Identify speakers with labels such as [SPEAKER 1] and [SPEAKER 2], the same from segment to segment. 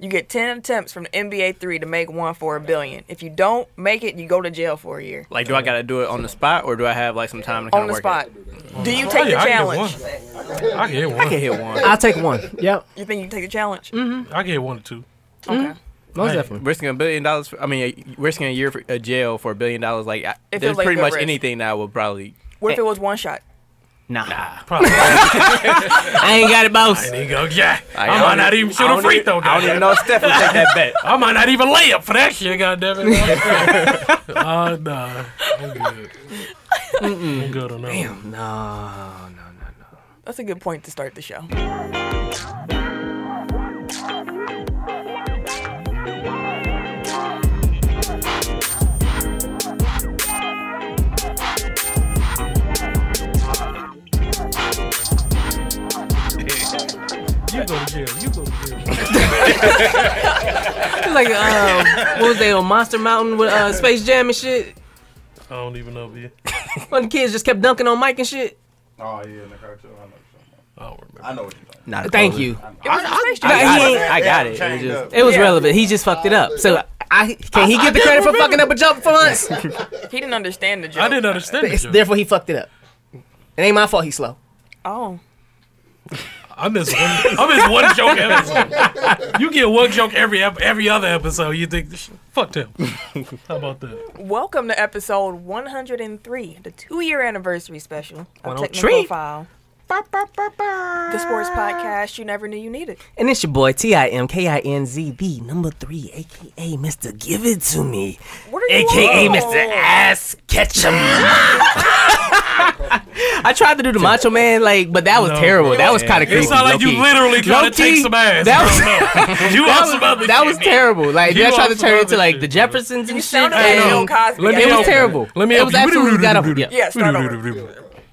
[SPEAKER 1] You get 10 attempts from the NBA 3 to make one for a billion. If you don't make it, you go to jail for a year.
[SPEAKER 2] Like, do I gotta do it on the spot, or do I have like some time to
[SPEAKER 1] On
[SPEAKER 2] kind of
[SPEAKER 1] the
[SPEAKER 2] work
[SPEAKER 1] spot.
[SPEAKER 2] It?
[SPEAKER 1] Do you take the
[SPEAKER 3] Oh, yeah, I can get
[SPEAKER 1] challenge?
[SPEAKER 3] one. I can get one.
[SPEAKER 2] I can hit one.
[SPEAKER 4] I'll take one. Yep.
[SPEAKER 1] You think you take the challenge?
[SPEAKER 3] I can get one or two.
[SPEAKER 1] Okay.
[SPEAKER 4] Most
[SPEAKER 3] Right.
[SPEAKER 4] definitely.
[SPEAKER 2] risking a billion dollars. For, I mean, a, risking a year for a jail for a billion dollars. Like, I,
[SPEAKER 1] It feels
[SPEAKER 2] there's
[SPEAKER 1] like
[SPEAKER 2] pretty
[SPEAKER 1] good
[SPEAKER 2] much
[SPEAKER 1] risk.
[SPEAKER 2] anything that I would probably.
[SPEAKER 1] What if it was one shot?
[SPEAKER 2] Nah,
[SPEAKER 3] Probably.
[SPEAKER 2] I ain't got it, boss.
[SPEAKER 3] There you go. Yeah. I,
[SPEAKER 2] I
[SPEAKER 3] might
[SPEAKER 2] don't
[SPEAKER 3] not even shoot a free throw.
[SPEAKER 2] I don't even
[SPEAKER 3] goddamn.
[SPEAKER 2] know if Steph would take that bet.
[SPEAKER 3] I might not even lay up for that shit. Goddamn it. Oh nah. I'm good. I'm good on that. one.
[SPEAKER 4] No, no, no.
[SPEAKER 1] That's a good point to start the show.
[SPEAKER 3] You go to jail. You go to jail.
[SPEAKER 4] It's like, um, what was they on Monster Mountain with uh, Space Jam and shit?
[SPEAKER 3] I don't even know you.
[SPEAKER 4] When the kids just kept dunking on Mike and shit.
[SPEAKER 5] Oh yeah, in the cartoon. I know. something.
[SPEAKER 3] I don't remember.
[SPEAKER 5] I know what you're talking.
[SPEAKER 2] Not
[SPEAKER 4] Thank you.
[SPEAKER 2] I
[SPEAKER 4] Nah, he
[SPEAKER 2] got it.
[SPEAKER 4] ain't-
[SPEAKER 2] I got it.
[SPEAKER 5] about.
[SPEAKER 2] It
[SPEAKER 5] Chained
[SPEAKER 2] just
[SPEAKER 5] up.
[SPEAKER 4] Oh, It was
[SPEAKER 1] Yeah.
[SPEAKER 4] relevant. He just fucked it up. So I can he get the credit for fucking up a joke for once?
[SPEAKER 1] He didn't understand the joke.
[SPEAKER 3] I didn't understand the
[SPEAKER 4] It's-
[SPEAKER 3] joke.
[SPEAKER 4] Therefore, he fucked it up. It ain't my fault. He's slow.
[SPEAKER 1] Oh.
[SPEAKER 3] I miss one. I miss one joke episode. You get one joke every ep- every other episode. You think this shit- fuck them. How about that?
[SPEAKER 1] Welcome to episode 103, the two year anniversary special of
[SPEAKER 4] 103.
[SPEAKER 1] Technical File. The sports podcast you never knew you needed.
[SPEAKER 4] And it's your boy T I M K I N Z B number three, aka Mister Give It To Me,
[SPEAKER 1] What are you
[SPEAKER 4] aka
[SPEAKER 1] on?
[SPEAKER 4] Mister Ass Ketchum. I tried to do the Macho Man like, but that was
[SPEAKER 3] No.
[SPEAKER 4] terrible. That was kind of creepy.
[SPEAKER 3] It's not like
[SPEAKER 4] low-key.
[SPEAKER 3] you literally trying to
[SPEAKER 4] Low-key,
[SPEAKER 3] take some ass.
[SPEAKER 4] That
[SPEAKER 3] I
[SPEAKER 4] was
[SPEAKER 3] don't know. You
[SPEAKER 4] that
[SPEAKER 3] on
[SPEAKER 4] was,
[SPEAKER 3] some other
[SPEAKER 4] that
[SPEAKER 3] shit,
[SPEAKER 4] was
[SPEAKER 3] man.
[SPEAKER 4] terrible. Like
[SPEAKER 3] You
[SPEAKER 4] they
[SPEAKER 3] on
[SPEAKER 4] tried to
[SPEAKER 3] some
[SPEAKER 4] turn it
[SPEAKER 3] other
[SPEAKER 4] to like
[SPEAKER 3] shit,
[SPEAKER 4] the
[SPEAKER 3] bro.
[SPEAKER 4] Jeffersons and shit.
[SPEAKER 1] sounded like
[SPEAKER 4] and-
[SPEAKER 1] Bill Cosby.
[SPEAKER 3] Let me
[SPEAKER 1] It
[SPEAKER 4] was
[SPEAKER 3] help you.
[SPEAKER 4] terrible.
[SPEAKER 3] Let me
[SPEAKER 4] It
[SPEAKER 3] help
[SPEAKER 4] was
[SPEAKER 3] you.
[SPEAKER 4] absolutely god awful.
[SPEAKER 1] Yeah, start over.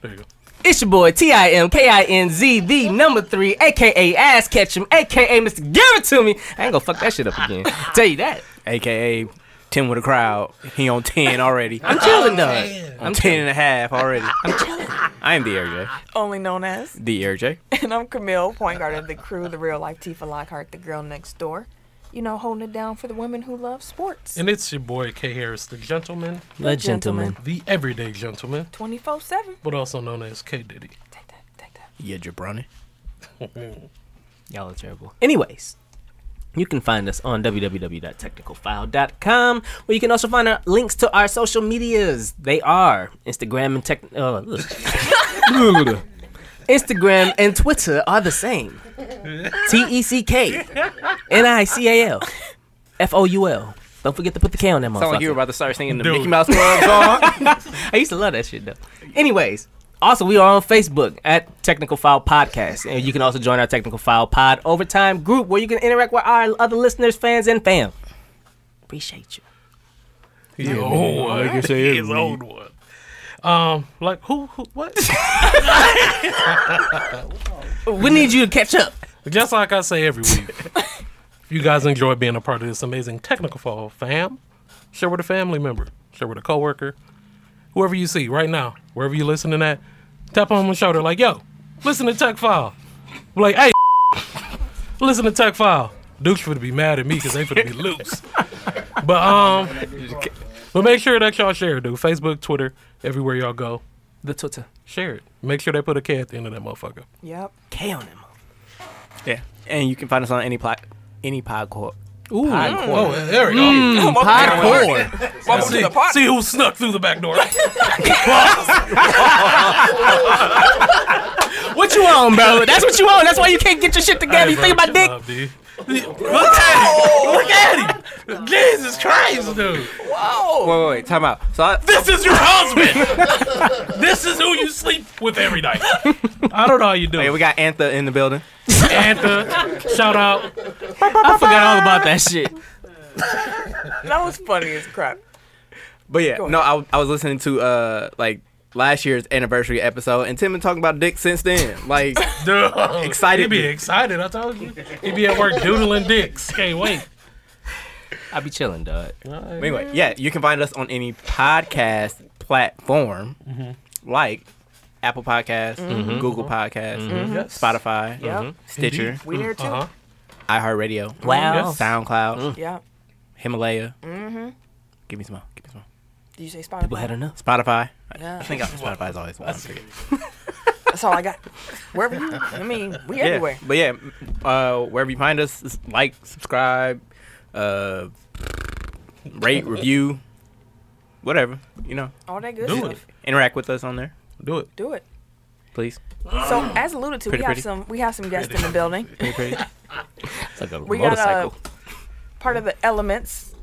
[SPEAKER 3] There you go.
[SPEAKER 4] It's your boy T I M K I N Z B number three, aka Ass Ketchum, aka Mr. Give It To Me. I ain't gonna fuck that shit up again. Tell you that.
[SPEAKER 2] AKA Tim with a crowd. He on ten already.
[SPEAKER 4] I'm chilling though.
[SPEAKER 2] I'm ten and a half already. I'm chilling. I am the RJ.
[SPEAKER 1] Only known as.
[SPEAKER 2] The RJ.
[SPEAKER 1] And I'm Camille, point guard of the crew, the real life Tifa Lockhart, the girl next door. You know, holding it down for the women who love sports.
[SPEAKER 3] And it's your boy K Harris, the gentleman,
[SPEAKER 4] The
[SPEAKER 1] gentleman.
[SPEAKER 4] gentleman.
[SPEAKER 3] the everyday gentleman,
[SPEAKER 1] 24 7.
[SPEAKER 3] but also known as K Diddy.
[SPEAKER 1] Take that, take that.
[SPEAKER 2] Yeah, jabroni.
[SPEAKER 4] Y'all are terrible. Anyways, you can find us on www.technicalfile.com where you can also find our links to our social medias. They are Instagram and tech. Uh, ugh. Instagram and Twitter are the same. T E C K N I C A L F O U L. Don't forget to put the K on that
[SPEAKER 2] Sound like you were
[SPEAKER 4] motherfucker.
[SPEAKER 2] about to start singing the
[SPEAKER 3] Dude.
[SPEAKER 2] Mickey Mouse Club song.
[SPEAKER 4] I used to love that shit though. Anyways, also we are on Facebook at Technical File Podcast, and you can also join our Technical File Pod Overtime group where you can interact with our other listeners, fans, and fam. Appreciate you.
[SPEAKER 3] He's an old one. He's an old one. Um, like who? who what?
[SPEAKER 4] We need you to catch up.
[SPEAKER 3] Just like I say every week. if you guys enjoy being a part of this amazing technical fall fam, share with a family member, share with a coworker, whoever you see right now, wherever you listening at, tap on my shoulder like, yo, listen to Tech File. Be like, hey, listen to Tech File. Duke's finna be mad at me because they finna be loose. But um, but make sure that y'all share it, dude. Facebook, Twitter, everywhere y'all go,
[SPEAKER 4] The Tota. Twitter
[SPEAKER 3] share it. Make sure they put a K at the end of that motherfucker.
[SPEAKER 1] Yep.
[SPEAKER 4] K on him.
[SPEAKER 2] yeah. And you can find us on any plot, any podcast.
[SPEAKER 4] Ooh,
[SPEAKER 3] Oh, there we go.
[SPEAKER 4] podcore.
[SPEAKER 1] Welcome to
[SPEAKER 3] See,
[SPEAKER 1] the pod.
[SPEAKER 3] see who snuck through the back door.
[SPEAKER 4] What you on, bro? Oh, That's what you on. That's why you can't get your shit together. You think about dick?
[SPEAKER 3] Up, dude. Look at him! Look at him! Jesus Christ, dude!
[SPEAKER 1] Oh,
[SPEAKER 2] Wait, wait, wait. Time out. So I,
[SPEAKER 3] This is your husband. this is who you sleep with every night. I don't know how you do
[SPEAKER 2] hey,
[SPEAKER 3] it.
[SPEAKER 2] we got Antha in the building.
[SPEAKER 3] Antha, shout out.
[SPEAKER 4] I forgot all about that shit.
[SPEAKER 1] that was funny as crap.
[SPEAKER 2] But yeah, no, I, w- I was listening to uh like last year's anniversary episode, and Tim been talking about dick since then. Like,
[SPEAKER 3] Dude,
[SPEAKER 2] Excited.
[SPEAKER 3] He be excited. I told you. He be at work doodling dicks. Can't wait.
[SPEAKER 4] I be chilling, dog.
[SPEAKER 2] anyway, yeah, you can find us on any podcast platform, like Apple Mm-hmm. Podcasts, Google Podcasts,
[SPEAKER 3] Yes.
[SPEAKER 2] Spotify,
[SPEAKER 1] Yep.
[SPEAKER 2] Stitcher, Uh-huh.
[SPEAKER 1] We here too.
[SPEAKER 3] Uh huh.
[SPEAKER 2] iHeartRadio.
[SPEAKER 4] Wow.
[SPEAKER 3] Yes.
[SPEAKER 2] SoundCloud.
[SPEAKER 1] Yeah.
[SPEAKER 2] Himalaya. Mm-hmm. Give me some more. Give me some more.
[SPEAKER 1] Do you say Spotify?
[SPEAKER 4] People had enough.
[SPEAKER 2] Spotify.
[SPEAKER 1] Yeah.
[SPEAKER 2] I think Spotify is always one. I forget.
[SPEAKER 1] That's all I got. Wherever you, I mean, we everywhere.
[SPEAKER 2] But yeah, uh, wherever you find us, just like, subscribe, uh, rate, review, whatever. You know,
[SPEAKER 1] All that good
[SPEAKER 3] Do
[SPEAKER 1] stuff.
[SPEAKER 3] it.
[SPEAKER 2] interact with us on there,
[SPEAKER 3] Do it.
[SPEAKER 1] Do it.
[SPEAKER 2] please.
[SPEAKER 1] So, as alluded to,
[SPEAKER 2] Pretty,
[SPEAKER 1] we have
[SPEAKER 2] pretty.
[SPEAKER 1] some we have some guests in the building.
[SPEAKER 2] Pretty, pretty.
[SPEAKER 4] It's like a
[SPEAKER 1] We got a part of the Elements,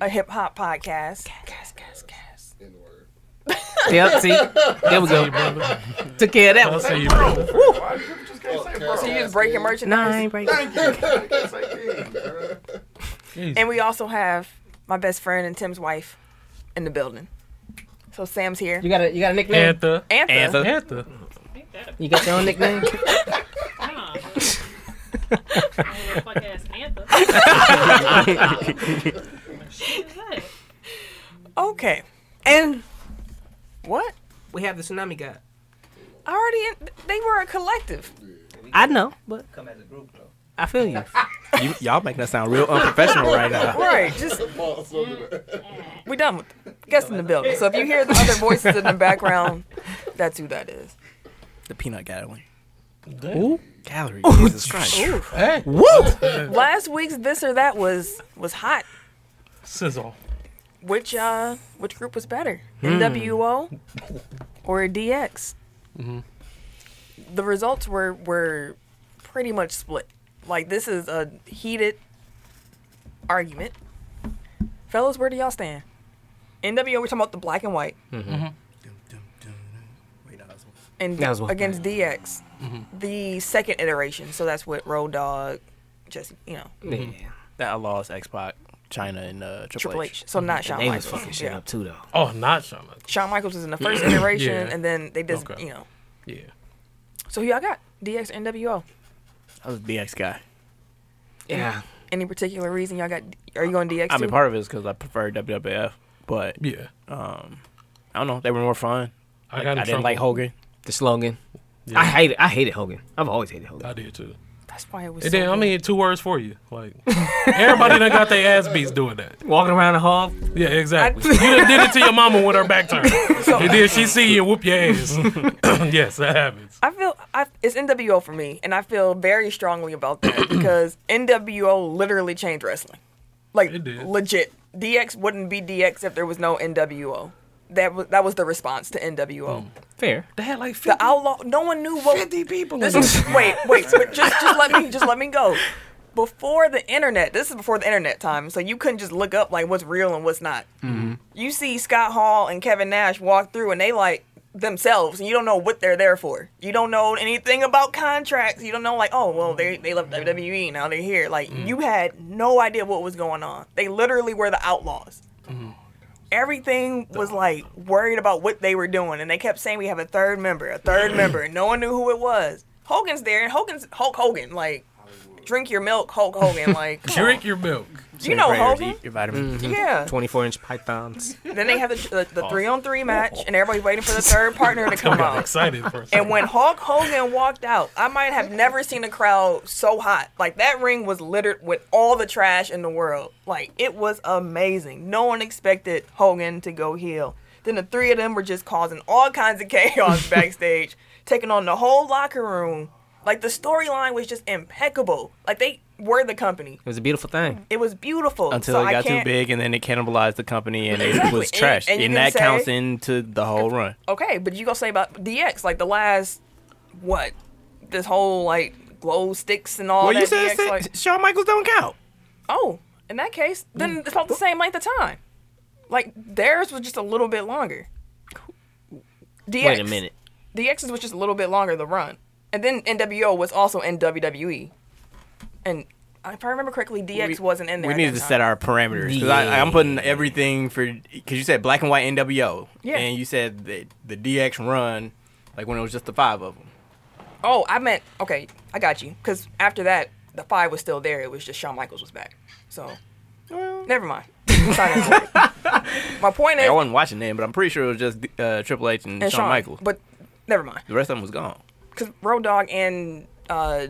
[SPEAKER 1] a hip hop podcast. Gas, gas, gas.
[SPEAKER 4] Yep, see? There we
[SPEAKER 3] Hey,
[SPEAKER 4] go.
[SPEAKER 3] brother.
[SPEAKER 4] Took care of that
[SPEAKER 3] I'll
[SPEAKER 4] one.
[SPEAKER 3] see you, brother.
[SPEAKER 5] Why you just can't say bro?
[SPEAKER 1] So you just breaking
[SPEAKER 4] No, I
[SPEAKER 1] merchandise,
[SPEAKER 4] ain't breaking.
[SPEAKER 5] Thank you. You can't say king, bro.
[SPEAKER 1] and we also have my best friend and Tim's wife in the building. So Sam's here.
[SPEAKER 4] You got a you got a nickname?
[SPEAKER 3] Antha.
[SPEAKER 1] Antha.
[SPEAKER 2] Antha.
[SPEAKER 3] Antha.
[SPEAKER 4] You got your own nickname?
[SPEAKER 6] Nah. fuck ass anthem. Shit is that?
[SPEAKER 1] Okay.
[SPEAKER 4] and
[SPEAKER 1] What?
[SPEAKER 4] we have the tsunami guy.
[SPEAKER 1] I Already, in, they were a collective.
[SPEAKER 4] I know, but I feel you.
[SPEAKER 2] You, y'all making us sound real unprofessional right now.
[SPEAKER 1] Right. Just we done with guests in the building. So if you hear the other voices in the background, that's who that is.
[SPEAKER 2] The peanut gallery.
[SPEAKER 3] Damn.
[SPEAKER 2] Gallery.
[SPEAKER 1] Oh,
[SPEAKER 2] Jesus Christ.
[SPEAKER 3] Hey.
[SPEAKER 1] Last week's this or that was was hot.
[SPEAKER 3] Sizzle.
[SPEAKER 1] Which uh which group was better?
[SPEAKER 4] Hmm.
[SPEAKER 1] NWO or DX?
[SPEAKER 4] Mm-hmm.
[SPEAKER 1] The results were were pretty much split. Like this is a heated argument. Fellas, where do y'all stand? NWO, we're talking about the black and white, and
[SPEAKER 4] That was Mm-hmm. what-
[SPEAKER 1] against DX, the second iteration. So that's what Road Dog, just you know,
[SPEAKER 4] Yeah.
[SPEAKER 2] That I lost X Pac, China, and uh, Triple,
[SPEAKER 1] Triple
[SPEAKER 2] H.
[SPEAKER 1] H. So not Shawn
[SPEAKER 4] They was
[SPEAKER 1] Michaels.
[SPEAKER 4] fucking shit
[SPEAKER 1] yeah.
[SPEAKER 4] up too, though.
[SPEAKER 3] Oh, not Shaman.
[SPEAKER 1] Shawn Michaels was in the first iteration,
[SPEAKER 3] Yeah.
[SPEAKER 1] and then they just
[SPEAKER 3] Okay.
[SPEAKER 1] you know.
[SPEAKER 3] Yeah.
[SPEAKER 1] So who y'all got? DX or NWO?
[SPEAKER 2] I was a DX guy.
[SPEAKER 4] Yeah.
[SPEAKER 1] Any particular reason y'all got? Are you going DX?
[SPEAKER 2] I
[SPEAKER 1] too?
[SPEAKER 2] mean, part of it is because I prefer WWF, but
[SPEAKER 3] Yeah.
[SPEAKER 2] I don't know. They were more fun.
[SPEAKER 3] I got in
[SPEAKER 2] I didn't
[SPEAKER 3] trouble.
[SPEAKER 2] like Hogan.
[SPEAKER 4] The slogan. I hate it. I hated Hogan. I've always hated Hogan.
[SPEAKER 3] I did too.
[SPEAKER 1] that's why it was.
[SPEAKER 3] And
[SPEAKER 1] so
[SPEAKER 3] then, I
[SPEAKER 1] good.
[SPEAKER 3] mean, two words for you. Like, everybody done got their ass beats doing that.
[SPEAKER 4] Walking around the hall.
[SPEAKER 3] Yeah, exactly. you done did it to your mama with her back turned. and then she see you and whoop your ass. yes, that happens.
[SPEAKER 1] I feel I, it's NWO for me, and I feel very strongly about that because NWO literally changed wrestling, like
[SPEAKER 3] It did.
[SPEAKER 1] legit. DX wouldn't be DX if there was no NWO. That was that was the response to NWO.
[SPEAKER 4] Fair.
[SPEAKER 3] They had like 50,
[SPEAKER 1] The outlaw. No one knew what.
[SPEAKER 3] 50 people.
[SPEAKER 1] This
[SPEAKER 3] in
[SPEAKER 1] is wait, wait, wait, just just let me just let me go. Before the internet, this is before the internet time, so you couldn't just look up like what's real and what's not. You see Scott Hall and Kevin Nash walk through, and they like themselves, and you don't know what they're there for. You don't know anything about contracts. You don't know like, oh well, they they left WWE, now they're here. Like
[SPEAKER 3] Mm-hmm.
[SPEAKER 1] you had no idea what was going on. They literally were the outlaws
[SPEAKER 3] Mm-hmm.
[SPEAKER 1] everything was like worried about what they were doing, and they kept saying we have a third member, a third member, and no one knew who it was. Hogan's there, and Hogan's Hulk Hogan, like drink your milk, Hulk Hogan, like come
[SPEAKER 3] Drink your milk.
[SPEAKER 1] on. you know
[SPEAKER 2] Prayers,
[SPEAKER 1] Oh, Hogan,
[SPEAKER 2] eat your vitamins.
[SPEAKER 1] yeah.
[SPEAKER 4] 24 inch pythons.
[SPEAKER 1] Then they have the the three on three match, and everybody's waiting for the third partner to come
[SPEAKER 3] I'm
[SPEAKER 1] out.
[SPEAKER 3] excited for a second.
[SPEAKER 1] And when Hulk Hogan walked out, I might have never seen a crowd so hot. Like that ring was littered with all the trash in the world. Like it was amazing. No one expected Hogan to go heel. Then the three of them were just causing all kinds of chaos backstage, taking on the whole locker room. Like the storyline was just impeccable. Like they were the company.
[SPEAKER 4] It was a beautiful thing.
[SPEAKER 1] It was beautiful.
[SPEAKER 2] Until
[SPEAKER 1] so
[SPEAKER 2] it
[SPEAKER 1] I
[SPEAKER 2] got too
[SPEAKER 1] can't,
[SPEAKER 2] big, and then it cannibalized the company, and it
[SPEAKER 1] Exactly.
[SPEAKER 2] was
[SPEAKER 1] And-
[SPEAKER 2] trash.
[SPEAKER 1] and
[SPEAKER 2] And,
[SPEAKER 1] you can
[SPEAKER 2] that
[SPEAKER 1] say-
[SPEAKER 2] counts into the whole run.
[SPEAKER 1] Okay, but you gonna say about DX like the last what? This whole like glow sticks and all that. DX, like,
[SPEAKER 2] Shawn Michaels don't count.
[SPEAKER 1] Oh, in that case, then
[SPEAKER 2] Mm.
[SPEAKER 1] it's about the same length of time. Like theirs was just a little bit longer. DX,
[SPEAKER 4] Wait a minute.
[SPEAKER 1] DX's was just a little bit longer the run, and then NWO was also in WWE, and if I remember correctly, DX wasn't in there.
[SPEAKER 2] We need to set our parameters because
[SPEAKER 4] Yeah.
[SPEAKER 2] I'm putting everything for because you said black and white NWO,
[SPEAKER 1] Yeah.
[SPEAKER 2] and you said the, the DX run, like when it was just the five of them.
[SPEAKER 1] Oh, I meant okay. I got you. Because after that, the five was still there. It was just Shawn Michaels was back. So, never mind. Sorry, that's right. My point is,
[SPEAKER 2] Like, I wasn't watching them, but I'm pretty sure it was just uh, Triple H and,
[SPEAKER 1] and
[SPEAKER 2] Shawn
[SPEAKER 1] Shawn
[SPEAKER 2] Michaels.
[SPEAKER 1] But never mind.
[SPEAKER 2] the rest of them was gone.
[SPEAKER 1] because Road Dog and uh,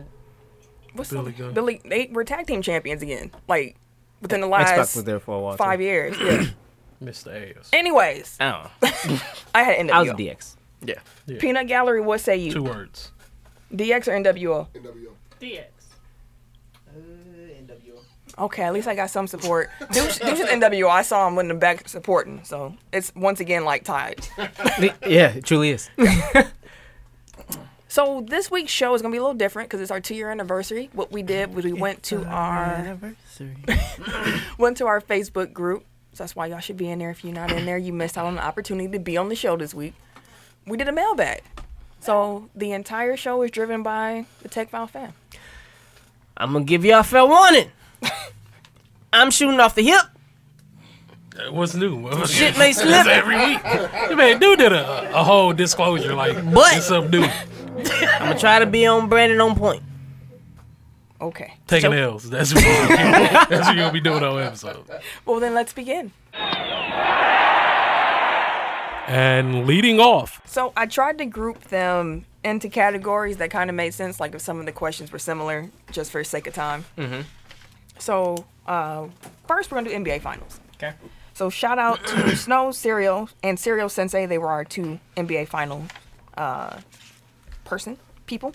[SPEAKER 1] What's
[SPEAKER 3] Billy
[SPEAKER 1] Billy,
[SPEAKER 3] Gunn.
[SPEAKER 1] Billy? They were tag team champions again, like within the
[SPEAKER 4] X-Pac
[SPEAKER 1] last
[SPEAKER 4] was there for a while.
[SPEAKER 1] five
[SPEAKER 4] too.
[SPEAKER 1] years. Yeah.
[SPEAKER 3] Mr. Ayers.
[SPEAKER 1] Anyways,
[SPEAKER 2] Oh,
[SPEAKER 1] I had
[SPEAKER 4] I was
[SPEAKER 1] NWO.
[SPEAKER 4] DX.
[SPEAKER 2] yeah.
[SPEAKER 1] Peanut Gallery, what say you?
[SPEAKER 3] Two words.
[SPEAKER 1] DX or NWO?
[SPEAKER 7] NWO.
[SPEAKER 6] DX.
[SPEAKER 1] Okay, at least I got some support. Deuce, Deuce is NWO. I saw him in the back supporting, so it's once again like tied.
[SPEAKER 4] yeah, it truly is.
[SPEAKER 1] So this week's show is gonna be a little different because it's our two-year anniversary. What we did was we went to our went to our Facebook group. So that's why y'all should be in there. If you're not in there, you missed out on the opportunity to be on the show this week. We did a mailbag. So the entire show is driven by the Tech File fam.
[SPEAKER 4] I'm gonna give y'all fair warning. I'm shooting off the hip.
[SPEAKER 3] Uh, What's new?
[SPEAKER 4] Shit may slip.
[SPEAKER 3] every week. You man, dude did a, a whole disclosure like
[SPEAKER 4] But-
[SPEAKER 3] what's up, dude?
[SPEAKER 4] I'm gonna try to be on brand and on point.
[SPEAKER 1] Okay.
[SPEAKER 3] Taking L's. That's what, you're gonna do. that's what you'll be doing on episode.
[SPEAKER 1] Well then let's begin.
[SPEAKER 3] And leading off,
[SPEAKER 1] So I tried to group them into categories that kind of made sense, like if some of the questions were similar, just for sake of time. Mm-hmm. So uh, first, we're gonna do NBA Finals.
[SPEAKER 2] Okay.
[SPEAKER 1] So shout out to Snow Serial and Serial Sensei. They were our two NBA final uh, person people.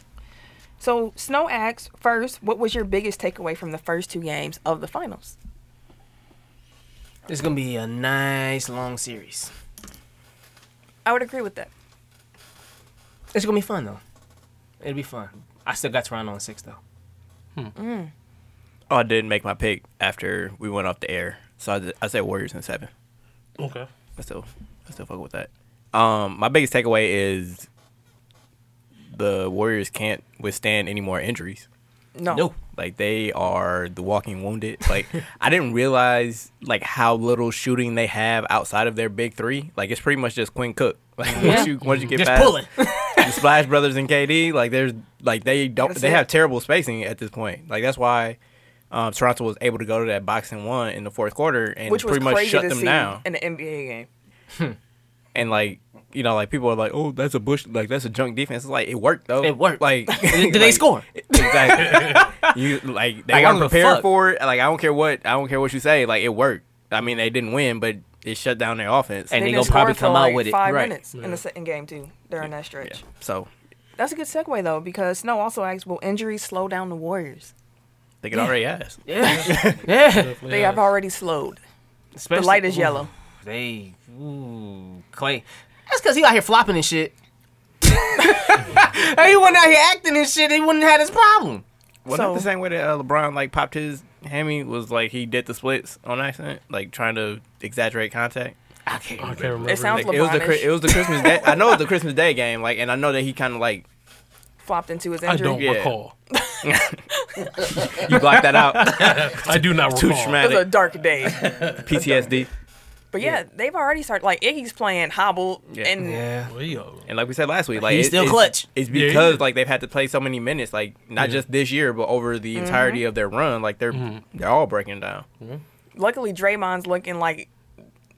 [SPEAKER 1] So Snow asks first, what was your biggest takeaway from the first two games of the finals?
[SPEAKER 4] It's gonna be a nice long series.
[SPEAKER 1] I would agree with that.
[SPEAKER 4] It's gonna be fun though. It'll be fun. I still got Toronto in six though.
[SPEAKER 2] Oh, I didn't make my pick after we went off the air, so I, I said Warriors in seven.
[SPEAKER 3] okay,
[SPEAKER 2] I still, I still fuck with that. Um, my biggest takeaway is the Warriors can't withstand any more injuries.
[SPEAKER 1] No.
[SPEAKER 4] No.
[SPEAKER 2] Like they are the walking wounded. Like I didn't realize like how little shooting they have outside of their big three. Like it's pretty much just Quinn Cook. Like once you once you get
[SPEAKER 4] Just
[SPEAKER 2] past
[SPEAKER 4] pulling.
[SPEAKER 2] the Splash Brothers and KD, like there's like they don't
[SPEAKER 1] That's
[SPEAKER 2] they
[SPEAKER 1] it.
[SPEAKER 2] have terrible spacing at this point. Like that's why um, Toronto was able to go to that boxing one in the fourth quarter and
[SPEAKER 1] Which was
[SPEAKER 2] pretty much
[SPEAKER 1] crazy
[SPEAKER 2] shut
[SPEAKER 1] to
[SPEAKER 2] them
[SPEAKER 1] see
[SPEAKER 2] down.
[SPEAKER 1] in an NBA game.
[SPEAKER 2] And like you know, like people are like, oh, that's a bush, like that's a junk defense. It's like it worked though.
[SPEAKER 4] It worked.
[SPEAKER 2] Like
[SPEAKER 4] Did they
[SPEAKER 2] like-
[SPEAKER 4] score?
[SPEAKER 2] Exactly. you like they
[SPEAKER 4] Like, I
[SPEAKER 2] got
[SPEAKER 4] don't give a
[SPEAKER 2] prepared
[SPEAKER 4] fuck.
[SPEAKER 2] for it. Like I don't care what I don't care what you say. Like it worked. I mean, they didn't win, but it shut down their offense.
[SPEAKER 4] And- they
[SPEAKER 1] didn't
[SPEAKER 4] gonna probably
[SPEAKER 1] score for,
[SPEAKER 4] come out
[SPEAKER 1] like,
[SPEAKER 4] with it.
[SPEAKER 1] Five
[SPEAKER 2] Right.
[SPEAKER 1] minutes in the second game too during that stretch.
[SPEAKER 2] yeah. So
[SPEAKER 1] That's a good segue though, because Snow also asks, "Will injuries slow down the Warriors?
[SPEAKER 2] they could already ask.
[SPEAKER 4] Yeah. yeah.
[SPEAKER 1] They have already slowed. The
[SPEAKER 4] Especially-
[SPEAKER 1] light is
[SPEAKER 4] ooh,
[SPEAKER 1] yellow.
[SPEAKER 4] They ooh Clay. That's cause he out here flopping and shit. Hey, he wasn't out here acting and shit. He wouldn't have had this problem.
[SPEAKER 2] Well,
[SPEAKER 1] So-
[SPEAKER 2] not the same way that uh, LeBron like popped his hammy was like he did the splits on accident, like trying to exaggerate contact.
[SPEAKER 4] I can't.
[SPEAKER 3] I can't remember.
[SPEAKER 1] It sounds
[SPEAKER 2] Like, it was the
[SPEAKER 1] LeBron-ish.
[SPEAKER 2] Chri- it was the Christmas day. I know it was the Christmas day game. Like, and I know that he kind of like
[SPEAKER 1] Flopped into his
[SPEAKER 3] I
[SPEAKER 1] injury.
[SPEAKER 3] don't
[SPEAKER 2] Yeah.
[SPEAKER 3] recall.
[SPEAKER 2] you blocked that out.
[SPEAKER 3] I do not
[SPEAKER 2] Too
[SPEAKER 3] recall.
[SPEAKER 1] It was a
[SPEAKER 2] traumatic
[SPEAKER 1] dark day.
[SPEAKER 2] PTSD.
[SPEAKER 1] But yeah, they've already started. Like Iggy's playing hobble,
[SPEAKER 2] Yeah.
[SPEAKER 1] and
[SPEAKER 4] Yeah.
[SPEAKER 3] Well, uh, yo,
[SPEAKER 2] And like we said last week, like
[SPEAKER 4] He's
[SPEAKER 2] it-
[SPEAKER 4] still
[SPEAKER 2] it's,
[SPEAKER 4] clutch.
[SPEAKER 2] It's
[SPEAKER 3] Yeah, he
[SPEAKER 2] because
[SPEAKER 3] is.
[SPEAKER 2] like they've had to play so many minutes, like not just this year, but over the entirety of their run. Like they're
[SPEAKER 3] Mm-hmm.
[SPEAKER 2] they're all breaking down.
[SPEAKER 1] luckily Draymond's looking like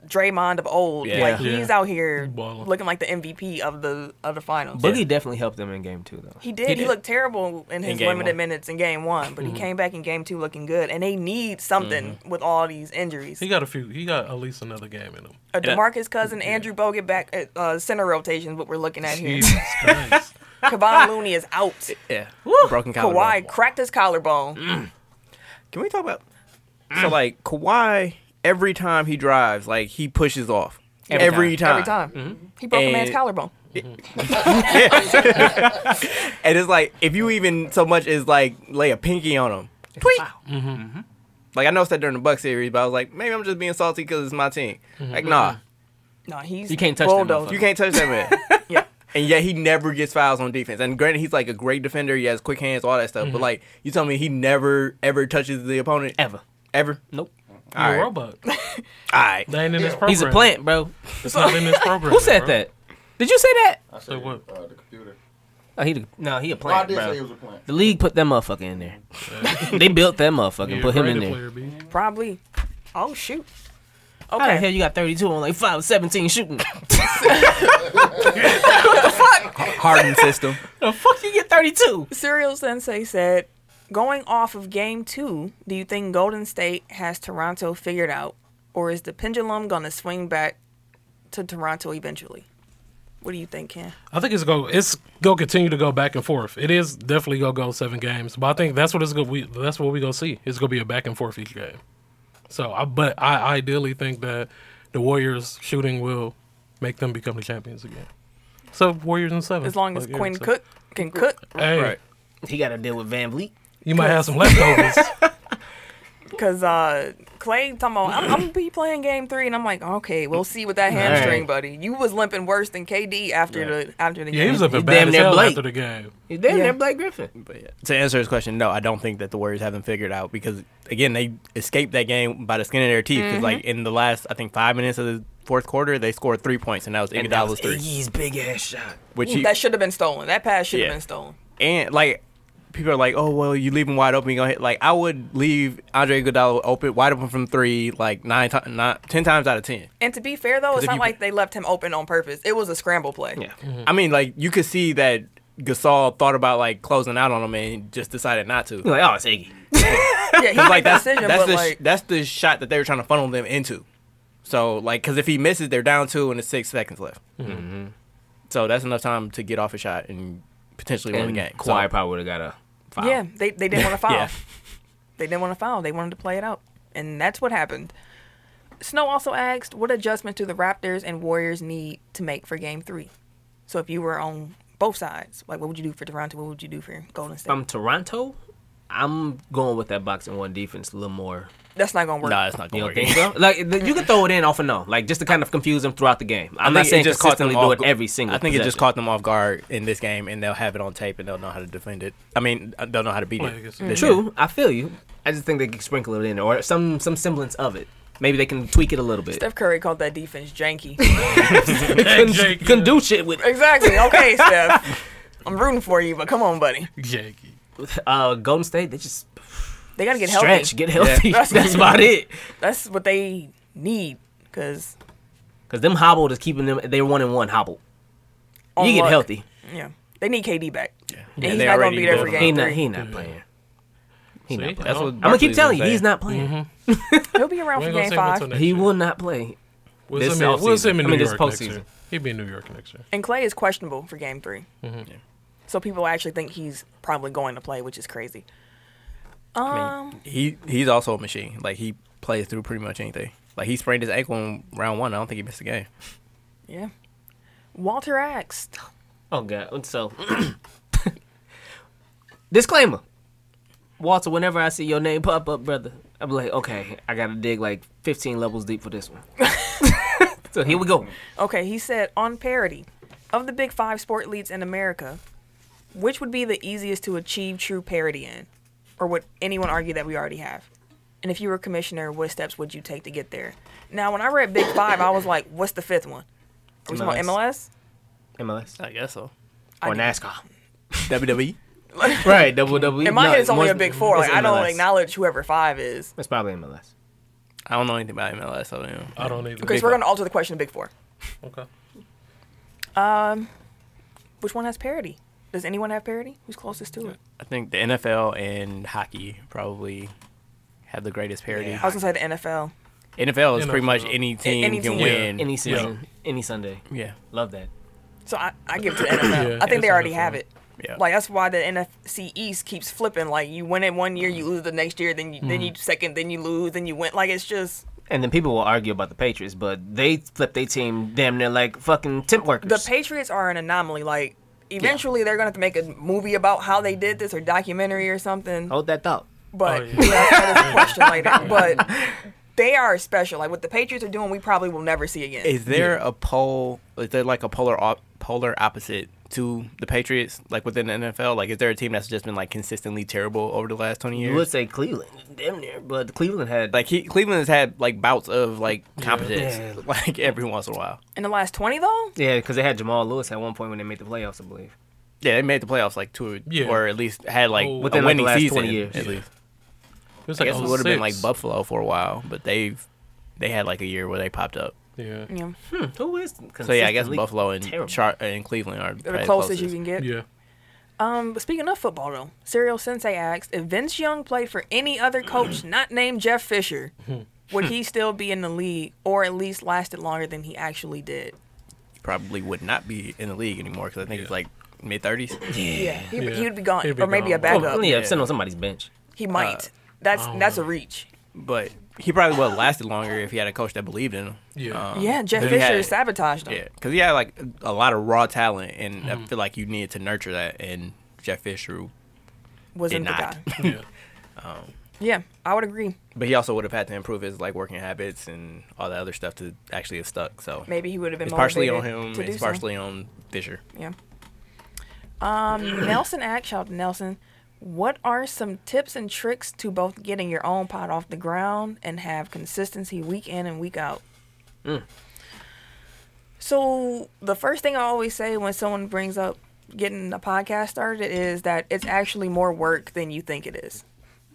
[SPEAKER 1] Draymond of old.
[SPEAKER 2] Yeah.
[SPEAKER 1] Like
[SPEAKER 3] Yeah.
[SPEAKER 1] he's out here
[SPEAKER 3] Ballin'.
[SPEAKER 1] looking like the MVP of the of the finals.
[SPEAKER 4] Boogie definitely helped them in game two though.
[SPEAKER 1] He did. He,
[SPEAKER 2] did.
[SPEAKER 1] looked terrible in his
[SPEAKER 2] game
[SPEAKER 1] limited
[SPEAKER 2] one.
[SPEAKER 1] minutes in game one, but
[SPEAKER 4] Mm-hmm.
[SPEAKER 1] he came back in game two looking good. And they need something
[SPEAKER 2] Mm-hmm.
[SPEAKER 1] with all these injuries.
[SPEAKER 3] he got a few. He got at least another game in him.
[SPEAKER 1] a
[SPEAKER 2] Yeah.
[SPEAKER 1] Demarcus Cousin, Andrew Bogut back at uh, center rotation is what we're looking at here.
[SPEAKER 3] Jesus Christ.
[SPEAKER 1] Kevon Looney is out.
[SPEAKER 2] Yeah, broken collarbone.
[SPEAKER 1] Kawhi cracked his collarbone.
[SPEAKER 2] Mm. Can we talk about so like Kawhi? Every time he drives, like he pushes off. Every, time.
[SPEAKER 1] Every time.
[SPEAKER 4] Mm-hmm.
[SPEAKER 1] He broke a man's
[SPEAKER 2] And-
[SPEAKER 1] collarbone.
[SPEAKER 2] And it's like if you even so much as like lay a pinky on him, tweet.
[SPEAKER 3] Mm-hmm.
[SPEAKER 2] Like I noticed that during the Buck series, but I was like, maybe I'm just being salty because it's my team.
[SPEAKER 3] Mm-hmm.
[SPEAKER 2] Like nah,
[SPEAKER 1] No, he's
[SPEAKER 4] You can't touch that
[SPEAKER 1] bulldozed.
[SPEAKER 4] motherfucker.
[SPEAKER 2] you can't touch that man.
[SPEAKER 1] Yeah.
[SPEAKER 2] And yet he never gets fouls on defense. And granted, he's like a great defender. He has quick hands, all that stuff. But like, you tell me he never ever touches the opponent
[SPEAKER 4] Mm-hmm. Ever.
[SPEAKER 2] ever.
[SPEAKER 4] Nope.
[SPEAKER 3] You a
[SPEAKER 2] right.
[SPEAKER 3] robot.
[SPEAKER 2] All right.
[SPEAKER 3] That ain't in this program.
[SPEAKER 4] He's a plant, bro.
[SPEAKER 3] It's not in this program.
[SPEAKER 4] Who said
[SPEAKER 3] bro.
[SPEAKER 4] that? Did you say that?
[SPEAKER 7] I
[SPEAKER 3] Say what?
[SPEAKER 7] Uh, the computer.
[SPEAKER 4] Oh, he the- no, he a
[SPEAKER 7] I
[SPEAKER 4] plant,
[SPEAKER 7] did say it
[SPEAKER 4] bro.
[SPEAKER 7] was a plant.
[SPEAKER 4] The league put that motherfucker in there. they built that motherfucker
[SPEAKER 3] Yeah,
[SPEAKER 4] and put him
[SPEAKER 3] great
[SPEAKER 4] in there.
[SPEAKER 3] player, B.
[SPEAKER 1] Probably. Oh, shoot.
[SPEAKER 4] How the
[SPEAKER 1] Okay.
[SPEAKER 4] hell you got 32 on like 5 17 shooting?
[SPEAKER 2] Harden system.
[SPEAKER 4] the fuck you get 32?
[SPEAKER 1] Serial Sensei said, Going off of game two, do you think Golden State has Toronto figured out, or is the pendulum going to swing back to Toronto eventually? What do you think, Ken?
[SPEAKER 3] I think it's go. It's gonna continue to go back and forth. It is definitely gonna go seven games, but I think that's what it's gonna. We that's what we gonna see. It's gonna be a back and forth each game. So, I, but I ideally think that the Warriors shooting will make them become the champions again. So Warriors in seven.
[SPEAKER 1] As long as
[SPEAKER 3] Like, Uh, yeah,
[SPEAKER 1] Quinn
[SPEAKER 3] so-
[SPEAKER 1] Cook can cook,
[SPEAKER 3] Hey,
[SPEAKER 2] Right.
[SPEAKER 4] He got to deal with Van Vliet.
[SPEAKER 3] you might have some leftovers.
[SPEAKER 1] because uh, Clay talking about I'm, I'm gonna be playing game three, and I'm like, okay, we'll see with that hamstring, buddy. You was limping worse than KD after the after the
[SPEAKER 3] yeah, he
[SPEAKER 1] game.
[SPEAKER 3] was up
[SPEAKER 4] You
[SPEAKER 3] and bad
[SPEAKER 4] damn
[SPEAKER 3] as
[SPEAKER 4] near
[SPEAKER 3] hell
[SPEAKER 4] Blake.
[SPEAKER 3] after the game.
[SPEAKER 4] He's damn
[SPEAKER 1] Yeah.
[SPEAKER 4] near Blake Griffin.
[SPEAKER 2] But yeah, to answer his question, no, I don't think that the Warriors have them figured out because again, they escaped that game by the skin of their teeth. Because like
[SPEAKER 4] Mm-hmm.
[SPEAKER 2] in the last, I think five minutes of the fourth quarter, they scored three points, and that was
[SPEAKER 4] And
[SPEAKER 2] Iguodala's
[SPEAKER 4] that was
[SPEAKER 2] three,
[SPEAKER 4] Iggy's big ass shot.
[SPEAKER 2] which he,
[SPEAKER 1] that should have been stolen. That pass should have
[SPEAKER 2] Yeah.
[SPEAKER 1] been stolen.
[SPEAKER 2] and like people are like, oh well, you leave him wide open, you gonna hit. Like I would leave Andre Iguodala open, wide open from three, like nine, ti- nine ten times out of ten.
[SPEAKER 1] And to be fair though, it's
[SPEAKER 2] if
[SPEAKER 1] not
[SPEAKER 2] you-
[SPEAKER 1] like they left him open on purpose. It was a scramble play.
[SPEAKER 4] Mm-hmm.
[SPEAKER 2] I mean, like you could see that Gasol thought about like closing out on him and just decided not to.
[SPEAKER 4] You're like, oh, it's Iggy.
[SPEAKER 1] yeah, he made
[SPEAKER 2] like
[SPEAKER 1] the
[SPEAKER 2] that's
[SPEAKER 1] decision,
[SPEAKER 2] that's
[SPEAKER 1] but
[SPEAKER 2] the sh-
[SPEAKER 1] like
[SPEAKER 2] that's the shot that they were trying to funnel them into. So like, because if he misses, they're down two and it's six seconds left.
[SPEAKER 4] Mm-hmm.
[SPEAKER 2] So that's enough time to get off a shot and potentially win
[SPEAKER 4] And
[SPEAKER 2] the game. So-
[SPEAKER 4] Kawhi probably would have got a foul.
[SPEAKER 1] yeah, they they didn't want to foul.
[SPEAKER 2] Yeah.
[SPEAKER 1] They didn't want to foul. They wanted to play it out, and that's what happened. Snow also asked, "What adjustments do the Raptors and Warriors need to make for Game Three? So if you were on both sides, like what would you do for Toronto? What would you do for Golden State?
[SPEAKER 2] Um,
[SPEAKER 4] From Toronto, I'm going with that box and one defense a little more.
[SPEAKER 1] that's not gonna work.
[SPEAKER 2] nah, it's not
[SPEAKER 4] You
[SPEAKER 2] going
[SPEAKER 4] don't
[SPEAKER 2] to
[SPEAKER 4] think
[SPEAKER 2] work.
[SPEAKER 4] so? Like th- you can throw it in off and on, like just to kind of confuse them throughout the game. I'm not saying just consistently do it every single.
[SPEAKER 2] I think it just
[SPEAKER 4] possession.
[SPEAKER 2] caught them off guard in this game, and they'll have it on tape, and they'll know how to defend it. I mean, uh, they'll know how to beat
[SPEAKER 3] Well, I
[SPEAKER 2] it.
[SPEAKER 3] guess-
[SPEAKER 2] this game.
[SPEAKER 4] True, I feel you. I just think they can sprinkle it in or some some semblance of it. Maybe they can tweak it a little bit.
[SPEAKER 1] Steph Curry called that defense janky.
[SPEAKER 4] couldn't,
[SPEAKER 3] Jake,
[SPEAKER 4] couldn't
[SPEAKER 3] yeah.
[SPEAKER 4] do shit with
[SPEAKER 1] exactly. Okay, Steph. I'm rooting for you, but come on, buddy.
[SPEAKER 3] Jakey.
[SPEAKER 4] uh, Golden State. They just
[SPEAKER 1] They gotta get healthy.
[SPEAKER 4] stretch, get healthy.
[SPEAKER 1] Yeah.
[SPEAKER 4] That's about it.
[SPEAKER 1] That's what they need. Cause
[SPEAKER 4] Because them hobbled is keeping them. They're one and one hobbled.
[SPEAKER 1] on
[SPEAKER 4] you get
[SPEAKER 1] luck-
[SPEAKER 4] healthy.
[SPEAKER 1] Yeah, they need KD back. Yeah, and he's
[SPEAKER 2] they
[SPEAKER 1] not gonna
[SPEAKER 2] already
[SPEAKER 1] be there
[SPEAKER 2] did.
[SPEAKER 1] for
[SPEAKER 2] He
[SPEAKER 1] game
[SPEAKER 4] He
[SPEAKER 1] three.
[SPEAKER 4] not. He not playing. He
[SPEAKER 3] See?
[SPEAKER 4] not playing.
[SPEAKER 2] That's what
[SPEAKER 4] I'm gonna Mm-hmm.
[SPEAKER 2] Barkley's
[SPEAKER 4] keep telling you,
[SPEAKER 2] gonna
[SPEAKER 4] he's
[SPEAKER 2] say.
[SPEAKER 4] not playing.
[SPEAKER 1] He'll be around
[SPEAKER 3] We
[SPEAKER 1] for game
[SPEAKER 3] ain't gonna see him until
[SPEAKER 1] five.
[SPEAKER 3] next
[SPEAKER 4] He
[SPEAKER 3] year.
[SPEAKER 4] will not play.
[SPEAKER 3] We'll
[SPEAKER 4] this
[SPEAKER 3] see him- we'll see him in
[SPEAKER 4] offseason.
[SPEAKER 3] New
[SPEAKER 4] I mean, this
[SPEAKER 3] York next
[SPEAKER 4] postseason.
[SPEAKER 3] year. He'll be in New York next year.
[SPEAKER 1] And Clay is questionable for game three.
[SPEAKER 3] Mm-hmm.
[SPEAKER 1] So people actually think he's probably going to play, which is crazy. Um,
[SPEAKER 2] He he's also a machine. Like he plays through pretty much anything. Like he sprained his ankle in round one. I don't think he missed a game.
[SPEAKER 1] yeah. Walter asked,
[SPEAKER 4] Oh god. And So disclaimer. Walter, whenever I see your name pop up, brother, I'm like, okay, I gotta dig like 15 levels deep for this one. so here we go.
[SPEAKER 1] okay, he said, on parity, of the big five sport leagues in America, which would be the easiest to achieve true parity in? Or would anyone argue that we already have? And if you were a commissioner, what steps would you take to get there? Now, when I read Big Five, I was like, what's the fifth one? Are we talking about MLS?
[SPEAKER 4] MLS
[SPEAKER 2] I guess so.
[SPEAKER 4] or
[SPEAKER 1] didn't-
[SPEAKER 4] NASCAR.
[SPEAKER 2] WWE.
[SPEAKER 4] Right, E. double double.
[SPEAKER 1] In my head, it's only a Big Four. Like, I don't acknowledge whoever five is.
[SPEAKER 4] It's probably MLS.
[SPEAKER 2] I don't know anything about MLS. So you know.
[SPEAKER 3] I don't even.
[SPEAKER 1] Because
[SPEAKER 2] Big
[SPEAKER 1] we're
[SPEAKER 2] Five.
[SPEAKER 1] going to alter the question to Big Four.
[SPEAKER 3] Okay.
[SPEAKER 1] Which one has parity? Does anyone have parity? Who's closest to it?
[SPEAKER 2] I think the NFL and hockey probably have the greatest parity.
[SPEAKER 1] I was gonna say the NFL.
[SPEAKER 2] NFL is pretty much
[SPEAKER 3] NFL.
[SPEAKER 2] any team
[SPEAKER 1] Any
[SPEAKER 2] can
[SPEAKER 1] team.
[SPEAKER 2] win.
[SPEAKER 4] Any season, any Sunday.
[SPEAKER 2] yeah,
[SPEAKER 4] Love that.
[SPEAKER 1] So I, I give it to the NFL. I think
[SPEAKER 3] it's
[SPEAKER 1] they already
[SPEAKER 3] NFL.
[SPEAKER 1] have it.
[SPEAKER 2] yeah.
[SPEAKER 1] Like that's why the NFC East keeps flipping. Like you win it one year, you lose the next year, then you then you second, then you lose, then you win. Like it's just
[SPEAKER 4] And then people will argue about the Patriots, but they flip their team damn near like fucking temp workers.
[SPEAKER 1] the Patriots are an anomaly. Like eventually they're gonna have to make a movie about how they did this or documentary or something.
[SPEAKER 4] Hold that thought.
[SPEAKER 1] But
[SPEAKER 3] Oh, yeah.
[SPEAKER 1] yeah. that's another question later. But they are special. Like what the Patriots are doing, we probably will never see again.
[SPEAKER 2] Is there a pole? Is there like a polar op- polar opposite to the Patriots? Like within the NFL, like is there a team that's just been like consistently terrible over the last twenty
[SPEAKER 4] You
[SPEAKER 2] years?
[SPEAKER 4] would say Cleveland, damn near, but Cleveland had
[SPEAKER 2] like he, Cleveland has had like bouts of like competence,
[SPEAKER 4] Yeah.
[SPEAKER 2] like every once in a while.
[SPEAKER 1] In the last twenty though,
[SPEAKER 4] Yeah, because they had Jamal Lewis at one point when they made the playoffs, I believe.
[SPEAKER 2] Yeah, they made the playoffs like two, or,
[SPEAKER 3] Yeah.
[SPEAKER 2] or at least had like
[SPEAKER 3] Oh.
[SPEAKER 2] a
[SPEAKER 4] Within, like, the
[SPEAKER 2] winning
[SPEAKER 4] last
[SPEAKER 2] season.
[SPEAKER 4] 20 years.
[SPEAKER 2] At
[SPEAKER 4] Yeah. oh,
[SPEAKER 2] least,
[SPEAKER 3] It was
[SPEAKER 2] I
[SPEAKER 3] like
[SPEAKER 2] guess it would have been like
[SPEAKER 3] 06.
[SPEAKER 2] Buffalo for a while, but they've they had like a year where they popped up.
[SPEAKER 3] Yeah.
[SPEAKER 1] yeah,
[SPEAKER 4] Who is?
[SPEAKER 2] So yeah, I guess
[SPEAKER 4] consistently
[SPEAKER 2] Buffalo and
[SPEAKER 4] terrible.
[SPEAKER 2] Char- and Cleveland
[SPEAKER 1] they're
[SPEAKER 2] are
[SPEAKER 1] the
[SPEAKER 2] probably
[SPEAKER 1] closest you can get.
[SPEAKER 3] Yeah.
[SPEAKER 1] Um, but speaking of football, though, Serial Sensei asked if Vince Young played for any other coach not named Jeff Fisher, would he still be in the league or at least lasted longer than he actually did?
[SPEAKER 2] Probably would not be in the league anymore because I think he's like mid thirties.
[SPEAKER 1] Yeah, he,
[SPEAKER 3] Yeah.
[SPEAKER 1] he would be gone,
[SPEAKER 3] He'd be
[SPEAKER 1] or maybe a
[SPEAKER 3] gone.
[SPEAKER 1] backup.
[SPEAKER 4] Oh, yeah, sitting on somebody's bench.
[SPEAKER 1] He might.
[SPEAKER 2] Uh,
[SPEAKER 1] that's that's a reach.
[SPEAKER 2] But he probably would have lasted longer if he had a coach that believed in him.
[SPEAKER 3] Yeah.
[SPEAKER 2] Um,
[SPEAKER 1] yeah, Jeff
[SPEAKER 2] but he
[SPEAKER 1] Fisher
[SPEAKER 2] had-
[SPEAKER 1] sabotaged him.
[SPEAKER 2] Yeah, because he had like a lot of raw talent, and
[SPEAKER 3] Mm-hmm.
[SPEAKER 2] I feel like you needed to nurture that. And Jeff Fisher,
[SPEAKER 1] Wasn't
[SPEAKER 2] Did
[SPEAKER 1] the
[SPEAKER 2] not.
[SPEAKER 1] guy.
[SPEAKER 3] yeah.
[SPEAKER 1] Yeah, I would agree.
[SPEAKER 2] but he also would have had to improve his like working habits and all that other stuff to actually have stuck. So
[SPEAKER 1] Maybe he would have been
[SPEAKER 2] it's partially on
[SPEAKER 1] motivated
[SPEAKER 2] him.
[SPEAKER 1] to do
[SPEAKER 2] It's
[SPEAKER 1] so.
[SPEAKER 2] partially on Fisher.
[SPEAKER 1] Yeah. Um, Nelson asked, shout out to Nelson, what are some tips and tricks to both getting your own pot off the ground and have consistency week in and week out?
[SPEAKER 3] Mm.
[SPEAKER 1] So the first thing I always say when someone brings up getting a podcast started is that it's actually more work than you think it is.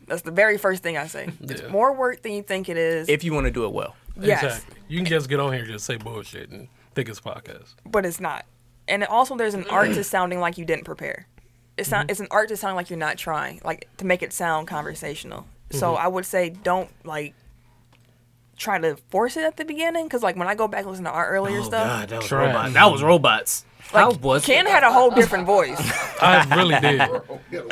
[SPEAKER 1] That's the very first thing I say. It's
[SPEAKER 3] Yeah.
[SPEAKER 1] more work than you think it is.
[SPEAKER 2] If you want to do it well,
[SPEAKER 1] yes,
[SPEAKER 3] Exactly. You can just get on here and just say bullshit and think it's podcast.
[SPEAKER 1] but it's not. And also, there's an art to sounding like you didn't prepare. It's
[SPEAKER 3] Mm-hmm.
[SPEAKER 1] not. It's an art to sound like you're not trying, like to make it sound conversational. So
[SPEAKER 3] Mm-hmm.
[SPEAKER 1] I would say don't like try to force it at the beginning, because like when I go back and listen to our earlier
[SPEAKER 3] Oh,
[SPEAKER 1] stuff,
[SPEAKER 4] that was
[SPEAKER 3] Trash. robots.
[SPEAKER 4] That was robots. How was
[SPEAKER 1] Ken
[SPEAKER 4] it?
[SPEAKER 1] had a whole different voice.
[SPEAKER 3] I really did.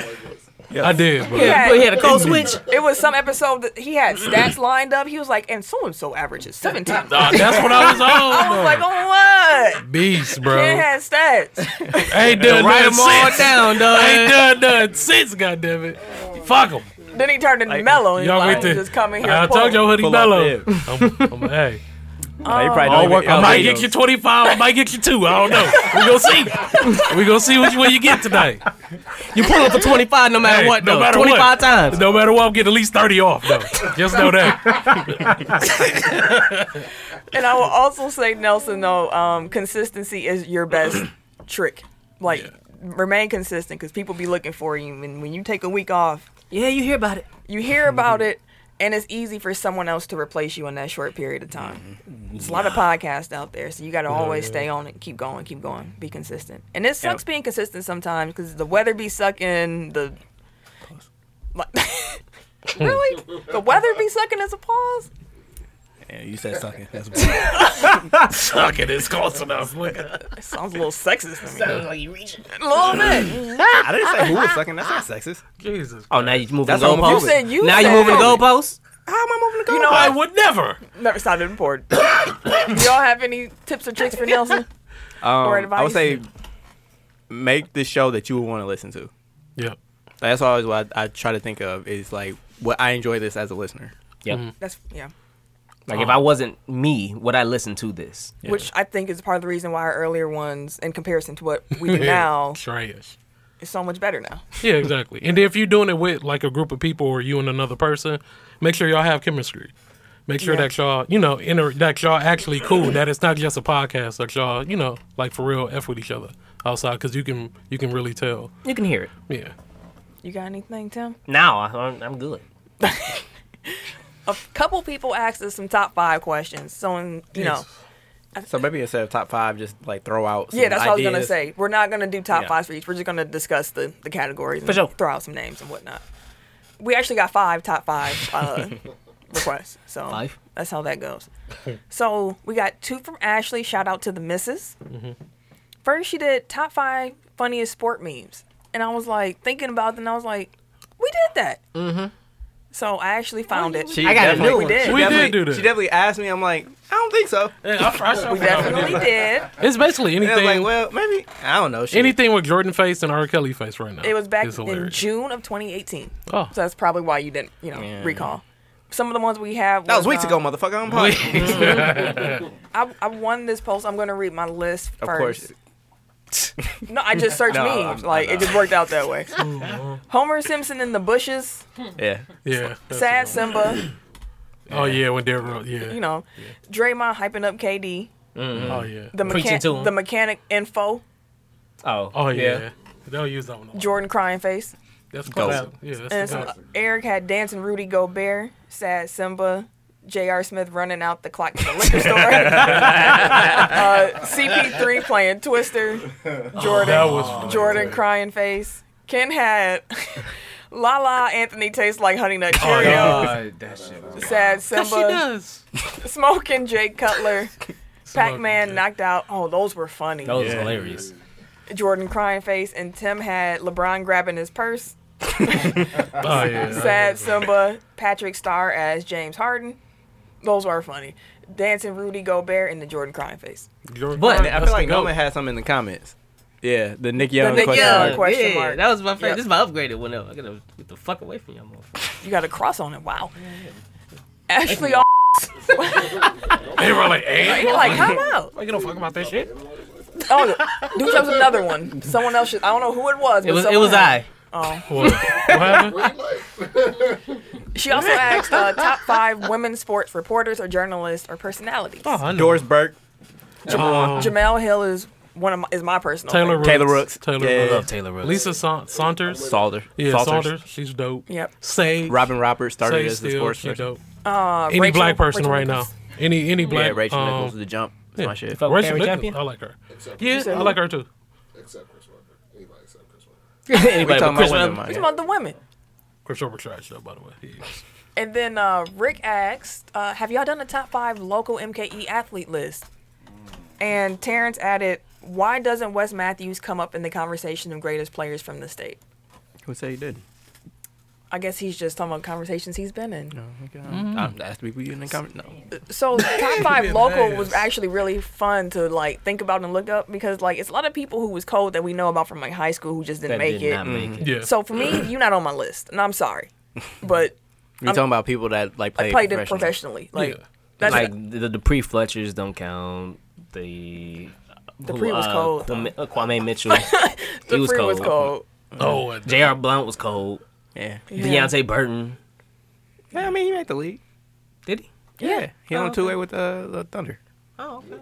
[SPEAKER 3] I did, bro.
[SPEAKER 1] Yeah.
[SPEAKER 4] But he had a cold switch.
[SPEAKER 1] It was some episode that he had stats lined up. He was like, and so and so averages 17. I was
[SPEAKER 3] Nah, uh, that's what I was on. bro.
[SPEAKER 1] like, oh what?
[SPEAKER 3] Beast,
[SPEAKER 1] Ken
[SPEAKER 3] bro.
[SPEAKER 1] had stats.
[SPEAKER 3] Ain't done
[SPEAKER 4] Write
[SPEAKER 3] nothing
[SPEAKER 4] them all
[SPEAKER 3] since.
[SPEAKER 4] down, dog.
[SPEAKER 3] Ain't done nothing since, goddammit. Fuck him.
[SPEAKER 1] then he turned into mellow and
[SPEAKER 3] Y'all
[SPEAKER 1] like,
[SPEAKER 3] went to.
[SPEAKER 1] just come in here.
[SPEAKER 3] I
[SPEAKER 1] and pull.
[SPEAKER 3] told your hoodie
[SPEAKER 2] Pull up,
[SPEAKER 3] mellow. I'm, I'm, hey,
[SPEAKER 2] Like, you probably
[SPEAKER 3] I'll
[SPEAKER 2] don't
[SPEAKER 3] work.
[SPEAKER 2] even-
[SPEAKER 3] I
[SPEAKER 2] oh,
[SPEAKER 3] might
[SPEAKER 2] wait,
[SPEAKER 3] get
[SPEAKER 2] no.
[SPEAKER 3] you 25. I might get you two. I don't know. We gonna see. We gonna see which one you get tonight.
[SPEAKER 4] You pull up for 25 no matter
[SPEAKER 3] Hey,
[SPEAKER 4] what,
[SPEAKER 3] no
[SPEAKER 4] though.
[SPEAKER 3] matter what.
[SPEAKER 4] 25 times.
[SPEAKER 3] No matter what, I'm getting at least 30 off though. Just know that.
[SPEAKER 1] And I will also say, Nelson, though, um, consistency is your best trick. Like, remain consistent because people be looking for you. And when you take a week off,
[SPEAKER 4] Yeah, you hear about it.
[SPEAKER 1] you hear about it, and it's easy for someone else to replace you in that short period of time. There's a lot of podcasts out there, so you got to always stay on it, keep going, keep going, be consistent. And it sucks being consistent sometimes because the weather be sucking, the. really? The weather be sucking as a pause?
[SPEAKER 2] Yeah, you said something. That's bad.
[SPEAKER 3] Fuck it, it's close enough. Look at-
[SPEAKER 1] That sounds a little sexist to me. A little bit.
[SPEAKER 2] Mm. I didn't say who was sucking. That's not sexist.
[SPEAKER 3] Jesus.
[SPEAKER 4] Oh, now you're moving
[SPEAKER 2] That's
[SPEAKER 4] the
[SPEAKER 2] what I'm-
[SPEAKER 4] goalpost.
[SPEAKER 2] you
[SPEAKER 1] said you
[SPEAKER 4] now
[SPEAKER 1] said
[SPEAKER 4] you're moving the
[SPEAKER 1] it.
[SPEAKER 4] goalpost.
[SPEAKER 2] How am I moving the goal?
[SPEAKER 1] You know,
[SPEAKER 3] I
[SPEAKER 1] I
[SPEAKER 3] would never.
[SPEAKER 1] never sounded important. Do y'all have any tips or tricks for Nelson? or
[SPEAKER 2] Um,
[SPEAKER 1] advice?
[SPEAKER 2] I would say make the show that you would want to listen to.
[SPEAKER 3] Yeah.
[SPEAKER 2] That's always what I, I try to think of is like what I enjoy this as a listener.
[SPEAKER 4] Yep.
[SPEAKER 1] That's yeah.
[SPEAKER 4] Mm-hmm. Like if I wasn't me, would I listen to this?
[SPEAKER 1] Which I think is part of the reason why our earlier ones, in comparison to what we do now,
[SPEAKER 3] Trash.
[SPEAKER 1] is so much better now.
[SPEAKER 3] Yeah, exactly. And if you're doing it with like a group of people or you and another person, make sure y'all have chemistry. Make sure
[SPEAKER 1] Yeah.
[SPEAKER 3] that y'all, you know, inter- that y'all actually cool. That it's not just a podcast. That y'all, you know, like for real, f with each other outside because you can you can really tell.
[SPEAKER 4] You can hear it.
[SPEAKER 3] Yeah.
[SPEAKER 1] You got anything, Tim?
[SPEAKER 4] Now I, I'm, I'm good.
[SPEAKER 1] A couple people asked us some top five questions. So, in, you know,
[SPEAKER 2] So maybe instead of top five, just like throw out. Some
[SPEAKER 1] yeah, that's what I was gonna
[SPEAKER 2] ideas.
[SPEAKER 1] say. We're not gonna do top
[SPEAKER 2] Yeah.
[SPEAKER 1] fives for each. We're just gonna discuss the the categories
[SPEAKER 4] For
[SPEAKER 1] and
[SPEAKER 4] sure.
[SPEAKER 1] throw out some names and whatnot. We actually got five top five uh, requests, so
[SPEAKER 4] Five?
[SPEAKER 1] that's how that goes. so we got two from Ashley. Shout out to the missus. First, she did top five funniest sport memes, and I was like thinking about it, and I was like, we did that. Mm-hmm. So I actually found it.
[SPEAKER 2] She
[SPEAKER 4] I got a
[SPEAKER 2] definitely-
[SPEAKER 4] new one.
[SPEAKER 1] We did.
[SPEAKER 2] she
[SPEAKER 3] We did
[SPEAKER 2] definitely-
[SPEAKER 3] do that.
[SPEAKER 2] She definitely asked me. I'm like, I don't think so. And
[SPEAKER 1] we definitely did.
[SPEAKER 3] It's basically
[SPEAKER 2] I was
[SPEAKER 3] anything
[SPEAKER 2] like, well, maybe I don't know. Shit.
[SPEAKER 3] anything with Jordan face and R. Kelly face right now.
[SPEAKER 1] It was back
[SPEAKER 3] is
[SPEAKER 1] in
[SPEAKER 3] hilarious.
[SPEAKER 1] June of 2018.
[SPEAKER 3] Oh.
[SPEAKER 1] So that's probably why you didn't, you know,
[SPEAKER 2] Yeah.
[SPEAKER 1] recall. Some of the ones we have.
[SPEAKER 2] That was weeks
[SPEAKER 1] um,
[SPEAKER 2] ago, motherfucker. I'm
[SPEAKER 3] Please.
[SPEAKER 2] probably,
[SPEAKER 1] I, I won this post. I'm going to read my list
[SPEAKER 2] of
[SPEAKER 1] first.
[SPEAKER 2] course.
[SPEAKER 1] No, I just searched
[SPEAKER 2] No,
[SPEAKER 1] memes.
[SPEAKER 2] I'm-
[SPEAKER 1] like,
[SPEAKER 2] I'm
[SPEAKER 1] it just worked out that way. Homer Simpson in the bushes.
[SPEAKER 2] Yeah.
[SPEAKER 3] yeah. that's
[SPEAKER 1] Sad
[SPEAKER 3] it.
[SPEAKER 1] Simba.
[SPEAKER 3] Oh yeah, when Derrick Rose. Yeah.
[SPEAKER 1] You know, Draymond hyping up KD.
[SPEAKER 3] Oh yeah.
[SPEAKER 1] The,
[SPEAKER 4] Preaching to
[SPEAKER 1] mechan-
[SPEAKER 4] him.
[SPEAKER 1] the mechanic info.
[SPEAKER 4] Oh,
[SPEAKER 3] oh yeah. They'll use that one. a lot.
[SPEAKER 1] Jordan crying face.
[SPEAKER 3] That's
[SPEAKER 2] Go.
[SPEAKER 3] cool. Yeah. That's
[SPEAKER 1] And some, Eric had dancing Rudy Gobert. Sad Simba. J.R. Smith running out the clock to the liquor store. uh, CP3 playing Twister. Jordan,
[SPEAKER 3] that was-
[SPEAKER 1] Jordan crying face. Ken had La La Anthony tastes like Honey Nut
[SPEAKER 3] Oh,
[SPEAKER 1] Cheerios.
[SPEAKER 7] God, that shit was
[SPEAKER 1] Sad
[SPEAKER 3] She
[SPEAKER 1] Simba.
[SPEAKER 3] does.
[SPEAKER 1] Smoking Jake Cutler. Pac Man
[SPEAKER 3] Jake.
[SPEAKER 1] knocked out. Oh, those were funny.
[SPEAKER 4] That was hilarious.
[SPEAKER 1] Jordan crying face, and Tim had LeBron grabbing his purse.
[SPEAKER 3] Oh yeah.
[SPEAKER 1] Sad Simba, Patrick Starr as James Harden. Those are funny. Dancing Rudy Gobert and the Jordan crying face.
[SPEAKER 3] Jordan Clark,
[SPEAKER 4] But-
[SPEAKER 2] I
[SPEAKER 3] that's
[SPEAKER 2] feel
[SPEAKER 3] the
[SPEAKER 2] like
[SPEAKER 3] goat.
[SPEAKER 2] Norman had something in the comments. Yeah, the Nick Young
[SPEAKER 1] Nick
[SPEAKER 2] question.
[SPEAKER 1] Young.
[SPEAKER 2] mark.
[SPEAKER 1] question mark.
[SPEAKER 4] That was my favorite.
[SPEAKER 1] Yep.
[SPEAKER 4] This is my upgraded one. though. I gotta get the fuck away from y'all. motherfucker.
[SPEAKER 1] You got a cross on it. Wow. Ashley, all
[SPEAKER 3] They were like, hey,
[SPEAKER 1] you're like, how about?
[SPEAKER 3] like you don't fuck about that shit.
[SPEAKER 1] Oh, dude chose another one. Someone else. Should, I don't know who it was.
[SPEAKER 4] It
[SPEAKER 1] but
[SPEAKER 4] was. It
[SPEAKER 1] someone
[SPEAKER 4] was
[SPEAKER 1] else.
[SPEAKER 4] I.
[SPEAKER 3] What, what happened?
[SPEAKER 1] She also asked uh, top five women sports reporters or journalists or personalities.
[SPEAKER 3] Oh, I know.
[SPEAKER 2] Doris Burke,
[SPEAKER 3] Um,
[SPEAKER 1] Jamel Hill is one of my, is my personal.
[SPEAKER 3] Taylor
[SPEAKER 1] favorite.
[SPEAKER 3] Rooks.
[SPEAKER 2] Taylor Rooks.
[SPEAKER 3] Taylor
[SPEAKER 2] Yeah.
[SPEAKER 3] Rooks.
[SPEAKER 2] I love
[SPEAKER 4] Taylor Rooks.
[SPEAKER 3] Lisa Sa- Saunders.
[SPEAKER 2] Salter,
[SPEAKER 3] yeah,
[SPEAKER 2] Salters.
[SPEAKER 3] Saunders. She's dope.
[SPEAKER 1] Yep.
[SPEAKER 3] Sage.
[SPEAKER 2] Robin Roberts started
[SPEAKER 3] Sage
[SPEAKER 2] as the
[SPEAKER 3] Steele,
[SPEAKER 2] sports
[SPEAKER 3] she
[SPEAKER 2] person.
[SPEAKER 3] dope.
[SPEAKER 1] Uh,
[SPEAKER 3] Any
[SPEAKER 1] Rachel-
[SPEAKER 3] black person
[SPEAKER 1] Rachel
[SPEAKER 3] right
[SPEAKER 1] Nichols.
[SPEAKER 3] now. Any any
[SPEAKER 2] Yeah,
[SPEAKER 3] black.
[SPEAKER 2] Rachel
[SPEAKER 3] um,
[SPEAKER 2] Nichols, the jump. That's my shit.
[SPEAKER 4] Fuck
[SPEAKER 3] Rachel
[SPEAKER 4] Harry
[SPEAKER 3] Nichols.
[SPEAKER 4] Champion?
[SPEAKER 3] I like her. Yeah, I
[SPEAKER 1] who?
[SPEAKER 3] like her too.
[SPEAKER 5] Except Chris Webber. Anybody except Chris Webber.
[SPEAKER 2] We
[SPEAKER 4] Anybody but
[SPEAKER 2] talking
[SPEAKER 4] Chris
[SPEAKER 2] about women,
[SPEAKER 4] Webber?
[SPEAKER 1] It's
[SPEAKER 2] Mike.
[SPEAKER 1] about the women.
[SPEAKER 3] Chris Webber trash though, by the way. He is.
[SPEAKER 1] And then uh, Rick asked, uh, "Have y'all done a top five local MKE athlete list?" And Terrence added, "Why doesn't Wes Matthews come up in the conversation of greatest players from the state?"
[SPEAKER 2] Who say you did?
[SPEAKER 1] I guess he's just talking about conversations he's been in.
[SPEAKER 2] I'm Last week we in the comment. No,
[SPEAKER 1] So top five local
[SPEAKER 3] ass.
[SPEAKER 1] was actually really fun to like think about and look up because like it's a lot of people who was cold that we know about from like high school who just didn't
[SPEAKER 4] That
[SPEAKER 1] make
[SPEAKER 4] did
[SPEAKER 1] it.
[SPEAKER 4] not make it.
[SPEAKER 3] Yeah.
[SPEAKER 1] So for me, you're not on my list, and I'm sorry, but
[SPEAKER 2] we talking about people that like
[SPEAKER 1] I
[SPEAKER 2] play
[SPEAKER 1] played it
[SPEAKER 2] professional.
[SPEAKER 1] professionally. Like
[SPEAKER 3] Yeah.
[SPEAKER 1] that's
[SPEAKER 4] Like the, the pre Fletchers don't count. The the
[SPEAKER 1] pre was cold, though.
[SPEAKER 4] Kwame, uh, Kwame Mitchell.
[SPEAKER 1] the
[SPEAKER 4] he was
[SPEAKER 1] free
[SPEAKER 4] cold.
[SPEAKER 1] was cold.
[SPEAKER 3] Oh, and-
[SPEAKER 4] J.R. Blount was cold.
[SPEAKER 2] Yeah.
[SPEAKER 1] Yeah.
[SPEAKER 4] Deontay Burton.
[SPEAKER 2] yeah, I mean he made the league.
[SPEAKER 4] Did he?
[SPEAKER 2] Yeah, he on two way with uh, the Thunder.
[SPEAKER 4] Oh, okay.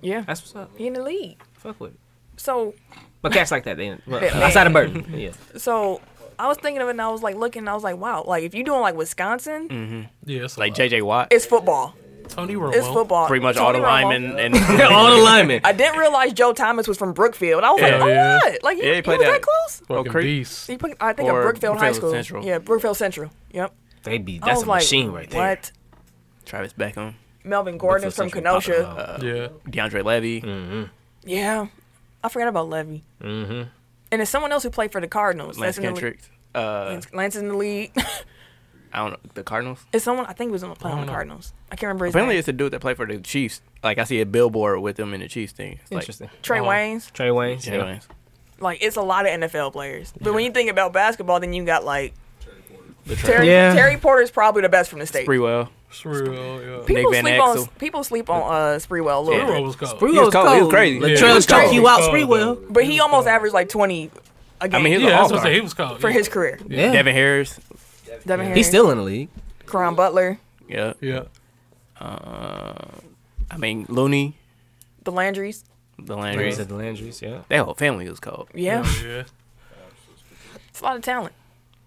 [SPEAKER 1] Yeah,
[SPEAKER 4] That's what's up.
[SPEAKER 1] he in the league.
[SPEAKER 4] Fuck with it.
[SPEAKER 1] So
[SPEAKER 4] But cats like that, then. Well,
[SPEAKER 1] Yeah.
[SPEAKER 4] outside of Burton. Yeah.
[SPEAKER 1] so I was thinking of it, and I was like looking, and I was like, wow, like if you doing like Wisconsin,
[SPEAKER 4] Mm.
[SPEAKER 3] yeah, it's
[SPEAKER 2] Like
[SPEAKER 3] like
[SPEAKER 2] J.J. Watt,
[SPEAKER 1] it's football.
[SPEAKER 3] Tony Romo.
[SPEAKER 1] It's football.
[SPEAKER 2] pretty much
[SPEAKER 1] Tony
[SPEAKER 2] all the
[SPEAKER 1] Romo.
[SPEAKER 2] linemen and
[SPEAKER 4] All the linemen.
[SPEAKER 1] I didn't realize Joe Thomas was from Brookfield. I was like,
[SPEAKER 3] Yeah.
[SPEAKER 1] oh
[SPEAKER 3] Yeah.
[SPEAKER 1] what? Like he,
[SPEAKER 2] Yeah, he
[SPEAKER 1] he
[SPEAKER 2] played
[SPEAKER 1] was
[SPEAKER 2] at-
[SPEAKER 1] that close?
[SPEAKER 3] Fucking
[SPEAKER 2] Oh, Creek.
[SPEAKER 3] beast.
[SPEAKER 1] He played, I think at
[SPEAKER 2] Or
[SPEAKER 1] Brookfield High
[SPEAKER 2] Brookfield
[SPEAKER 1] School.
[SPEAKER 2] Central.
[SPEAKER 1] Yeah, Brookfield Central. Yep.
[SPEAKER 4] They be,
[SPEAKER 1] I
[SPEAKER 4] that's
[SPEAKER 1] was
[SPEAKER 4] a
[SPEAKER 1] like,
[SPEAKER 4] machine right there.
[SPEAKER 1] What?
[SPEAKER 2] Travis Beckham,
[SPEAKER 1] Melvin Gordon
[SPEAKER 4] That's
[SPEAKER 1] from
[SPEAKER 4] essentially popping
[SPEAKER 1] Kenosha.
[SPEAKER 4] them out.
[SPEAKER 3] Yeah.
[SPEAKER 2] DeAndre Levy.
[SPEAKER 1] Yeah, I forgot about Levy. Mm-hmm. And it's someone else who played for the Cardinals.
[SPEAKER 2] Lance
[SPEAKER 1] That's in the
[SPEAKER 2] Kendrick. Uh,
[SPEAKER 1] league. Lance is in the league.
[SPEAKER 2] I don't know the Cardinals.
[SPEAKER 1] it's someone I think was on- playing on the
[SPEAKER 3] know.
[SPEAKER 1] Cardinals. I can't remember his
[SPEAKER 2] Apparently,
[SPEAKER 1] name.
[SPEAKER 2] it's a dude that played for the Chiefs. Like I see a billboard with them in the Chiefs thing. It's um, like,
[SPEAKER 4] Interesting.
[SPEAKER 1] Trey
[SPEAKER 3] Oh.
[SPEAKER 1] Waynes.
[SPEAKER 4] Trey Wayne.
[SPEAKER 2] Jay Lance.
[SPEAKER 1] Like it's a lot of NFL players. But when you think about basketball, then you got like
[SPEAKER 2] The Trey.
[SPEAKER 1] Terry.
[SPEAKER 4] Yeah.
[SPEAKER 1] Terry Porter's probably the best from the state.
[SPEAKER 2] Sprewell.
[SPEAKER 3] It's real. Yeah.
[SPEAKER 1] People
[SPEAKER 2] Nick Van
[SPEAKER 1] sleep on
[SPEAKER 2] Exel.
[SPEAKER 1] people sleep on uh, Spreewell a little
[SPEAKER 3] Romo
[SPEAKER 1] bit,
[SPEAKER 3] was cold.
[SPEAKER 4] Sprewell
[SPEAKER 2] was cold. He was crazy.
[SPEAKER 4] The
[SPEAKER 2] Yeah.
[SPEAKER 4] trailer
[SPEAKER 3] He was
[SPEAKER 4] choke
[SPEAKER 3] cold.
[SPEAKER 4] you out,
[SPEAKER 3] He was cold,
[SPEAKER 4] Sprewell.
[SPEAKER 1] but he almost averaged like twenty a game
[SPEAKER 2] I mean, he's
[SPEAKER 3] Yeah,
[SPEAKER 2] an
[SPEAKER 3] that's what
[SPEAKER 2] all-star.
[SPEAKER 3] I say. He was cold.
[SPEAKER 1] for
[SPEAKER 3] yeah.
[SPEAKER 1] his career.
[SPEAKER 4] Yeah.
[SPEAKER 2] Devin Harris.
[SPEAKER 1] Devin Harris,
[SPEAKER 4] He's still in the league.
[SPEAKER 1] Karan Butler,
[SPEAKER 2] Yeah.
[SPEAKER 3] Yeah.
[SPEAKER 2] I mean Looney.
[SPEAKER 1] the Landrys.
[SPEAKER 2] The
[SPEAKER 4] Like you
[SPEAKER 2] Landry.
[SPEAKER 4] said, the Landry's, yeah.
[SPEAKER 2] That whole family was cold.
[SPEAKER 1] Yeah.
[SPEAKER 3] Yeah.
[SPEAKER 1] it's a lot of talent.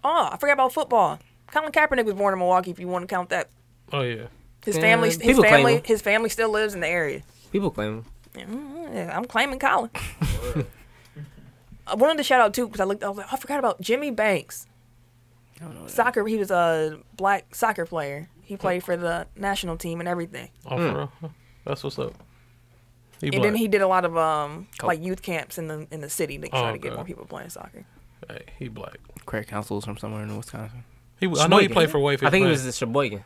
[SPEAKER 1] Oh, I forgot about football. Colin Kaepernick was born in Milwaukee. If you want to count that,
[SPEAKER 3] Oh yeah.
[SPEAKER 1] his
[SPEAKER 4] Yeah,
[SPEAKER 1] family, his
[SPEAKER 4] people claim
[SPEAKER 1] family,
[SPEAKER 4] him.
[SPEAKER 1] his family still lives in the area.
[SPEAKER 4] People claim him.
[SPEAKER 1] Yeah, I'm claiming Colin. I wanted to shout out too because I looked. I was like, I forgot about Jimmy Banks. Soccer. He was a black soccer player. He played for the national team and everything.
[SPEAKER 3] Oh,
[SPEAKER 2] Hmm.
[SPEAKER 3] for real. Huh. That's what's up. He
[SPEAKER 1] And
[SPEAKER 3] black.
[SPEAKER 1] then he did a lot of um
[SPEAKER 2] Cool.
[SPEAKER 1] like youth camps in the in the city to
[SPEAKER 3] Oh,
[SPEAKER 1] try to get
[SPEAKER 3] okay.
[SPEAKER 1] more people playing soccer.
[SPEAKER 3] Hey, he black.
[SPEAKER 2] Craig Council's from somewhere in Wisconsin.
[SPEAKER 3] He, I know he
[SPEAKER 4] Sheboygan.
[SPEAKER 3] played for Wayfair.
[SPEAKER 4] I think it was the Sheboygan.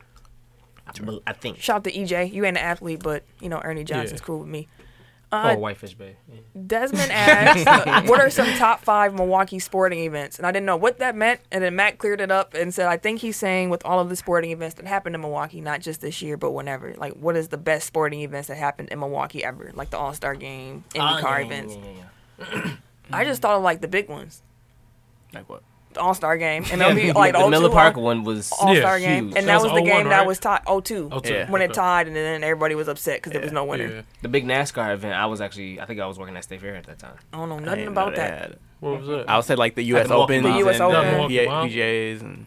[SPEAKER 4] I bel- I think.
[SPEAKER 1] Shout out to EJ. You ain't an athlete, but you know Ernie Johnson's
[SPEAKER 3] Yeah.
[SPEAKER 1] cool with me.
[SPEAKER 4] Or Oh, Whitefish Bay. Yeah.
[SPEAKER 1] Desmond asked, uh, "What are some top five Milwaukee sporting events?" And I didn't know what that meant. And then Matt cleared it up and said, "I think he's saying with all of the sporting events that happened in Milwaukee, not just this year, but whenever. Like, what is the best sporting events that happened in Milwaukee ever? Like the All Star Game, IndyCar
[SPEAKER 4] yeah, yeah,
[SPEAKER 1] events.
[SPEAKER 4] yeah, yeah.
[SPEAKER 1] I just thought of like the big ones:
[SPEAKER 2] Like what?
[SPEAKER 1] the All Star Game, and that'll be like
[SPEAKER 4] the Miller Park
[SPEAKER 1] All
[SPEAKER 4] one was
[SPEAKER 1] Star
[SPEAKER 3] Yeah,
[SPEAKER 1] Game,
[SPEAKER 4] huge.
[SPEAKER 1] and
[SPEAKER 3] That
[SPEAKER 1] that
[SPEAKER 3] was
[SPEAKER 1] was the
[SPEAKER 3] 01,
[SPEAKER 1] game that
[SPEAKER 3] right?
[SPEAKER 1] was tied 02
[SPEAKER 3] 02,
[SPEAKER 2] Yeah.
[SPEAKER 1] when it
[SPEAKER 3] okay.
[SPEAKER 1] tied, and then everybody was upset because there was no winner.
[SPEAKER 3] Yeah.
[SPEAKER 4] the big NASCAR event. I was actually, I think I was working at State Fair at that time.
[SPEAKER 1] I don't know
[SPEAKER 2] I
[SPEAKER 1] nothing
[SPEAKER 2] didn't know
[SPEAKER 1] about that.
[SPEAKER 2] that.
[SPEAKER 3] What was that?
[SPEAKER 2] I would say like the U.S.
[SPEAKER 4] Milwaukee
[SPEAKER 2] Open,
[SPEAKER 4] Miles.
[SPEAKER 1] The US Open.
[SPEAKER 2] and
[SPEAKER 3] Milwaukee
[SPEAKER 2] PGA
[SPEAKER 3] Miles.
[SPEAKER 2] PGAs, and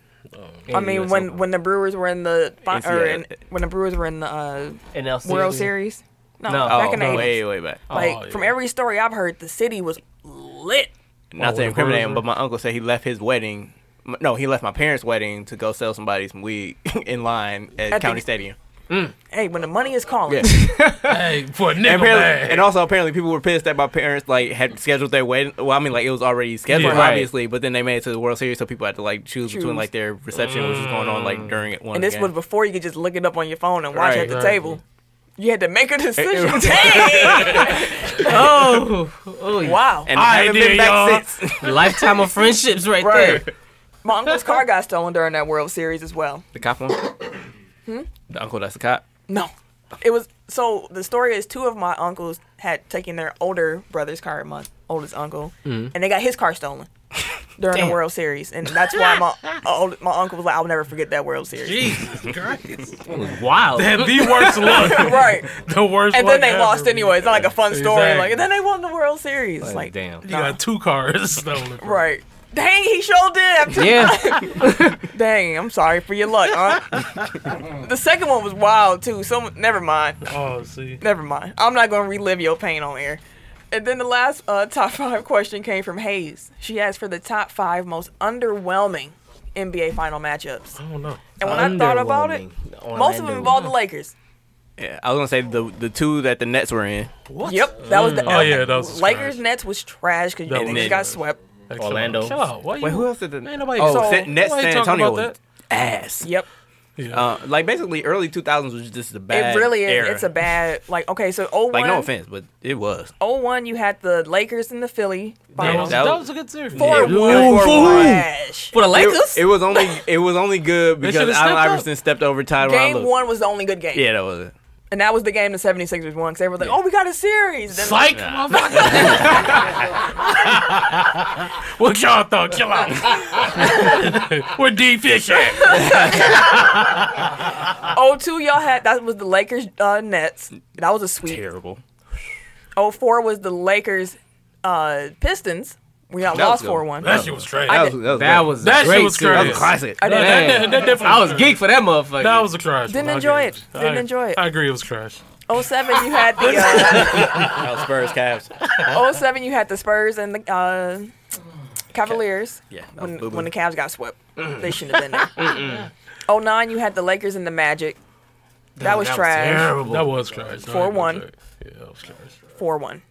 [SPEAKER 3] Oh,
[SPEAKER 1] I mean, when when the Brewers were in the fi-
[SPEAKER 2] It's-
[SPEAKER 1] or
[SPEAKER 2] yeah.
[SPEAKER 1] in, when the Brewers were in the uh,
[SPEAKER 4] NLC.
[SPEAKER 1] World Series, no,
[SPEAKER 4] No.
[SPEAKER 1] back in the
[SPEAKER 2] oh,
[SPEAKER 1] 80s.
[SPEAKER 2] way, way back.
[SPEAKER 1] Like
[SPEAKER 3] Oh, yeah.
[SPEAKER 1] from every story I've heard, the city was lit.
[SPEAKER 2] Not to
[SPEAKER 3] Oh, with
[SPEAKER 2] incriminate
[SPEAKER 3] hers,
[SPEAKER 2] him, but my uncle said he left his wedding. m- No, he left my parents' wedding to go sell somebody some weed in line at,
[SPEAKER 1] At the-
[SPEAKER 2] County Stadium.
[SPEAKER 1] Hey, when the money is calling,
[SPEAKER 2] Yeah.
[SPEAKER 3] Hey, for a
[SPEAKER 2] And,
[SPEAKER 3] nickel
[SPEAKER 2] apparently,
[SPEAKER 3] bag.
[SPEAKER 2] and also, apparently, people were pissed that my parents like had scheduled their wedding. Well, I mean, like it was already scheduled,
[SPEAKER 3] Yeah. Right.
[SPEAKER 2] obviously, but then they made it to the World Series, so people had to like choose, between
[SPEAKER 1] Choose.
[SPEAKER 2] like their reception, which was going on like during it. One
[SPEAKER 1] and this
[SPEAKER 2] game.
[SPEAKER 1] was before you could just look it up on your phone and watch
[SPEAKER 2] Right.
[SPEAKER 1] at the
[SPEAKER 3] Right.
[SPEAKER 1] table. You had to make a decision.
[SPEAKER 2] it-
[SPEAKER 1] Dang!
[SPEAKER 4] Oh, oh,
[SPEAKER 1] wow.
[SPEAKER 2] and
[SPEAKER 3] All
[SPEAKER 2] I
[SPEAKER 3] right,
[SPEAKER 2] haven't
[SPEAKER 3] then,
[SPEAKER 2] been
[SPEAKER 3] y'all.
[SPEAKER 2] back since.
[SPEAKER 4] lifetime of friendships right,
[SPEAKER 1] Right.
[SPEAKER 4] there.
[SPEAKER 1] My uncle's car got stolen during that World Series as well.
[SPEAKER 2] the cop one. The uncle that's the cop.
[SPEAKER 1] No. It was so the story is two of my uncles had taken their older brother's car, my oldest uncle, and they got his car stolen during
[SPEAKER 4] Mm-hmm. Damn.
[SPEAKER 1] the World Series, and that's why my my old, my uncle was like, "I'll never forget that World Series."
[SPEAKER 3] Jesus Christ.
[SPEAKER 4] It was wild.
[SPEAKER 3] Had the worst luck.
[SPEAKER 1] right.
[SPEAKER 3] The worst
[SPEAKER 1] And then
[SPEAKER 3] luck
[SPEAKER 1] they
[SPEAKER 3] ever.
[SPEAKER 1] lost anyway. It's not like a fun story.
[SPEAKER 3] Exactly.
[SPEAKER 1] Like and then they won the World Series. It's
[SPEAKER 4] Like,
[SPEAKER 1] Like,
[SPEAKER 4] damn.
[SPEAKER 3] You got two cars stolen. from
[SPEAKER 1] Right. Dang, he sure did. after-
[SPEAKER 4] Yeah,
[SPEAKER 1] Dang, I'm sorry for your luck, huh? the second one was wild too. So never mind.
[SPEAKER 3] you. Oh, see.
[SPEAKER 1] Never mind. I'm not gonna relive your pain on air. And then the last uh, top five question came from Hayes. She asked for the top five most underwhelming NBA final matchups.
[SPEAKER 3] I don't know.
[SPEAKER 1] And when I thought about it,
[SPEAKER 4] Underwhelming.
[SPEAKER 1] most of them
[SPEAKER 4] Orlando.
[SPEAKER 1] involved the Lakers.
[SPEAKER 2] Yeah, I was gonna say the the two that the Nets were in.
[SPEAKER 3] What?
[SPEAKER 1] Yep, that was the
[SPEAKER 3] Oh, yeah, that was
[SPEAKER 1] Lakers
[SPEAKER 3] trash.
[SPEAKER 1] Nets was trash because
[SPEAKER 3] That
[SPEAKER 1] they
[SPEAKER 3] was-
[SPEAKER 1] just got swept.
[SPEAKER 3] Hey,
[SPEAKER 4] Orlando.
[SPEAKER 3] Chill out. Why you,
[SPEAKER 2] Wait, who else did the?
[SPEAKER 3] Ain't nobody.
[SPEAKER 2] oh,
[SPEAKER 1] So-
[SPEAKER 2] Sa- Nets
[SPEAKER 3] nobody
[SPEAKER 2] San
[SPEAKER 3] talking
[SPEAKER 2] Antonio
[SPEAKER 3] about
[SPEAKER 2] was ass.
[SPEAKER 1] Yep.
[SPEAKER 3] Yeah.
[SPEAKER 2] Uh, like basically early 2000s was just the bad.
[SPEAKER 1] It really is.
[SPEAKER 2] era.
[SPEAKER 1] It's a bad like okay, so 01,
[SPEAKER 2] Like no offense, but it was.
[SPEAKER 1] 01 you had the Lakers and the Philly
[SPEAKER 3] that,
[SPEAKER 1] finals.
[SPEAKER 3] was, that
[SPEAKER 2] was-
[SPEAKER 3] was a good series.
[SPEAKER 1] Four
[SPEAKER 2] Yeah.
[SPEAKER 1] one
[SPEAKER 2] Ooh, fool.
[SPEAKER 1] trash.
[SPEAKER 4] for the Lakers.
[SPEAKER 2] It, it was only it was only good because
[SPEAKER 3] should've
[SPEAKER 2] Allen
[SPEAKER 3] stepped up.
[SPEAKER 2] Iverson stepped over Tyronn
[SPEAKER 1] Game
[SPEAKER 2] Lue.
[SPEAKER 1] one was the only good game.
[SPEAKER 2] Yeah, that was it.
[SPEAKER 1] And that was the game the 76ers won because they were like, oh, we got a series. Then
[SPEAKER 3] Psych, motherfucker. what y'all thought? Chill out. We're deep fish at.
[SPEAKER 1] 02, y'all had, that was the Lakers uh, Nets. That was a sweep.
[SPEAKER 2] Terrible.
[SPEAKER 1] 04 was the Lakers uh, Pistons. We got
[SPEAKER 2] That was
[SPEAKER 1] lost
[SPEAKER 2] good.
[SPEAKER 1] 4 1.
[SPEAKER 3] That shit was trash.
[SPEAKER 1] I
[SPEAKER 2] That
[SPEAKER 1] did-
[SPEAKER 2] was that was,
[SPEAKER 4] that
[SPEAKER 2] good.
[SPEAKER 4] was a
[SPEAKER 3] That shit
[SPEAKER 4] great
[SPEAKER 3] was
[SPEAKER 4] series.
[SPEAKER 2] that
[SPEAKER 3] crazy.
[SPEAKER 2] was a classic.
[SPEAKER 1] I did-
[SPEAKER 3] That-
[SPEAKER 4] Man.
[SPEAKER 3] that- that definitely
[SPEAKER 4] I was
[SPEAKER 3] trash.
[SPEAKER 4] geek for that motherfucker.
[SPEAKER 3] That was a trash.
[SPEAKER 1] Didn't
[SPEAKER 3] one. I
[SPEAKER 1] enjoy
[SPEAKER 3] agree.
[SPEAKER 1] it. Didn't
[SPEAKER 3] I-
[SPEAKER 1] enjoy it.
[SPEAKER 3] I agree. It was trash.
[SPEAKER 1] 07, you had the uh,
[SPEAKER 2] That was Spurs Cavs.
[SPEAKER 1] 07, you had the Spurs and the uh, Cavaliers
[SPEAKER 2] Yeah, that was
[SPEAKER 1] when,
[SPEAKER 2] boo-boo.
[SPEAKER 1] when the Cavs got swept. They shouldn't have been there. 09, you had the Lakers and the Magic. That was trash.
[SPEAKER 4] Terrible.
[SPEAKER 3] That was trash. I ain't gonna
[SPEAKER 1] 4-1.
[SPEAKER 3] say it. Yeah, that was trash.
[SPEAKER 1] 4 1.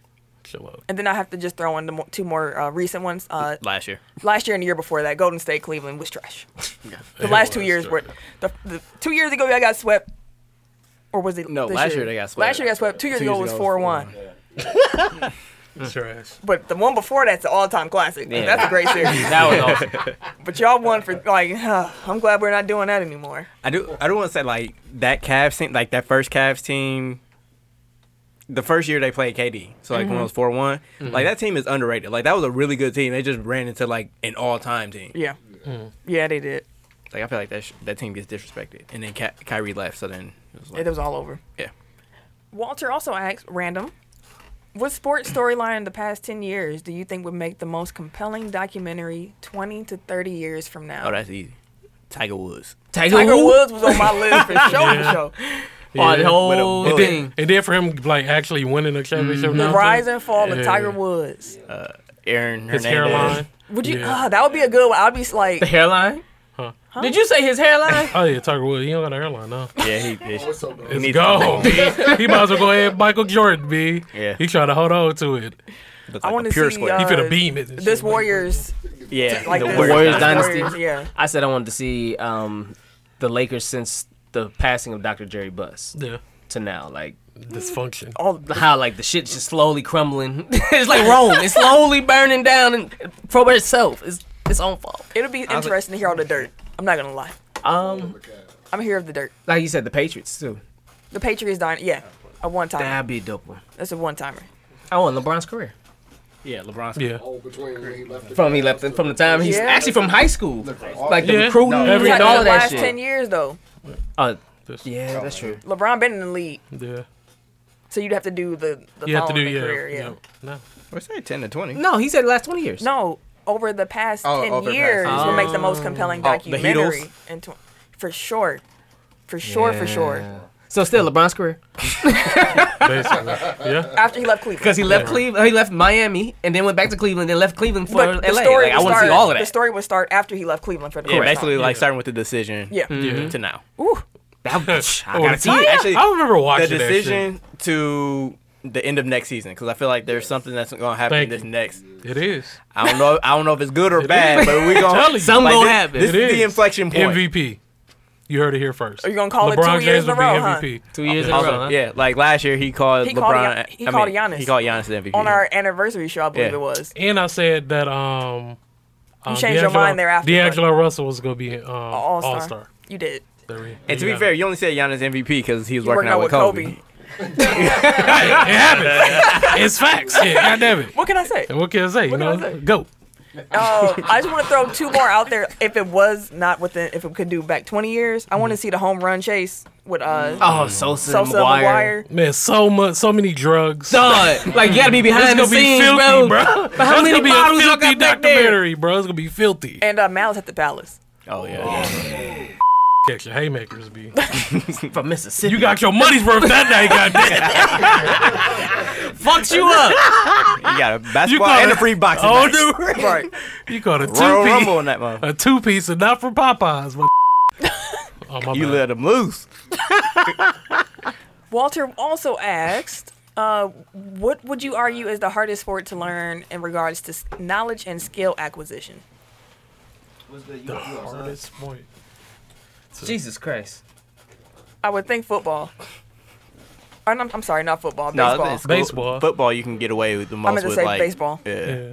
[SPEAKER 3] Chill out.
[SPEAKER 1] And then I have to just throw in the mo- two more uh, recent ones. Uh,
[SPEAKER 2] last year.
[SPEAKER 1] last year and the year before that, Golden State Cleveland was trash. The last two
[SPEAKER 3] was
[SPEAKER 1] years were
[SPEAKER 3] trash.
[SPEAKER 1] the, the two years ago I got swept, or was it?
[SPEAKER 2] No,
[SPEAKER 1] this
[SPEAKER 2] last year they got swept.
[SPEAKER 1] Last year they got swept. Two years
[SPEAKER 2] Two
[SPEAKER 1] ago
[SPEAKER 2] years
[SPEAKER 1] was
[SPEAKER 2] ago was
[SPEAKER 1] four one,
[SPEAKER 3] Trash.
[SPEAKER 1] but the one before that's an all time classic. Like,
[SPEAKER 2] Yeah.
[SPEAKER 1] That's a great series.
[SPEAKER 4] That was awesome.
[SPEAKER 1] but y'all won for like. huh, I'm glad we're not doing that anymore.
[SPEAKER 2] I do I do want to say like that Cavs team, like that first Cavs team. The first year they played KD, so like when it was four one, like that team is underrated. Like that was a really good team. They just ran into like an all time team.
[SPEAKER 1] Yeah, yeah, they did.
[SPEAKER 2] Like I feel like that sh- that team gets disrespected, and then Ka- Kyrie left, so then it was like,
[SPEAKER 1] It was all over.
[SPEAKER 2] yeah.
[SPEAKER 1] Walter also asked, random, what sports storyline in the past ten years do you think would make the most compelling documentary twenty to thirty years from now?
[SPEAKER 2] Oh, that's easy. Tiger Woods.
[SPEAKER 4] Tiger,
[SPEAKER 1] Tiger Woods
[SPEAKER 4] Woods.
[SPEAKER 1] was on my list for sure,
[SPEAKER 3] Yeah.
[SPEAKER 1] for sure.
[SPEAKER 4] Oh, the
[SPEAKER 3] Yeah.
[SPEAKER 4] whole
[SPEAKER 2] With a bullet.
[SPEAKER 4] thing.
[SPEAKER 3] And then for him, like actually winning a championship,
[SPEAKER 1] The
[SPEAKER 3] now,
[SPEAKER 1] rise and fall
[SPEAKER 3] Yeah.
[SPEAKER 1] of Tiger Woods.
[SPEAKER 2] Aaron Hernandez.
[SPEAKER 3] his hairline.
[SPEAKER 1] Would you?
[SPEAKER 3] Yeah.
[SPEAKER 1] ah, that would be a good one. I'd be like,
[SPEAKER 4] The hairline?
[SPEAKER 3] Huh.
[SPEAKER 4] Did you say his hairline?
[SPEAKER 3] Oh yeah, Tiger Woods. He don't got a hairline now.
[SPEAKER 2] Yeah, he. he
[SPEAKER 5] What's up, bro?
[SPEAKER 3] It's
[SPEAKER 2] needs
[SPEAKER 3] gone. B. he might as well go ahead, Michael Jordan. B.
[SPEAKER 2] Yeah.
[SPEAKER 3] He trying to hold on to it.
[SPEAKER 2] looks
[SPEAKER 1] I
[SPEAKER 2] like a
[SPEAKER 1] want to
[SPEAKER 2] pure
[SPEAKER 1] see
[SPEAKER 2] square.
[SPEAKER 1] uh,
[SPEAKER 3] He finna beam it. and
[SPEAKER 1] this
[SPEAKER 3] shit.
[SPEAKER 1] Warriors,
[SPEAKER 2] yeah,
[SPEAKER 1] like
[SPEAKER 2] the
[SPEAKER 1] this-
[SPEAKER 2] Warriors.
[SPEAKER 4] Warriors
[SPEAKER 1] this
[SPEAKER 4] dynasty.
[SPEAKER 1] Warriors, yeah,
[SPEAKER 4] I said I wanted to see um, the Lakers since the passing of Dr. Jerry Buss
[SPEAKER 3] Yeah.
[SPEAKER 4] to now. Like,
[SPEAKER 3] Dysfunction.
[SPEAKER 1] all
[SPEAKER 4] how like the shit's just slowly crumbling. it's like Rome. It's slowly burning down and for itself. It's its own fault.
[SPEAKER 1] it'll be interesting to hear all the dirt. I'm not gonna lie,
[SPEAKER 4] Um,
[SPEAKER 1] I'm here of the dirt.
[SPEAKER 4] like you said, the Patriots too.
[SPEAKER 1] The Patriots dynasty, yeah, a one timer.
[SPEAKER 4] That'd be a dope one.
[SPEAKER 1] That's a one timer.
[SPEAKER 4] I want LeBron's career
[SPEAKER 2] Yeah, LeBron's.
[SPEAKER 3] Yeah.
[SPEAKER 5] Oh, between when he left the
[SPEAKER 4] from he left it- from the time he's
[SPEAKER 1] Yeah.
[SPEAKER 4] actually from high school, like the
[SPEAKER 3] Yeah.
[SPEAKER 4] recruiting,
[SPEAKER 3] No, every-
[SPEAKER 4] and
[SPEAKER 1] Like,
[SPEAKER 4] all
[SPEAKER 1] the
[SPEAKER 4] of that
[SPEAKER 1] last
[SPEAKER 4] shit.
[SPEAKER 1] ten years though,
[SPEAKER 4] Uh,
[SPEAKER 3] This-
[SPEAKER 4] yeah, that's true.
[SPEAKER 1] LeBron been in the league,
[SPEAKER 3] Yeah.
[SPEAKER 1] so you'd have to do Oh, the the
[SPEAKER 3] You have to do
[SPEAKER 1] following
[SPEAKER 3] yeah.
[SPEAKER 1] career, yeah.
[SPEAKER 3] yeah. No.
[SPEAKER 2] We're saying ten to twenty.
[SPEAKER 4] No, he said the last twenty years.
[SPEAKER 1] No, over the past
[SPEAKER 2] Oh,
[SPEAKER 1] ten
[SPEAKER 2] over the past
[SPEAKER 1] years
[SPEAKER 2] ten
[SPEAKER 1] will
[SPEAKER 2] years.
[SPEAKER 1] make the most compelling
[SPEAKER 2] Oh, the
[SPEAKER 1] documentary.
[SPEAKER 2] Heatles?
[SPEAKER 1] And tw- for sure, for sure, for sure.
[SPEAKER 4] So still LeBron's career
[SPEAKER 3] Basically. Yeah.
[SPEAKER 1] After he left Cleveland,
[SPEAKER 4] because he left Cleveland, he left Miami, and then went back to Cleveland, then left Cleveland for
[SPEAKER 1] but
[SPEAKER 4] LA.
[SPEAKER 1] the story
[SPEAKER 4] Like, I
[SPEAKER 1] would
[SPEAKER 4] want to
[SPEAKER 1] start,
[SPEAKER 4] see all of
[SPEAKER 1] The
[SPEAKER 4] that.
[SPEAKER 1] story would start after he left Cleveland for the
[SPEAKER 2] Yeah,
[SPEAKER 1] first time.
[SPEAKER 2] basically, like starting with the decision.
[SPEAKER 1] Yeah.
[SPEAKER 2] mhm, To now.
[SPEAKER 4] That- psh, I
[SPEAKER 3] Oh,
[SPEAKER 4] gotta see it.
[SPEAKER 2] Actually,
[SPEAKER 3] I remember
[SPEAKER 2] the
[SPEAKER 3] watching that shit.
[SPEAKER 2] decision to the end of next season because I feel like there's something that's gonna happen
[SPEAKER 3] Thank
[SPEAKER 2] this
[SPEAKER 3] you.
[SPEAKER 2] next.
[SPEAKER 3] It is.
[SPEAKER 2] I don't know. I don't know if it's good or
[SPEAKER 3] is.
[SPEAKER 2] bad, but we
[SPEAKER 3] Tell
[SPEAKER 2] gonna
[SPEAKER 3] you.
[SPEAKER 4] Something
[SPEAKER 2] like,
[SPEAKER 4] gonna
[SPEAKER 2] thi-
[SPEAKER 4] happen.
[SPEAKER 2] This
[SPEAKER 3] It
[SPEAKER 2] is
[SPEAKER 3] is.
[SPEAKER 2] the inflection point.
[SPEAKER 3] MVP. You heard it here first.
[SPEAKER 1] Are you gonna call it two years in a
[SPEAKER 3] would be
[SPEAKER 1] row, huh?
[SPEAKER 4] Two years in a row.
[SPEAKER 2] Also,
[SPEAKER 4] huh?
[SPEAKER 2] yeah, like last year he called
[SPEAKER 1] He
[SPEAKER 2] LeBron.
[SPEAKER 1] called Gian- he
[SPEAKER 2] I
[SPEAKER 1] called
[SPEAKER 2] mean,
[SPEAKER 1] Giannis.
[SPEAKER 2] He called Giannis the MVP
[SPEAKER 1] on our anniversary show, I believe
[SPEAKER 2] Yeah.
[SPEAKER 1] it was.
[SPEAKER 3] And I said that um um,
[SPEAKER 1] changed your mind thereafter, but-
[SPEAKER 3] D'Angelo Russell was gonna be um, All
[SPEAKER 1] All-Star.
[SPEAKER 3] Star.
[SPEAKER 1] You did.
[SPEAKER 2] And to be fair, you only said Giannis MVP because he was
[SPEAKER 1] You
[SPEAKER 2] working, out with Kobe.
[SPEAKER 3] it happened. it's facts. Yeah, God damn it.
[SPEAKER 1] What can I say?
[SPEAKER 3] And what can I say? You
[SPEAKER 1] What can I
[SPEAKER 3] know,
[SPEAKER 1] say?
[SPEAKER 3] go.
[SPEAKER 1] Oh, I just want to throw two more out there. If it was not within, if it could do back 20 years, I want to see the home run chase with uh,
[SPEAKER 4] Oh, Sosa,
[SPEAKER 1] Sosa and
[SPEAKER 4] McGuire.
[SPEAKER 1] McGuire.
[SPEAKER 3] Man, so much, so many drugs.
[SPEAKER 4] Dog, like you gotta be behind the
[SPEAKER 3] It's gonna be
[SPEAKER 4] scenes,
[SPEAKER 3] filthy, bro.
[SPEAKER 4] bro. But how
[SPEAKER 3] It's
[SPEAKER 4] many
[SPEAKER 3] gonna be
[SPEAKER 4] bottles
[SPEAKER 3] a
[SPEAKER 4] y'all
[SPEAKER 3] filthy
[SPEAKER 4] got back there?
[SPEAKER 3] documentary, bro. It's gonna be filthy.
[SPEAKER 1] And uh, Malice at the Palace.
[SPEAKER 2] Oh yeah, yeah.
[SPEAKER 3] Catch your haymakers, be.
[SPEAKER 4] From Mississippi,
[SPEAKER 3] You got your money's worth that night, goddamn.
[SPEAKER 4] fucks you up.
[SPEAKER 2] you got a basketball
[SPEAKER 3] call
[SPEAKER 2] and a
[SPEAKER 3] it-
[SPEAKER 2] free boxing
[SPEAKER 3] Oh,
[SPEAKER 2] match.
[SPEAKER 3] dude.
[SPEAKER 1] Right.
[SPEAKER 3] You caught a
[SPEAKER 2] Royal Rumble
[SPEAKER 3] two
[SPEAKER 2] on that motherfucker.
[SPEAKER 3] piece, a two piece, and not from Popeyes. But oh my
[SPEAKER 2] You
[SPEAKER 3] bad.
[SPEAKER 2] let him loose.
[SPEAKER 1] Walter also asked, uh, what would you argue is the hardest sport to learn in regards to s- knowledge and skill acquisition?
[SPEAKER 3] the hardest point.
[SPEAKER 4] Jesus Christ.
[SPEAKER 1] I would think football. Or, no, I'm sorry, not football,
[SPEAKER 2] No,
[SPEAKER 1] baseball.
[SPEAKER 2] it's cool.
[SPEAKER 3] Baseball.
[SPEAKER 2] football, you can get away with the most.
[SPEAKER 1] meant to
[SPEAKER 2] with,
[SPEAKER 1] say
[SPEAKER 2] like,
[SPEAKER 1] baseball.
[SPEAKER 2] Yeah,
[SPEAKER 3] Yeah.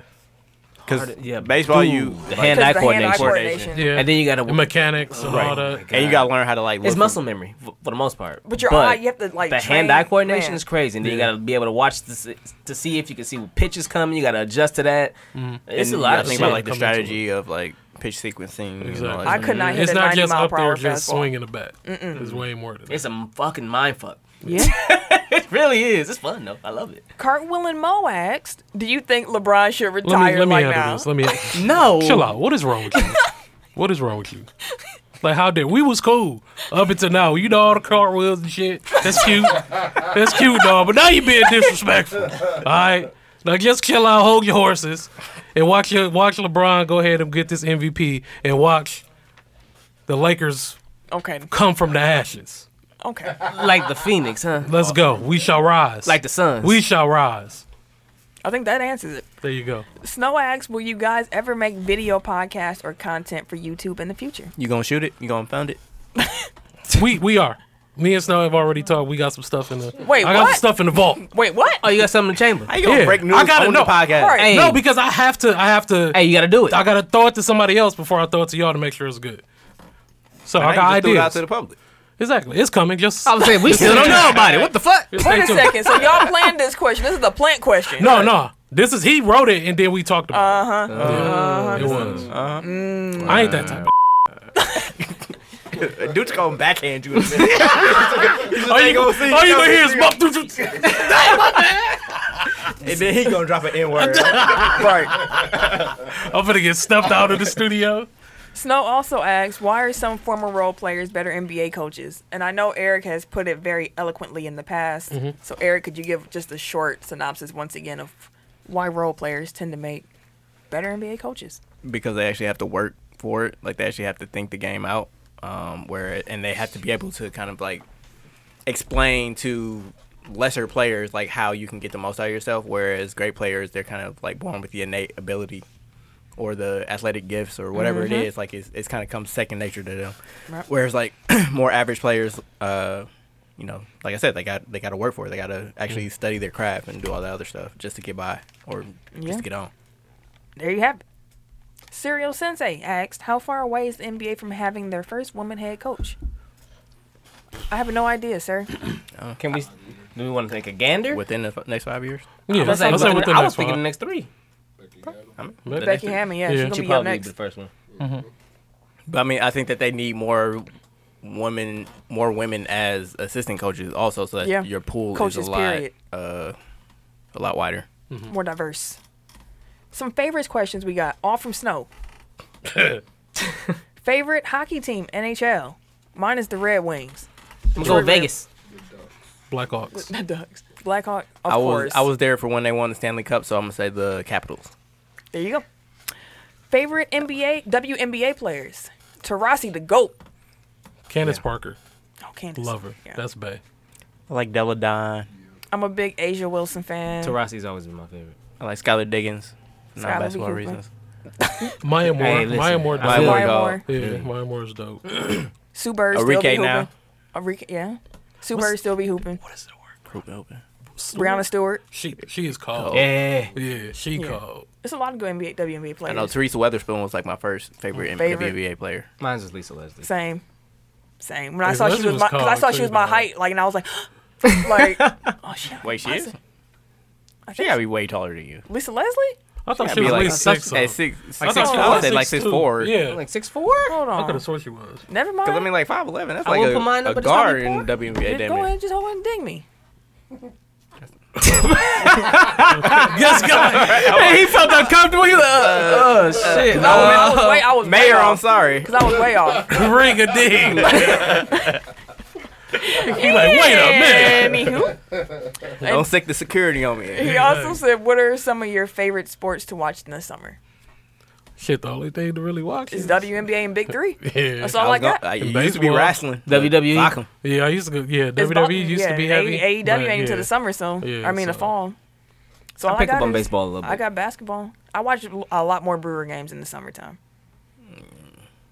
[SPEAKER 2] because
[SPEAKER 4] yeah,
[SPEAKER 2] baseball, you like,
[SPEAKER 4] The hand-eye
[SPEAKER 1] Because the hand-eye
[SPEAKER 4] coordination.
[SPEAKER 1] coordination.
[SPEAKER 3] Yeah.
[SPEAKER 4] And then you gotta
[SPEAKER 3] The mechanics and all
[SPEAKER 2] Right.
[SPEAKER 3] that.
[SPEAKER 2] and you gotta learn how to like.
[SPEAKER 4] It's
[SPEAKER 2] look-
[SPEAKER 4] muscle memory f- for the most part.
[SPEAKER 1] But your eye, you have to like
[SPEAKER 4] the
[SPEAKER 1] train-
[SPEAKER 4] hand-eye coordination
[SPEAKER 1] man.
[SPEAKER 4] is crazy. And then you gotta be able to watch to see, to see if you can see what pitches coming. You gotta adjust to that. It's
[SPEAKER 2] and
[SPEAKER 4] a
[SPEAKER 2] you
[SPEAKER 4] lot
[SPEAKER 2] gotta
[SPEAKER 4] of
[SPEAKER 2] think
[SPEAKER 4] shit.
[SPEAKER 2] about like the
[SPEAKER 3] coming to it.
[SPEAKER 2] strategy of like pitch sequencing. And all
[SPEAKER 3] Exactly.
[SPEAKER 2] that
[SPEAKER 1] I
[SPEAKER 2] shit.
[SPEAKER 1] could not hit
[SPEAKER 3] It's
[SPEAKER 1] a
[SPEAKER 3] not
[SPEAKER 1] 90
[SPEAKER 3] just
[SPEAKER 1] mile
[SPEAKER 3] up
[SPEAKER 1] per hour
[SPEAKER 3] there just
[SPEAKER 1] fastball.
[SPEAKER 3] swinging the bat. It's way more than
[SPEAKER 4] it's
[SPEAKER 3] that.
[SPEAKER 4] a fucking mind fuck.
[SPEAKER 1] Yeah.
[SPEAKER 4] It really is. It's fun though. I love it.
[SPEAKER 1] Cartwheel and Mo asked, "Do you think LeBron should
[SPEAKER 3] Let me
[SPEAKER 1] retire
[SPEAKER 3] let me
[SPEAKER 1] like
[SPEAKER 3] handle
[SPEAKER 1] now?"
[SPEAKER 3] this. Let me.
[SPEAKER 4] No.
[SPEAKER 3] Chill out. What is wrong with you? what is wrong with you? Like how dare we was cool up until now. You know all the cartwheels and shit. That's cute. That's cute, dog. But now you being disrespectful. All right. Now just chill out, hold your horses, and watch your watch LeBron go ahead and get this MVP, and watch the Lakers
[SPEAKER 1] Okay,
[SPEAKER 3] come from the ashes.
[SPEAKER 1] okay.
[SPEAKER 4] Like the Phoenix, huh?
[SPEAKER 3] Let's go. We shall rise.
[SPEAKER 4] Like the Suns.
[SPEAKER 3] we shall rise.
[SPEAKER 1] I think that answers it.
[SPEAKER 3] There you go.
[SPEAKER 1] Snow asks, "Will you guys ever make video podcasts or content for YouTube in the future?"
[SPEAKER 2] You gonna shoot it? You gonna found it?
[SPEAKER 3] We we are. Me and Snow have already talked. We got some stuff in the.
[SPEAKER 1] Wait,
[SPEAKER 3] I got
[SPEAKER 1] what?
[SPEAKER 3] some stuff in the vault.
[SPEAKER 1] Wait, what?
[SPEAKER 4] oh, you got something in the chamber.
[SPEAKER 2] How you gonna
[SPEAKER 3] Yeah.
[SPEAKER 2] break news
[SPEAKER 3] I gotta
[SPEAKER 2] on
[SPEAKER 3] know.
[SPEAKER 2] the podcast?
[SPEAKER 1] Right.
[SPEAKER 4] Hey,
[SPEAKER 3] No, because I have to. I have to.
[SPEAKER 4] hey, you gotta do it.
[SPEAKER 3] I gotta throw it to somebody else before I throw it to y'all to make sure it's good. So
[SPEAKER 2] Now
[SPEAKER 3] I
[SPEAKER 2] you just
[SPEAKER 3] got
[SPEAKER 2] threw it out
[SPEAKER 3] ideas.
[SPEAKER 2] to the public.
[SPEAKER 3] exactly, it's coming. Just
[SPEAKER 4] I was saying we still don't know about it. What the fuck?
[SPEAKER 3] just
[SPEAKER 1] Wait
[SPEAKER 3] stay
[SPEAKER 1] a
[SPEAKER 3] tuned.
[SPEAKER 1] second. So y'all planned this question. This is the plant question.
[SPEAKER 3] No, no. This is he wrote it and then we talked about.
[SPEAKER 4] Uh-huh.
[SPEAKER 3] Uh huh. It was. Mm. I ain't that type. of
[SPEAKER 2] Dude's gonna backhand you. in a minute. He's just
[SPEAKER 3] All
[SPEAKER 2] ain't
[SPEAKER 3] you, all
[SPEAKER 2] gonna see it
[SPEAKER 3] you gonna
[SPEAKER 2] coming.
[SPEAKER 3] hear is bump through.
[SPEAKER 2] and then he gonna drop an N word.
[SPEAKER 1] Right.
[SPEAKER 3] I'm gonna get snuffed out of the studio.
[SPEAKER 1] Snow also asks, "Why are some former role players better NBA coaches?" And I know Eric has put it very eloquently in the past. So Eric, could you give just a short synopsis once again of why role players tend to make better NBA coaches?
[SPEAKER 2] because they actually have to work for it. Like they actually have to think the game out. Um, where and they have to be able to kind of like explain to lesser players like how you can get the most out of yourself. Whereas great players, they're kind of like born with the innate ability or the athletic gifts or whatever it is. Like it's, it's kind of comes second nature to them.
[SPEAKER 1] Mm-hmm. Right.
[SPEAKER 2] Whereas like more average players, uh, you know, like I said, they got they got to work for it. They got to actually
[SPEAKER 1] Mm.
[SPEAKER 2] study their craft and do all that other stuff just to get by or
[SPEAKER 1] Yeah.
[SPEAKER 2] just to get on.
[SPEAKER 1] There you have it. Serial Sensei asked, "How far away is the NBA from having their first woman head coach?" I have no idea, sir.
[SPEAKER 4] Can we? Do we want to take a gander?
[SPEAKER 2] Within the f- next five years.
[SPEAKER 3] Yeah,
[SPEAKER 4] I was,
[SPEAKER 3] let's say
[SPEAKER 4] thinking,
[SPEAKER 3] within
[SPEAKER 4] I
[SPEAKER 3] the next
[SPEAKER 4] was thinking the
[SPEAKER 3] one.
[SPEAKER 4] next three.
[SPEAKER 3] Maybe.
[SPEAKER 1] Becky Hammond, yeah,
[SPEAKER 3] Yeah.
[SPEAKER 1] she's
[SPEAKER 4] She
[SPEAKER 1] gonna be up
[SPEAKER 4] probably be
[SPEAKER 1] next.
[SPEAKER 4] the first one.
[SPEAKER 2] But I mean, I think that they need more women, more women as assistant coaches, also, so that
[SPEAKER 1] Yeah.
[SPEAKER 2] your pool
[SPEAKER 1] Coaches,
[SPEAKER 2] is a lot,
[SPEAKER 1] period.
[SPEAKER 2] uh, a lot wider.
[SPEAKER 1] More diverse. Some favorites questions we got, all from Snow. Favorite hockey team, NHL. Mine is the Red Wings.
[SPEAKER 4] I'm gonna go Vegas.
[SPEAKER 3] Blackhawks.
[SPEAKER 1] The Ducks. Blackhawk, of
[SPEAKER 2] I was
[SPEAKER 1] course.
[SPEAKER 2] I was there for when they won the Stanley Cup, so I'm gonna say the Capitals.
[SPEAKER 1] There you go. Favorite NBA, WNBA players. Tarasi, the GOAT.
[SPEAKER 3] Candace Parker.
[SPEAKER 1] Oh, Candace.
[SPEAKER 3] Love her.
[SPEAKER 1] Yeah.
[SPEAKER 3] That's Bay.
[SPEAKER 2] I like Deladon.
[SPEAKER 1] I'm a big Asia Wilson fan.
[SPEAKER 4] Tarasi's always been my favorite.
[SPEAKER 2] I like Skylar Diggins. Not
[SPEAKER 1] Skylar
[SPEAKER 2] basketball
[SPEAKER 1] Diggins,
[SPEAKER 2] reasons.
[SPEAKER 3] Maya Moore.
[SPEAKER 4] Hey, listen,
[SPEAKER 3] Maya Moore.
[SPEAKER 4] I
[SPEAKER 3] dope.
[SPEAKER 1] Maya
[SPEAKER 2] Moore, dog.
[SPEAKER 1] Moore.
[SPEAKER 3] Yeah, Maya Moore's dope.
[SPEAKER 1] Sue Bird still be
[SPEAKER 2] Enrique
[SPEAKER 1] hooping.
[SPEAKER 2] now.
[SPEAKER 1] Enrique, yeah. Sue Bird still be hooping.
[SPEAKER 2] Hooping, hooping.
[SPEAKER 1] Brianna Stewart.
[SPEAKER 3] She she is cold. Yeah,
[SPEAKER 4] Yeah.
[SPEAKER 3] she cold.
[SPEAKER 1] There's a lot of good NBA, WNBA
[SPEAKER 2] I
[SPEAKER 1] players.
[SPEAKER 2] know Teresa Weatherspoon was like my first favorite,
[SPEAKER 1] Favorite.
[SPEAKER 2] WNBA player.
[SPEAKER 4] Mine's just Lisa Leslie.
[SPEAKER 1] Same. Same. When I
[SPEAKER 3] Hey,
[SPEAKER 1] saw she
[SPEAKER 3] Leslie
[SPEAKER 1] was,
[SPEAKER 3] was
[SPEAKER 1] my, cause I
[SPEAKER 3] cold,
[SPEAKER 1] saw
[SPEAKER 3] too,
[SPEAKER 1] she was my
[SPEAKER 3] though.
[SPEAKER 1] height, like, and I was like, like, oh shit.
[SPEAKER 2] Wait, she
[SPEAKER 1] I
[SPEAKER 2] is?
[SPEAKER 1] said- I
[SPEAKER 2] She
[SPEAKER 1] think
[SPEAKER 2] gotta be way taller than you.
[SPEAKER 1] Lisa Leslie?
[SPEAKER 3] I thought
[SPEAKER 2] Gotta
[SPEAKER 3] she
[SPEAKER 2] be
[SPEAKER 3] was
[SPEAKER 2] like
[SPEAKER 3] at least six.
[SPEAKER 2] at
[SPEAKER 3] something.
[SPEAKER 2] six, six,
[SPEAKER 3] I thought she
[SPEAKER 2] I
[SPEAKER 3] was
[SPEAKER 2] would say like oh. six
[SPEAKER 3] two.
[SPEAKER 2] four.
[SPEAKER 3] Yeah,
[SPEAKER 4] Like six four?
[SPEAKER 1] Hold
[SPEAKER 3] I could
[SPEAKER 1] on.
[SPEAKER 3] have sworn she was.
[SPEAKER 1] Never
[SPEAKER 2] Cause I
[SPEAKER 1] mind.
[SPEAKER 2] mean, like five eleven. That's
[SPEAKER 4] I
[SPEAKER 2] like
[SPEAKER 4] won't
[SPEAKER 2] a,
[SPEAKER 4] put mine up,
[SPEAKER 2] a
[SPEAKER 4] but it's
[SPEAKER 2] guard
[SPEAKER 4] only
[SPEAKER 2] in WNBA.
[SPEAKER 1] Just
[SPEAKER 2] Damn
[SPEAKER 1] go
[SPEAKER 2] it.
[SPEAKER 1] ahead, just hold on and ding me.
[SPEAKER 4] Yes, God. he felt uncomfortable. He was like, oh,
[SPEAKER 1] I
[SPEAKER 4] shit.
[SPEAKER 1] was, I was way, I was way
[SPEAKER 2] Mayor, I'm
[SPEAKER 1] off.
[SPEAKER 2] sorry.
[SPEAKER 1] Because I was way off.
[SPEAKER 3] Ring a ding. you like wait a minute.
[SPEAKER 1] Anywho,
[SPEAKER 2] Don't stick the security on me.
[SPEAKER 1] he also said, "What are some of your favorite sports to watch in the summer?"
[SPEAKER 3] Shit, the only thing to really watch
[SPEAKER 1] It's
[SPEAKER 3] is
[SPEAKER 1] WNBA and Big Three.
[SPEAKER 3] yeah.
[SPEAKER 1] That's all I,
[SPEAKER 2] was gonna-
[SPEAKER 1] got.
[SPEAKER 2] I
[SPEAKER 3] In
[SPEAKER 2] used to be
[SPEAKER 3] baseball.
[SPEAKER 2] wrestling. but
[SPEAKER 4] WWE.
[SPEAKER 2] fuck 'em.
[SPEAKER 3] Yeah, I used to go. Yeah,
[SPEAKER 1] It's
[SPEAKER 3] WWE
[SPEAKER 1] about-
[SPEAKER 3] E used
[SPEAKER 1] yeah,
[SPEAKER 3] to be heavy.
[SPEAKER 1] A-
[SPEAKER 3] but
[SPEAKER 1] AEW ain't
[SPEAKER 3] yeah.
[SPEAKER 1] until the summer, so
[SPEAKER 3] Yeah,
[SPEAKER 1] I mean the
[SPEAKER 3] so-
[SPEAKER 1] fall. So all
[SPEAKER 4] I
[SPEAKER 1] I
[SPEAKER 4] pick
[SPEAKER 1] got
[SPEAKER 4] up on
[SPEAKER 1] is-
[SPEAKER 4] baseball a little bit.
[SPEAKER 1] I got basketball. I watch a lot more Brewer games in the summertime.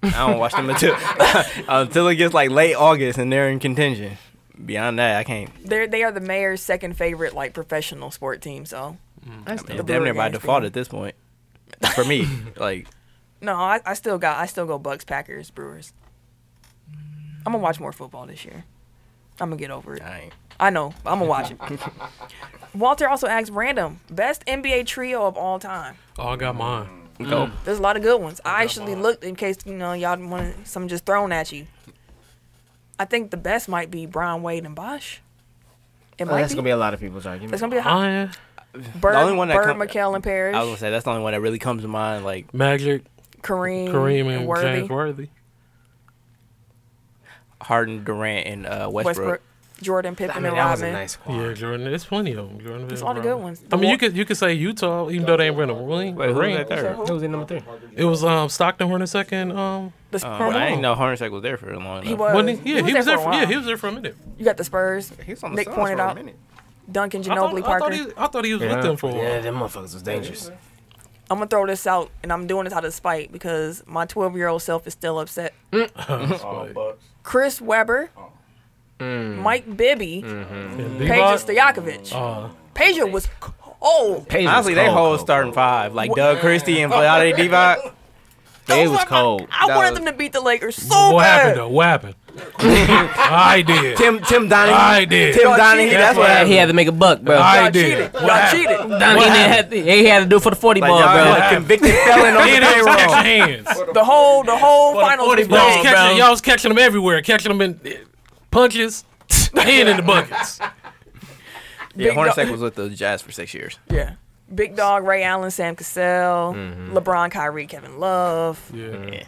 [SPEAKER 2] I don't watch them until until it gets like late August and they're in contention. Beyond that, I can't.
[SPEAKER 1] They're they are the mayor's second favorite like professional sport team. So
[SPEAKER 2] It's Mm. damn near by
[SPEAKER 1] Oregon,
[SPEAKER 2] default
[SPEAKER 1] yeah.
[SPEAKER 2] at this point. For me, like
[SPEAKER 1] no, I, I still got I still go Bucks, Packers, Brewers. I'm gonna watch more football this year. I'm gonna get over it.
[SPEAKER 2] I ain't.
[SPEAKER 1] I know. I'm gonna watch it. Walter also asks random best NBA trio of all time.
[SPEAKER 3] Oh, I got mine.
[SPEAKER 2] Go.
[SPEAKER 1] There's a lot of good ones. I actually looked in case you know y'all want some just thrown at you. I think the best might be Brian Wade and Bosch. It might
[SPEAKER 4] Oh, that's
[SPEAKER 1] be.
[SPEAKER 4] gonna be a lot of
[SPEAKER 1] it's
[SPEAKER 4] people's argument.
[SPEAKER 1] gonna be a hot.
[SPEAKER 3] Iron
[SPEAKER 1] Bird,
[SPEAKER 2] only one that
[SPEAKER 1] Bird
[SPEAKER 2] come-
[SPEAKER 1] McKell and Parrish,
[SPEAKER 2] I was gonna say that's the only one that really comes to mind. Like
[SPEAKER 3] Magic,
[SPEAKER 1] Kareem,
[SPEAKER 3] Kareem, and
[SPEAKER 1] Mm, Worthy,
[SPEAKER 3] James Worthy.
[SPEAKER 2] Harden, Durant, and uh, Westbrook.
[SPEAKER 1] Westbrook, Jordan Pippen,
[SPEAKER 4] I mean,
[SPEAKER 1] and
[SPEAKER 4] that was a
[SPEAKER 1] Rodman.
[SPEAKER 4] nice squad.
[SPEAKER 3] Yeah, Jordan. There's plenty of them. Jordan.
[SPEAKER 1] There's a lot of good ones.
[SPEAKER 3] I mean, you could you could say Utah, even though they ain't winning a ring.
[SPEAKER 2] Wait, who was
[SPEAKER 3] ring.
[SPEAKER 2] that third?
[SPEAKER 4] Who was in number three?
[SPEAKER 3] It was um, Stockton Hornacek and um,
[SPEAKER 1] The Spurs,
[SPEAKER 2] Um, but I didn't know Hornacek was there for a long.
[SPEAKER 1] Uh, he
[SPEAKER 2] enough.
[SPEAKER 1] was.
[SPEAKER 3] wasn't he? Yeah, he was there.
[SPEAKER 1] for a
[SPEAKER 3] For, yeah,
[SPEAKER 1] while.
[SPEAKER 3] he was there for a minute.
[SPEAKER 1] You got the Spurs.
[SPEAKER 2] He was on the
[SPEAKER 1] Nick
[SPEAKER 2] Suns
[SPEAKER 1] pointed
[SPEAKER 2] for a
[SPEAKER 1] out
[SPEAKER 2] minute.
[SPEAKER 1] Duncan,
[SPEAKER 3] I thought,
[SPEAKER 1] Ginobili,
[SPEAKER 3] I
[SPEAKER 1] Parker.
[SPEAKER 3] thought he I thought he was with them for a while.
[SPEAKER 4] Yeah, them motherfuckers was dangerous.
[SPEAKER 1] I'm gonna throw this out, and I'm doing this out of spite because my 12 year old self is still upset.
[SPEAKER 5] All Bucks.
[SPEAKER 1] Chris Webber, Hmm. Mike Bibby,
[SPEAKER 3] And
[SPEAKER 1] Peja
[SPEAKER 3] Levi-
[SPEAKER 1] Stojakovic.
[SPEAKER 3] uh,
[SPEAKER 1] Peja was cold.
[SPEAKER 4] Paige was
[SPEAKER 2] Honestly, they
[SPEAKER 4] cold,
[SPEAKER 2] whole
[SPEAKER 4] cold,
[SPEAKER 2] starting five, like Doug Christie and Vlade Divac.
[SPEAKER 4] Cold. They was cold.
[SPEAKER 1] I
[SPEAKER 2] That
[SPEAKER 1] wanted
[SPEAKER 2] was-
[SPEAKER 1] them to beat the Lakers so
[SPEAKER 3] what happened
[SPEAKER 1] bad.
[SPEAKER 3] though? What happened? I did.
[SPEAKER 2] Tim Tim Donaghy.
[SPEAKER 3] I did.
[SPEAKER 2] Tim
[SPEAKER 1] Y'all
[SPEAKER 2] Donaghy.
[SPEAKER 1] cheated.
[SPEAKER 2] That's what
[SPEAKER 4] Yeah,
[SPEAKER 2] happened.
[SPEAKER 4] he had to make a buck, bro.
[SPEAKER 3] I
[SPEAKER 1] Y'all
[SPEAKER 3] did.
[SPEAKER 1] cheated.
[SPEAKER 3] What
[SPEAKER 1] Y'all
[SPEAKER 3] happened?
[SPEAKER 1] cheated.
[SPEAKER 4] Don- he, didn't have to, he had to do it for the forty
[SPEAKER 2] Like,
[SPEAKER 4] ball,
[SPEAKER 2] y'all
[SPEAKER 4] bro.
[SPEAKER 2] had a convicted felon on the
[SPEAKER 3] Yeah, they was
[SPEAKER 2] payroll.
[SPEAKER 3] catching hands.
[SPEAKER 1] The whole the whole finals was
[SPEAKER 3] Y'all was
[SPEAKER 1] bad.
[SPEAKER 4] bro.
[SPEAKER 3] catching, y'all was catching them everywhere, catching them in eh, punches and in the buckets.
[SPEAKER 2] Yeah,
[SPEAKER 1] Big dog-
[SPEAKER 2] Hornacek was with the Jazz for six years.
[SPEAKER 1] Yeah. Big Dog, Ray Allen, Sam Cassell, LeBron, Kyrie, Kevin Love,
[SPEAKER 3] Yeah.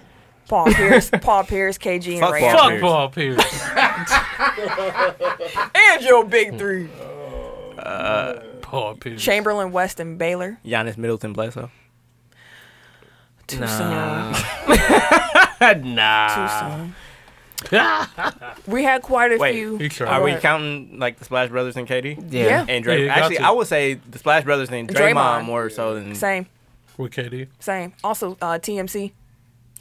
[SPEAKER 1] Paul Pierce, Paul Pierce, KG, and
[SPEAKER 2] Fuck
[SPEAKER 1] Ray
[SPEAKER 2] Paul.
[SPEAKER 1] Allen.
[SPEAKER 3] Fuck Paul Pierce.
[SPEAKER 1] And your big three.
[SPEAKER 3] Paul Pierce.
[SPEAKER 1] Chamberlain, Weston, Baylor.
[SPEAKER 2] Giannis Middleton Blesso.
[SPEAKER 1] Too soon.
[SPEAKER 4] nah.
[SPEAKER 1] Too soon.
[SPEAKER 3] Ah!
[SPEAKER 1] We had quite a
[SPEAKER 2] Wait,
[SPEAKER 1] few.
[SPEAKER 3] you tried.
[SPEAKER 2] Are we
[SPEAKER 1] What?
[SPEAKER 2] counting like the Splash Brothers and KD?
[SPEAKER 4] Yeah.
[SPEAKER 1] Yeah.
[SPEAKER 2] And Dray-
[SPEAKER 3] Yeah, got
[SPEAKER 2] Actually,
[SPEAKER 3] to.
[SPEAKER 2] I would say the Splash Brothers and Draymond,
[SPEAKER 1] Draymond.
[SPEAKER 2] more so than
[SPEAKER 1] Same,
[SPEAKER 3] With KD.
[SPEAKER 1] same. Also, uh, TMC.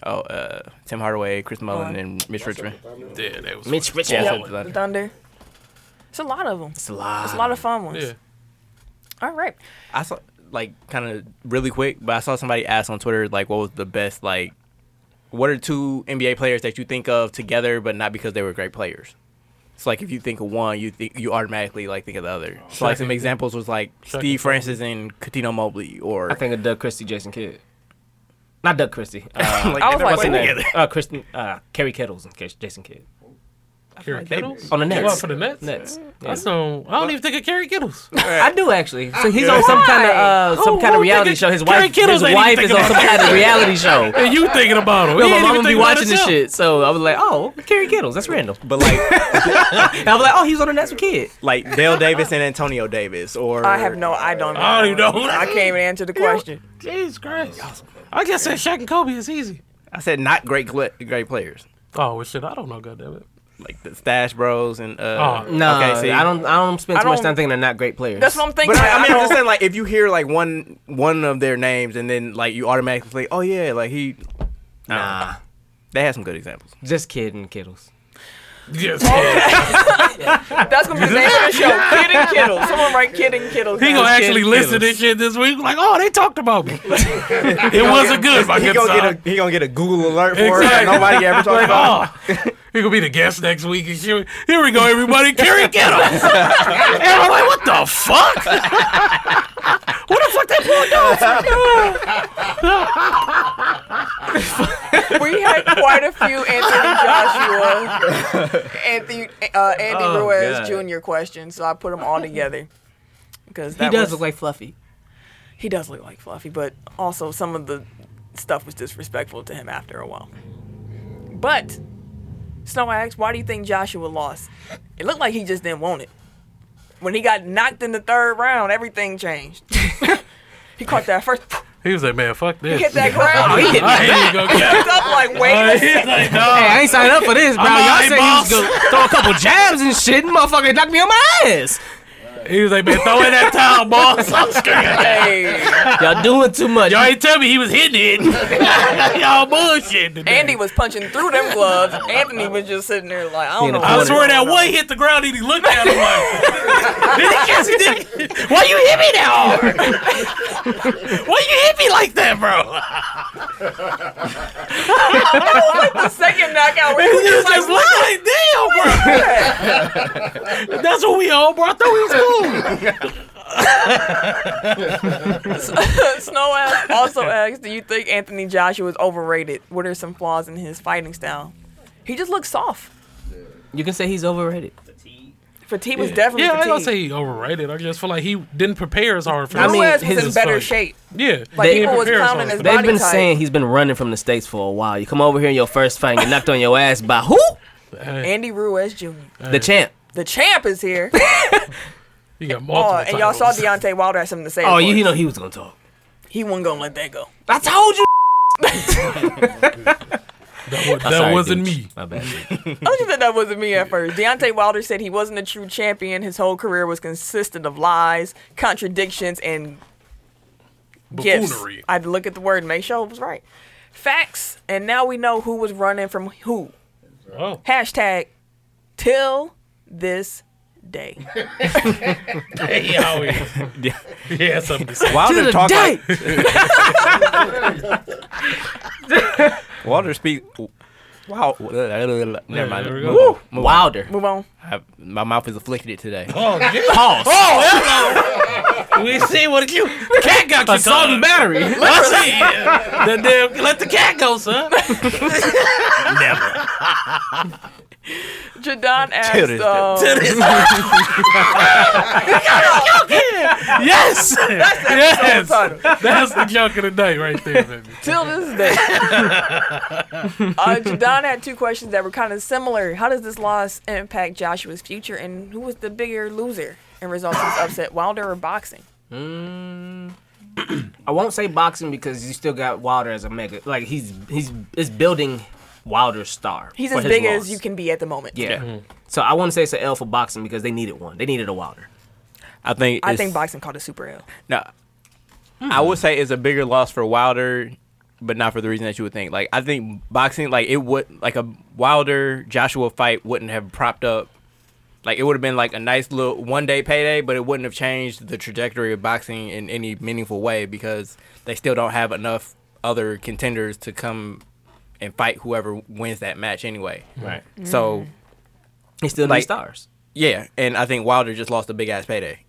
[SPEAKER 2] oh uh, Tim Hardaway, Chris Mullen,
[SPEAKER 1] Mullen.
[SPEAKER 2] and Mitch Richmond.
[SPEAKER 3] Yeah, that was
[SPEAKER 4] Mitch Richmond.
[SPEAKER 1] Yep,
[SPEAKER 2] Yeah, something like
[SPEAKER 1] the
[SPEAKER 2] that.
[SPEAKER 1] Thunder. It's a lot of them.
[SPEAKER 4] It's a lot.
[SPEAKER 1] It's a lot of fun ones.
[SPEAKER 3] Yeah.
[SPEAKER 1] All right.
[SPEAKER 2] I saw like kind of really quick, but I saw somebody ask on Twitter like, what was the best like, what are two NBA players that you think of together, but not because they were great players. It's like if you think of one, you think you automatically like think of the other. So like
[SPEAKER 3] Shaq
[SPEAKER 2] some
[SPEAKER 3] and-
[SPEAKER 2] examples was like
[SPEAKER 3] and
[SPEAKER 2] Steve Francis and Katino Mobley, or
[SPEAKER 4] I think of Doug Christie, Jason Kidd. Not Doug Christie. Uh,
[SPEAKER 2] like,
[SPEAKER 1] I was
[SPEAKER 2] they're
[SPEAKER 1] like,
[SPEAKER 2] playing
[SPEAKER 1] wait.
[SPEAKER 2] together.
[SPEAKER 4] uh, Kristen, uh, Kerry Kettles and Jason Kidd.
[SPEAKER 3] Kerry
[SPEAKER 2] they-
[SPEAKER 3] Kittles?
[SPEAKER 4] on the
[SPEAKER 3] You
[SPEAKER 4] Nets.
[SPEAKER 3] out for the Nets?
[SPEAKER 4] Nets.
[SPEAKER 3] That's on, I don't even think of Kerry Kittles.
[SPEAKER 4] I do actually. So he's on
[SPEAKER 2] Why?
[SPEAKER 4] some kind of uh, some
[SPEAKER 3] Who-
[SPEAKER 4] kind of
[SPEAKER 3] who
[SPEAKER 4] reality
[SPEAKER 3] thinking-
[SPEAKER 4] show. His
[SPEAKER 3] Kerry
[SPEAKER 4] wife,
[SPEAKER 3] Kittles ain't
[SPEAKER 4] his
[SPEAKER 3] even
[SPEAKER 4] wife is
[SPEAKER 3] thinking
[SPEAKER 4] on some
[SPEAKER 3] about
[SPEAKER 4] kind of reality show.
[SPEAKER 3] and you thinking about him.
[SPEAKER 4] Yo,
[SPEAKER 3] He
[SPEAKER 4] my
[SPEAKER 3] ain't
[SPEAKER 4] mama
[SPEAKER 3] even
[SPEAKER 4] be
[SPEAKER 3] thinking about
[SPEAKER 4] watching this
[SPEAKER 3] himself.
[SPEAKER 4] shit, so I was like, "Oh, Kerry Kittles, that's random."
[SPEAKER 2] But like,
[SPEAKER 4] And I was like, "Oh, he's on the Nets with Kid."
[SPEAKER 2] like Dale Davis and Antonio Davis, or
[SPEAKER 1] I have no. I don't.
[SPEAKER 3] I don't even know who that
[SPEAKER 1] I can't even answer the question.
[SPEAKER 3] Jeez Christ. I guess that Shaq and Kobe is easy.
[SPEAKER 2] I said not great, cle- great players
[SPEAKER 3] Oh, well, shit, I don't know, goddammit.
[SPEAKER 2] like the Stash Bros and uh,
[SPEAKER 3] Oh.
[SPEAKER 4] No,
[SPEAKER 2] okay, see?
[SPEAKER 4] I don't. I don't spend
[SPEAKER 1] I
[SPEAKER 4] too much
[SPEAKER 1] don't-
[SPEAKER 4] time thinking they're not great players.
[SPEAKER 1] That's what I'm thinking.
[SPEAKER 2] But I, I mean, I'm just
[SPEAKER 1] don't-
[SPEAKER 2] saying, like, if you hear like one one of their names, and then like you automatically think, oh yeah, like he. I don't know.
[SPEAKER 4] Nah,
[SPEAKER 2] they had some good examples.
[SPEAKER 4] just kidding, Kittles.
[SPEAKER 3] Yes.
[SPEAKER 1] That's gonna be the name of the show. Kid and Kittle. Someone write Kid and Kittle.
[SPEAKER 3] He
[SPEAKER 1] down.
[SPEAKER 3] gonna actually
[SPEAKER 4] Shaq
[SPEAKER 3] listen to this shit this week. Like, oh, they talked about me. it wasn't good, my
[SPEAKER 2] He
[SPEAKER 3] good
[SPEAKER 2] gonna
[SPEAKER 3] son.
[SPEAKER 2] get a he gonna get a Google alert for it.
[SPEAKER 3] Exactly.
[SPEAKER 2] that Nobody ever talked about.
[SPEAKER 3] Oh, he gonna be the guest next week. And shit. Here we go, everybody. Kerry Kittles. and I'm like, what the fuck? what the fuck that boy dog
[SPEAKER 1] We had quite a few Anthony Joshua, Anthony, uh, Andy
[SPEAKER 3] Oh,
[SPEAKER 1] Ruiz
[SPEAKER 3] God.
[SPEAKER 1] Jr. questions, so I put them all together. Because
[SPEAKER 4] He does look like Fluffy.
[SPEAKER 1] he does look like Fluffy, but also some of the stuff was disrespectful to him after a while. But Snow asks, "Why do you think Joshua lost?" It looked like he just didn't want it. When he got knocked in the third round, everything changed. he caught that first.
[SPEAKER 3] He was like, man, fuck this.
[SPEAKER 1] Hit that
[SPEAKER 3] Oh,
[SPEAKER 1] ground. He
[SPEAKER 3] I ain't gonna get
[SPEAKER 1] picked up like, wait a
[SPEAKER 3] He's
[SPEAKER 1] second.
[SPEAKER 3] like,
[SPEAKER 4] Hey,
[SPEAKER 3] no.
[SPEAKER 4] I ain't signed up for this, bro.
[SPEAKER 3] I'm
[SPEAKER 4] Y'all
[SPEAKER 3] alright,
[SPEAKER 4] said you was
[SPEAKER 3] boss.
[SPEAKER 4] gonna throw a couple jabs and shit, and motherfucker knocked me on my ass.
[SPEAKER 3] He was like, man, throw in that towel, boss. I'm scared.
[SPEAKER 1] Hey.
[SPEAKER 4] Y'all doing too much.
[SPEAKER 3] Y'all ain't tell me he was hitting it. Y'all bullshit. today.
[SPEAKER 1] Andy was punching through them gloves. Anthony was just sitting there like, I don't
[SPEAKER 4] In the
[SPEAKER 1] know.
[SPEAKER 3] I
[SPEAKER 1] what's
[SPEAKER 3] swear
[SPEAKER 1] going
[SPEAKER 3] that
[SPEAKER 1] on.
[SPEAKER 3] one hit the ground and he looked at him like, did he catch it? Did he- Why you hit me that hard? Why you hit me like that, bro?
[SPEAKER 1] The second knockout where he was
[SPEAKER 3] It's
[SPEAKER 1] just
[SPEAKER 3] just
[SPEAKER 1] like,
[SPEAKER 3] look like, damn, bro. That's what we all, bro. I thought we was cool.
[SPEAKER 1] Snow asked, also asked, do you think Anthony Joshua is overrated? What are some flaws in his fighting style? He just looks soft.
[SPEAKER 4] You can say he's overrated.
[SPEAKER 1] Fatigue was definitely
[SPEAKER 3] Yeah, I don't
[SPEAKER 1] fatigued.
[SPEAKER 3] say he overrated. I just feel like he didn't prepare as hard for
[SPEAKER 4] I
[SPEAKER 3] this.
[SPEAKER 4] mean,
[SPEAKER 1] Ruiz was
[SPEAKER 4] his
[SPEAKER 1] in
[SPEAKER 4] is
[SPEAKER 1] better
[SPEAKER 4] funny.
[SPEAKER 1] shape.
[SPEAKER 3] yeah,
[SPEAKER 1] like,
[SPEAKER 3] he didn't
[SPEAKER 1] people was
[SPEAKER 3] prepare as
[SPEAKER 1] clowning
[SPEAKER 3] hard for
[SPEAKER 1] his
[SPEAKER 3] this.
[SPEAKER 4] They've
[SPEAKER 1] Body
[SPEAKER 4] been
[SPEAKER 1] type.
[SPEAKER 4] saying he's been running from the states for a while. You come over here in your first fight and get knocked on your ass by who?
[SPEAKER 3] Hey,
[SPEAKER 1] Andy Ruiz Jr.
[SPEAKER 4] The champ.
[SPEAKER 1] The champ is here.
[SPEAKER 3] he got multiple
[SPEAKER 1] oh, and y'all saw
[SPEAKER 3] titles.
[SPEAKER 1] Deontay Wilder had something to say.
[SPEAKER 4] Oh,
[SPEAKER 1] for
[SPEAKER 4] you,
[SPEAKER 1] it.
[SPEAKER 4] you know he was gonna talk.
[SPEAKER 1] He wasn't going to let that go.
[SPEAKER 4] I told you.
[SPEAKER 3] That, wa- that
[SPEAKER 4] Sorry,
[SPEAKER 3] wasn't
[SPEAKER 4] dude.
[SPEAKER 3] me.
[SPEAKER 4] My bad.
[SPEAKER 1] I just said that wasn't me at first. Deontay Wilder said he wasn't a true champion. His whole career was consistent of lies, contradictions, and gifts.
[SPEAKER 3] Buffoonery.
[SPEAKER 1] I'd look at the word and make sure it was right. Facts, and now we know who was running from who.
[SPEAKER 3] Oh,
[SPEAKER 1] Hashtag till this day.
[SPEAKER 3] he always. yeah, something to say.
[SPEAKER 4] To
[SPEAKER 2] Wilder
[SPEAKER 4] the
[SPEAKER 2] talked
[SPEAKER 4] day.
[SPEAKER 2] like Wilder speak. Wow, never mind.
[SPEAKER 3] there we
[SPEAKER 2] Move
[SPEAKER 3] go.
[SPEAKER 2] on. Move on.
[SPEAKER 4] Wilder.
[SPEAKER 1] Move on.
[SPEAKER 2] I- my mouth is afflicted today.
[SPEAKER 3] Oh, yeah.
[SPEAKER 4] Pause.
[SPEAKER 3] We see what you. The cat got you.
[SPEAKER 4] Assault
[SPEAKER 3] Son.
[SPEAKER 4] and battery.
[SPEAKER 3] I see. The damn, let the cat go, son.
[SPEAKER 1] Jadon
[SPEAKER 2] Till this
[SPEAKER 1] asked,
[SPEAKER 2] day.
[SPEAKER 1] uh,
[SPEAKER 3] Yes. yes.
[SPEAKER 1] title.
[SPEAKER 3] That's the joke of the day right there, baby.
[SPEAKER 1] till this day. uh, Jadon had two questions that were kind of similar. How does this loss impact Joshua's future, and who was the bigger loser in results of this upset, Wilder or boxing?
[SPEAKER 4] I won't say boxing because you still got Wilder as a mega. Like he's he's is building Wilder's star.
[SPEAKER 1] He's
[SPEAKER 4] for
[SPEAKER 1] as
[SPEAKER 4] his
[SPEAKER 1] big
[SPEAKER 4] loss.
[SPEAKER 1] as you can be at the moment.
[SPEAKER 4] Yeah. So I wouldn't say it's an L for boxing because they needed one. They needed a Wilder.
[SPEAKER 2] I think.
[SPEAKER 1] I
[SPEAKER 2] it's-
[SPEAKER 1] think boxing called a super L.
[SPEAKER 2] No, I would say it's a bigger loss for Wilder, but not for the reason that you would think. Like I think boxing, like it would, like a Wilder Joshua fight wouldn't have propped up. Like it would have been like a nice little one day payday, but it wouldn't have changed the trajectory of boxing in any meaningful way because they still don't have enough other contenders to come and fight whoever wins that match anyway.
[SPEAKER 4] Right.
[SPEAKER 1] Mm.
[SPEAKER 2] So
[SPEAKER 4] He still
[SPEAKER 2] Mm-hmm. Like-
[SPEAKER 4] needs stars.
[SPEAKER 2] yeah, and I think Wilder just lost a big ass payday.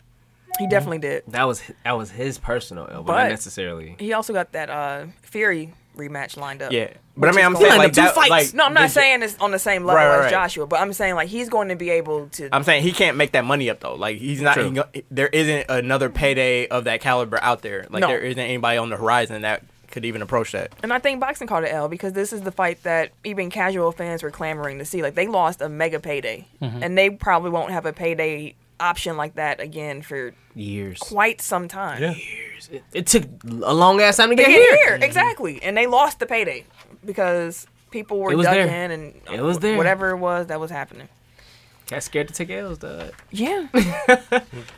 [SPEAKER 1] He definitely did.
[SPEAKER 4] That was that was his personal L, but,
[SPEAKER 1] But-
[SPEAKER 4] not necessarily.
[SPEAKER 1] He also got that uh, Fury rematch lined up.
[SPEAKER 2] Yeah, but I
[SPEAKER 1] is
[SPEAKER 2] mean, I'm
[SPEAKER 1] going-
[SPEAKER 2] saying
[SPEAKER 4] He lined
[SPEAKER 2] like
[SPEAKER 4] up two
[SPEAKER 2] that,
[SPEAKER 4] fights.
[SPEAKER 2] like
[SPEAKER 1] No, I'm not
[SPEAKER 2] this-
[SPEAKER 1] saying it's on the same level
[SPEAKER 2] Right, right,
[SPEAKER 1] as
[SPEAKER 2] right.
[SPEAKER 1] Joshua, but I'm saying like he's going to be able to.
[SPEAKER 2] I'm saying he can't make that money up though. Like he's not.
[SPEAKER 4] True.
[SPEAKER 2] He, go- there isn't another payday of that caliber out there. Like
[SPEAKER 1] No.
[SPEAKER 2] there isn't anybody on the horizon that could even approach that.
[SPEAKER 1] and I think boxing caught an L because this is the fight that even casual fans were clamoring to see. Like they lost a mega payday,
[SPEAKER 4] Mm-hmm.
[SPEAKER 1] and they probably won't have a payday option like that again for
[SPEAKER 4] Years.
[SPEAKER 1] quite some time.
[SPEAKER 3] Yeah.
[SPEAKER 4] It, it took a long ass time to
[SPEAKER 1] They
[SPEAKER 4] get
[SPEAKER 1] get
[SPEAKER 4] here. Mm-hmm.
[SPEAKER 1] here exactly, and they lost the payday because people were
[SPEAKER 4] It was
[SPEAKER 1] dug
[SPEAKER 4] there.
[SPEAKER 1] in and
[SPEAKER 4] It was there.
[SPEAKER 1] whatever it was that was happening.
[SPEAKER 4] Got scared to take L's, dog.
[SPEAKER 1] Yeah,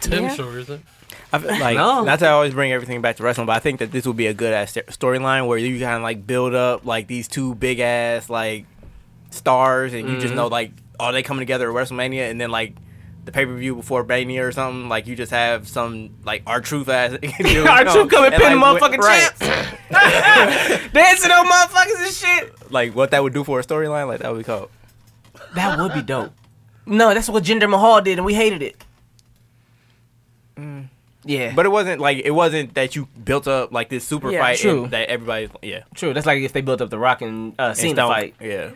[SPEAKER 3] Tim
[SPEAKER 1] Yeah.
[SPEAKER 3] sure isn't.
[SPEAKER 2] I feel like
[SPEAKER 4] No.
[SPEAKER 2] not to always bring everything back to wrestling, but I think that this would be a good ass st- storyline where you kind of like build up like these two big ass like stars, and you just know like are they coming together at WrestleMania, and then like the pay per view before Mania or something, like you just have some like our truth ass
[SPEAKER 4] R-Truth come and pin motherfucking
[SPEAKER 2] dancing on motherfuckers and shit. Like what that would do for a storyline, like that would be cool.
[SPEAKER 4] That would be dope. No, that's what Jinder Mahal did, and we hated it.
[SPEAKER 3] Mm.
[SPEAKER 4] Yeah,
[SPEAKER 2] But it wasn't like it wasn't that you built up like this super
[SPEAKER 1] Yeah.
[SPEAKER 2] fight
[SPEAKER 4] True.
[SPEAKER 2] and that everybody's yeah.
[SPEAKER 4] true. That's like if they built up the Rock and uh,
[SPEAKER 2] And
[SPEAKER 4] Cena
[SPEAKER 2] Stone-
[SPEAKER 4] fight.
[SPEAKER 2] Yeah.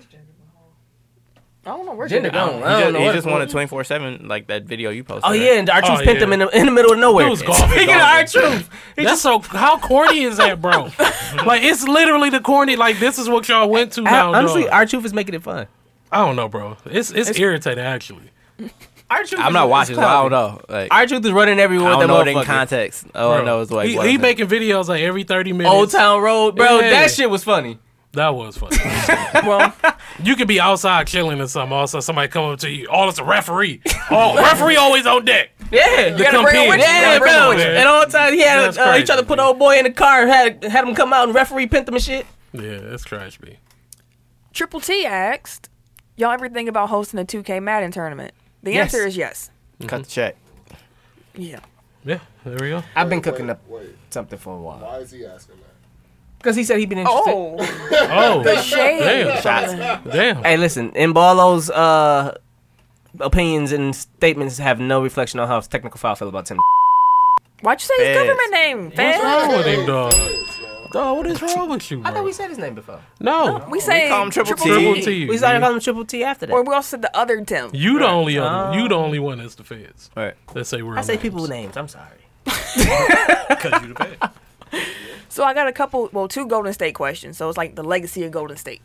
[SPEAKER 1] I don't know where
[SPEAKER 4] Gender
[SPEAKER 1] Jinder-
[SPEAKER 4] gone.
[SPEAKER 2] He
[SPEAKER 4] I don't
[SPEAKER 2] just,
[SPEAKER 4] know
[SPEAKER 2] he
[SPEAKER 4] what-
[SPEAKER 2] just wanted twenty four seven like that video you posted.
[SPEAKER 4] Oh yeah, and R Truth
[SPEAKER 3] Oh,
[SPEAKER 4] pinned
[SPEAKER 3] yeah.
[SPEAKER 4] him in the, in the middle of nowhere.
[SPEAKER 3] It was golf.
[SPEAKER 4] Speaking of R Truth,
[SPEAKER 3] That's so how corny is that, bro? like it's literally the corny. Like this is what y'all went to now.
[SPEAKER 4] honestly,
[SPEAKER 3] dog.
[SPEAKER 4] R Truth is making it fun.
[SPEAKER 3] I don't know, bro. It's it's, irritating actually.
[SPEAKER 4] R Truth,
[SPEAKER 2] I'm not watching. So I don't know. Like, I
[SPEAKER 4] R Truth is running everywhere.
[SPEAKER 2] don't
[SPEAKER 4] with
[SPEAKER 2] know
[SPEAKER 4] that
[SPEAKER 2] it in
[SPEAKER 4] motherfucker.
[SPEAKER 2] context. All I
[SPEAKER 3] Bro,
[SPEAKER 2] know is like
[SPEAKER 3] he,
[SPEAKER 2] what
[SPEAKER 3] he
[SPEAKER 2] I'm-
[SPEAKER 3] making videos like every thirty minutes.
[SPEAKER 4] Old Town Road, bro.
[SPEAKER 3] Yeah.
[SPEAKER 4] That shit was funny.
[SPEAKER 3] That was funny.
[SPEAKER 1] Well,
[SPEAKER 3] you could be outside chilling or something. Also, somebody come up to you. Oh, it's a referee. Oh, referee always on deck.
[SPEAKER 4] Yeah,
[SPEAKER 3] The
[SPEAKER 1] gotta bring it
[SPEAKER 3] compete.
[SPEAKER 1] with you.
[SPEAKER 4] Yeah,
[SPEAKER 1] Yeah,
[SPEAKER 4] bro.
[SPEAKER 1] bro.
[SPEAKER 3] man.
[SPEAKER 4] And all the time he had
[SPEAKER 3] That's
[SPEAKER 4] uh, he
[SPEAKER 3] crazy,
[SPEAKER 4] tried to put
[SPEAKER 3] man.
[SPEAKER 4] old boy in the car, had had him come out and referee pinned him and shit.
[SPEAKER 3] Yeah, that's trash, B.
[SPEAKER 1] Triple T asked, "Y'all ever think about hosting a 2K Madden tournament?" The
[SPEAKER 4] Yes. Mm-hmm.
[SPEAKER 1] answer is yes.
[SPEAKER 2] cut the check.
[SPEAKER 1] Yeah.
[SPEAKER 3] Yeah, there we go.
[SPEAKER 4] I've been
[SPEAKER 7] Wait,
[SPEAKER 4] cooking up
[SPEAKER 7] Wait,
[SPEAKER 4] something for a while
[SPEAKER 7] why is he asking that?
[SPEAKER 4] because he said he'd been interested.
[SPEAKER 1] Oh,
[SPEAKER 3] Oh,
[SPEAKER 1] the shade.
[SPEAKER 2] Shots.
[SPEAKER 3] damn.
[SPEAKER 4] Hey, listen, Imbalo's uh, opinions and statements have no reflection on how technical file feel about Tim.
[SPEAKER 1] Why'd you say his
[SPEAKER 2] Fez.
[SPEAKER 1] government name?
[SPEAKER 3] What's
[SPEAKER 1] Fez?
[SPEAKER 3] wrong with him, dog?
[SPEAKER 7] Yes, man.
[SPEAKER 3] Dog, what is wrong with you, bro?
[SPEAKER 4] I thought we said his name before.
[SPEAKER 3] no.
[SPEAKER 1] We say
[SPEAKER 2] call him Triple
[SPEAKER 3] Triple
[SPEAKER 2] T.
[SPEAKER 3] T.
[SPEAKER 4] We started
[SPEAKER 3] man.
[SPEAKER 4] calling him Triple T after that.
[SPEAKER 1] Or we also said the other Tim.
[SPEAKER 3] You the only other, you the only one that's the feds.
[SPEAKER 2] All right.
[SPEAKER 3] That say we're.
[SPEAKER 4] I say people with names. I'm sorry.
[SPEAKER 3] because you the feds.
[SPEAKER 1] So I got a couple, well, two Golden State questions. So it's like the legacy of Golden State.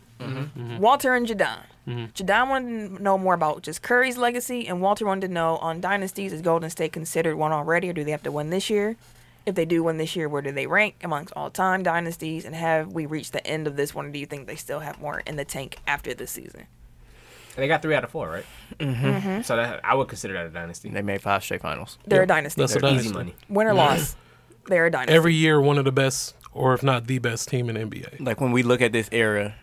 [SPEAKER 1] Walter and Jadon. Jadon wanted to know more about just Curry's legacy, and Walter wanted to know on dynasties is Golden State considered one already, or do they have to win this year? If they do win this year, where do they rank amongst all time dynasties? And have we reached the end of this one? Or do you think they still have more in the tank after this season?
[SPEAKER 4] They got three out of four, right? Mm-hmm. So that, I would consider that a dynasty.
[SPEAKER 2] They made five straight finals.
[SPEAKER 1] They're a dynasty.
[SPEAKER 3] That's a
[SPEAKER 4] Easy
[SPEAKER 3] dynasty.
[SPEAKER 4] money.
[SPEAKER 1] Win or loss, they're a dynasty.
[SPEAKER 3] Every year, one of the best, or if not the best team in the NBA.
[SPEAKER 2] Like when we look at this era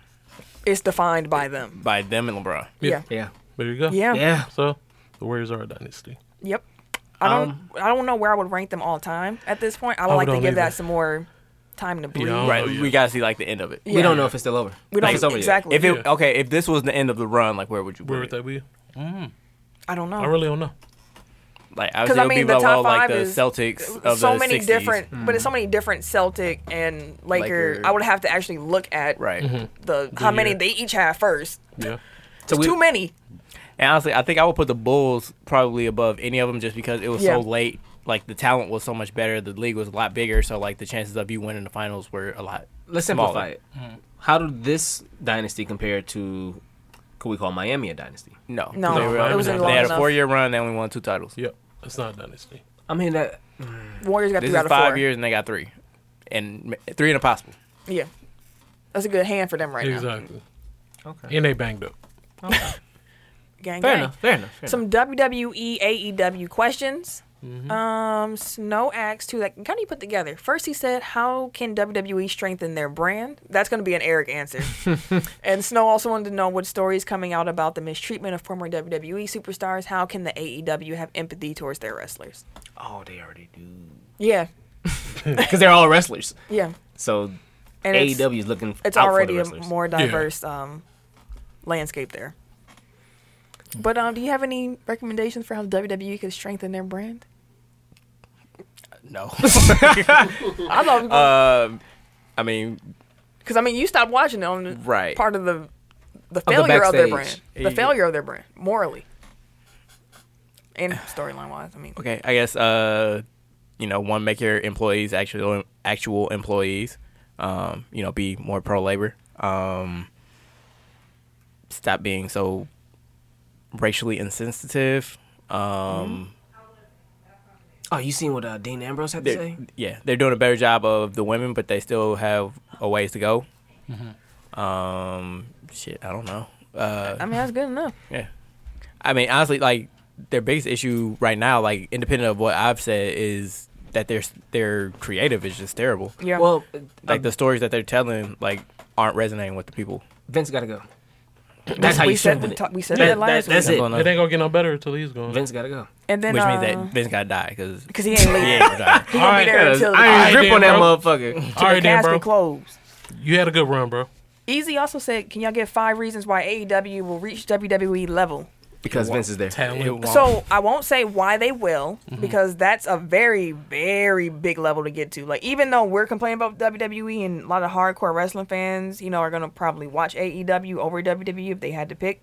[SPEAKER 1] it's defined by them.
[SPEAKER 2] by them and LeBron.
[SPEAKER 1] Yeah.
[SPEAKER 4] Yeah.
[SPEAKER 3] There you go.
[SPEAKER 1] Yeah.
[SPEAKER 4] Yeah.
[SPEAKER 3] So the Warriors are a dynasty.
[SPEAKER 1] Yep. I don't. I don't know where I would rank them all time at this point. I would
[SPEAKER 3] I
[SPEAKER 1] like to
[SPEAKER 3] don't
[SPEAKER 1] give
[SPEAKER 3] either.
[SPEAKER 1] that some more time to breathe.
[SPEAKER 3] don't-
[SPEAKER 2] Right.
[SPEAKER 3] Oh, yeah.
[SPEAKER 2] We gotta see like the end of it.
[SPEAKER 1] Yeah.
[SPEAKER 4] We don't know if it's still over.
[SPEAKER 1] We don't
[SPEAKER 4] If it's over yet.
[SPEAKER 1] exactly.
[SPEAKER 2] If it
[SPEAKER 3] Yeah.
[SPEAKER 2] okay, if this was the end of the run, like where would you? put
[SPEAKER 3] Where
[SPEAKER 2] it?
[SPEAKER 3] would that be?
[SPEAKER 1] I don't know.
[SPEAKER 3] I really don't know.
[SPEAKER 2] Like I would
[SPEAKER 1] 'Cause,
[SPEAKER 2] say
[SPEAKER 1] I
[SPEAKER 2] it would be
[SPEAKER 1] mean, the
[SPEAKER 2] about
[SPEAKER 1] top
[SPEAKER 2] well, like
[SPEAKER 1] five
[SPEAKER 2] the
[SPEAKER 1] is-
[SPEAKER 2] Celtics of
[SPEAKER 1] so
[SPEAKER 2] the
[SPEAKER 1] many
[SPEAKER 2] 60s.
[SPEAKER 1] different, but it's so many different Celtic and Laker.
[SPEAKER 2] Laker.
[SPEAKER 1] I would have to actually look at
[SPEAKER 2] Right.
[SPEAKER 3] Mm-hmm.
[SPEAKER 1] the how many
[SPEAKER 3] year.
[SPEAKER 1] they each have first.
[SPEAKER 3] Yeah.
[SPEAKER 4] So we-
[SPEAKER 1] Too many.
[SPEAKER 2] And honestly, I think I would put the Bulls probably above any of them just because it was
[SPEAKER 1] Yeah.
[SPEAKER 2] so late. Like the talent was so much better, the league was a lot bigger, so like the chances of you winning the finals were a lot.
[SPEAKER 4] Let's
[SPEAKER 2] smaller.
[SPEAKER 4] simplify it. hmm. How did this dynasty compare to? Could we call Miami a dynasty?
[SPEAKER 2] No,
[SPEAKER 1] No,
[SPEAKER 2] they, were-
[SPEAKER 3] it wasn't
[SPEAKER 2] they
[SPEAKER 3] long
[SPEAKER 2] had a
[SPEAKER 1] enough.
[SPEAKER 2] four-year run. They only won two titles.
[SPEAKER 3] Yep. It's not a dynasty.
[SPEAKER 4] I mean, that
[SPEAKER 1] Warriors got
[SPEAKER 2] This
[SPEAKER 1] three
[SPEAKER 2] is
[SPEAKER 1] out of
[SPEAKER 2] five
[SPEAKER 1] four.
[SPEAKER 2] years, and they got three, and m- three and a possible.
[SPEAKER 1] Yeah, that's a good hand for them right now.
[SPEAKER 3] Exactly.
[SPEAKER 4] Okay.
[SPEAKER 3] And they banged up.
[SPEAKER 1] Gang,
[SPEAKER 4] fair
[SPEAKER 1] gang.
[SPEAKER 4] enough. Fair enough. Fair enough.
[SPEAKER 1] Some E, WWE AEW questions. Um, Snow asked too, like, how do you put together? First, he said, "How can WWE strengthen their brand?" That's going to be an Eric answer. and Snow also wanted to know what stories coming out about the mistreatment of former WWE superstars. How can the AEW have empathy towards their wrestlers?
[SPEAKER 4] Oh, they already do.
[SPEAKER 1] Yeah,
[SPEAKER 4] Because they're all wrestlers.
[SPEAKER 1] yeah.
[SPEAKER 4] So
[SPEAKER 1] And it's,
[SPEAKER 4] AEW is looking.
[SPEAKER 1] it's
[SPEAKER 4] out
[SPEAKER 1] already
[SPEAKER 4] for
[SPEAKER 1] a
[SPEAKER 4] the wrestlers.
[SPEAKER 1] more diverse um, landscape there. But um, do you have any recommendations for how WWE could strengthen their brand?
[SPEAKER 2] No,
[SPEAKER 1] I love.
[SPEAKER 4] Uh,
[SPEAKER 2] um, I mean,
[SPEAKER 1] Because I mean, you stopped watching it on the-
[SPEAKER 2] Right.
[SPEAKER 1] part of the the failure of, their brand,
[SPEAKER 4] backstage.
[SPEAKER 1] the
[SPEAKER 2] Yeah.
[SPEAKER 1] failure of their brand morally and storyline wise. I mean,
[SPEAKER 2] Okay, I guess uh, you know, one make your employees actual actual employees. Um, you know, be more pro labor. Um, stop being so racially insensitive. Um,
[SPEAKER 4] Oh, you seen what uh, Dean Ambrose had to
[SPEAKER 2] they're,
[SPEAKER 4] say?
[SPEAKER 2] yeah, they're doing a better job of the women, but they still have a ways to go.
[SPEAKER 4] Mm-hmm.
[SPEAKER 2] Um, shit, I don't know. Uh,
[SPEAKER 1] I mean that's good enough.
[SPEAKER 2] Yeah. I mean, honestly, like their biggest issue right now, like independent of what I've said, is that their their creative is just terrible.
[SPEAKER 1] Yeah.
[SPEAKER 4] Well, uh,
[SPEAKER 2] Like the stories that they're telling, like aren't resonating with the people.
[SPEAKER 4] Vince got to go. That's how
[SPEAKER 1] we
[SPEAKER 4] you
[SPEAKER 1] said
[SPEAKER 4] strengthen
[SPEAKER 1] we,
[SPEAKER 4] it.
[SPEAKER 1] talk, we said
[SPEAKER 4] That-
[SPEAKER 1] that last
[SPEAKER 4] that- that's
[SPEAKER 1] week,
[SPEAKER 2] That's
[SPEAKER 4] it.
[SPEAKER 2] all I
[SPEAKER 3] It
[SPEAKER 2] know.
[SPEAKER 3] ain't gonna get no better until he's gone.
[SPEAKER 4] Vince got to go.
[SPEAKER 1] and then
[SPEAKER 2] Which means
[SPEAKER 1] uh,
[SPEAKER 2] that Vince gotta die because
[SPEAKER 1] because he ain't leaving.
[SPEAKER 2] yeah,
[SPEAKER 1] He gonna be there until the,
[SPEAKER 3] ain't grip on that
[SPEAKER 4] motherfucker.
[SPEAKER 3] All
[SPEAKER 1] the
[SPEAKER 3] right, then,
[SPEAKER 1] casket
[SPEAKER 3] bro.
[SPEAKER 1] closed.
[SPEAKER 3] you had a good run, bro.
[SPEAKER 1] Easy also said, "Can y'all give five reasons why AEW will reach WWE level?"
[SPEAKER 4] Because Vince is there.
[SPEAKER 3] Talent.
[SPEAKER 2] It won't.
[SPEAKER 1] So I won't say why they will
[SPEAKER 2] Mm-hmm.
[SPEAKER 1] because that's a very, very big level to get to. Like even though we're complaining about WWE and a lot of hardcore wrestling fans, you know, are gonna probably watch AEW over WWE if they had to pick.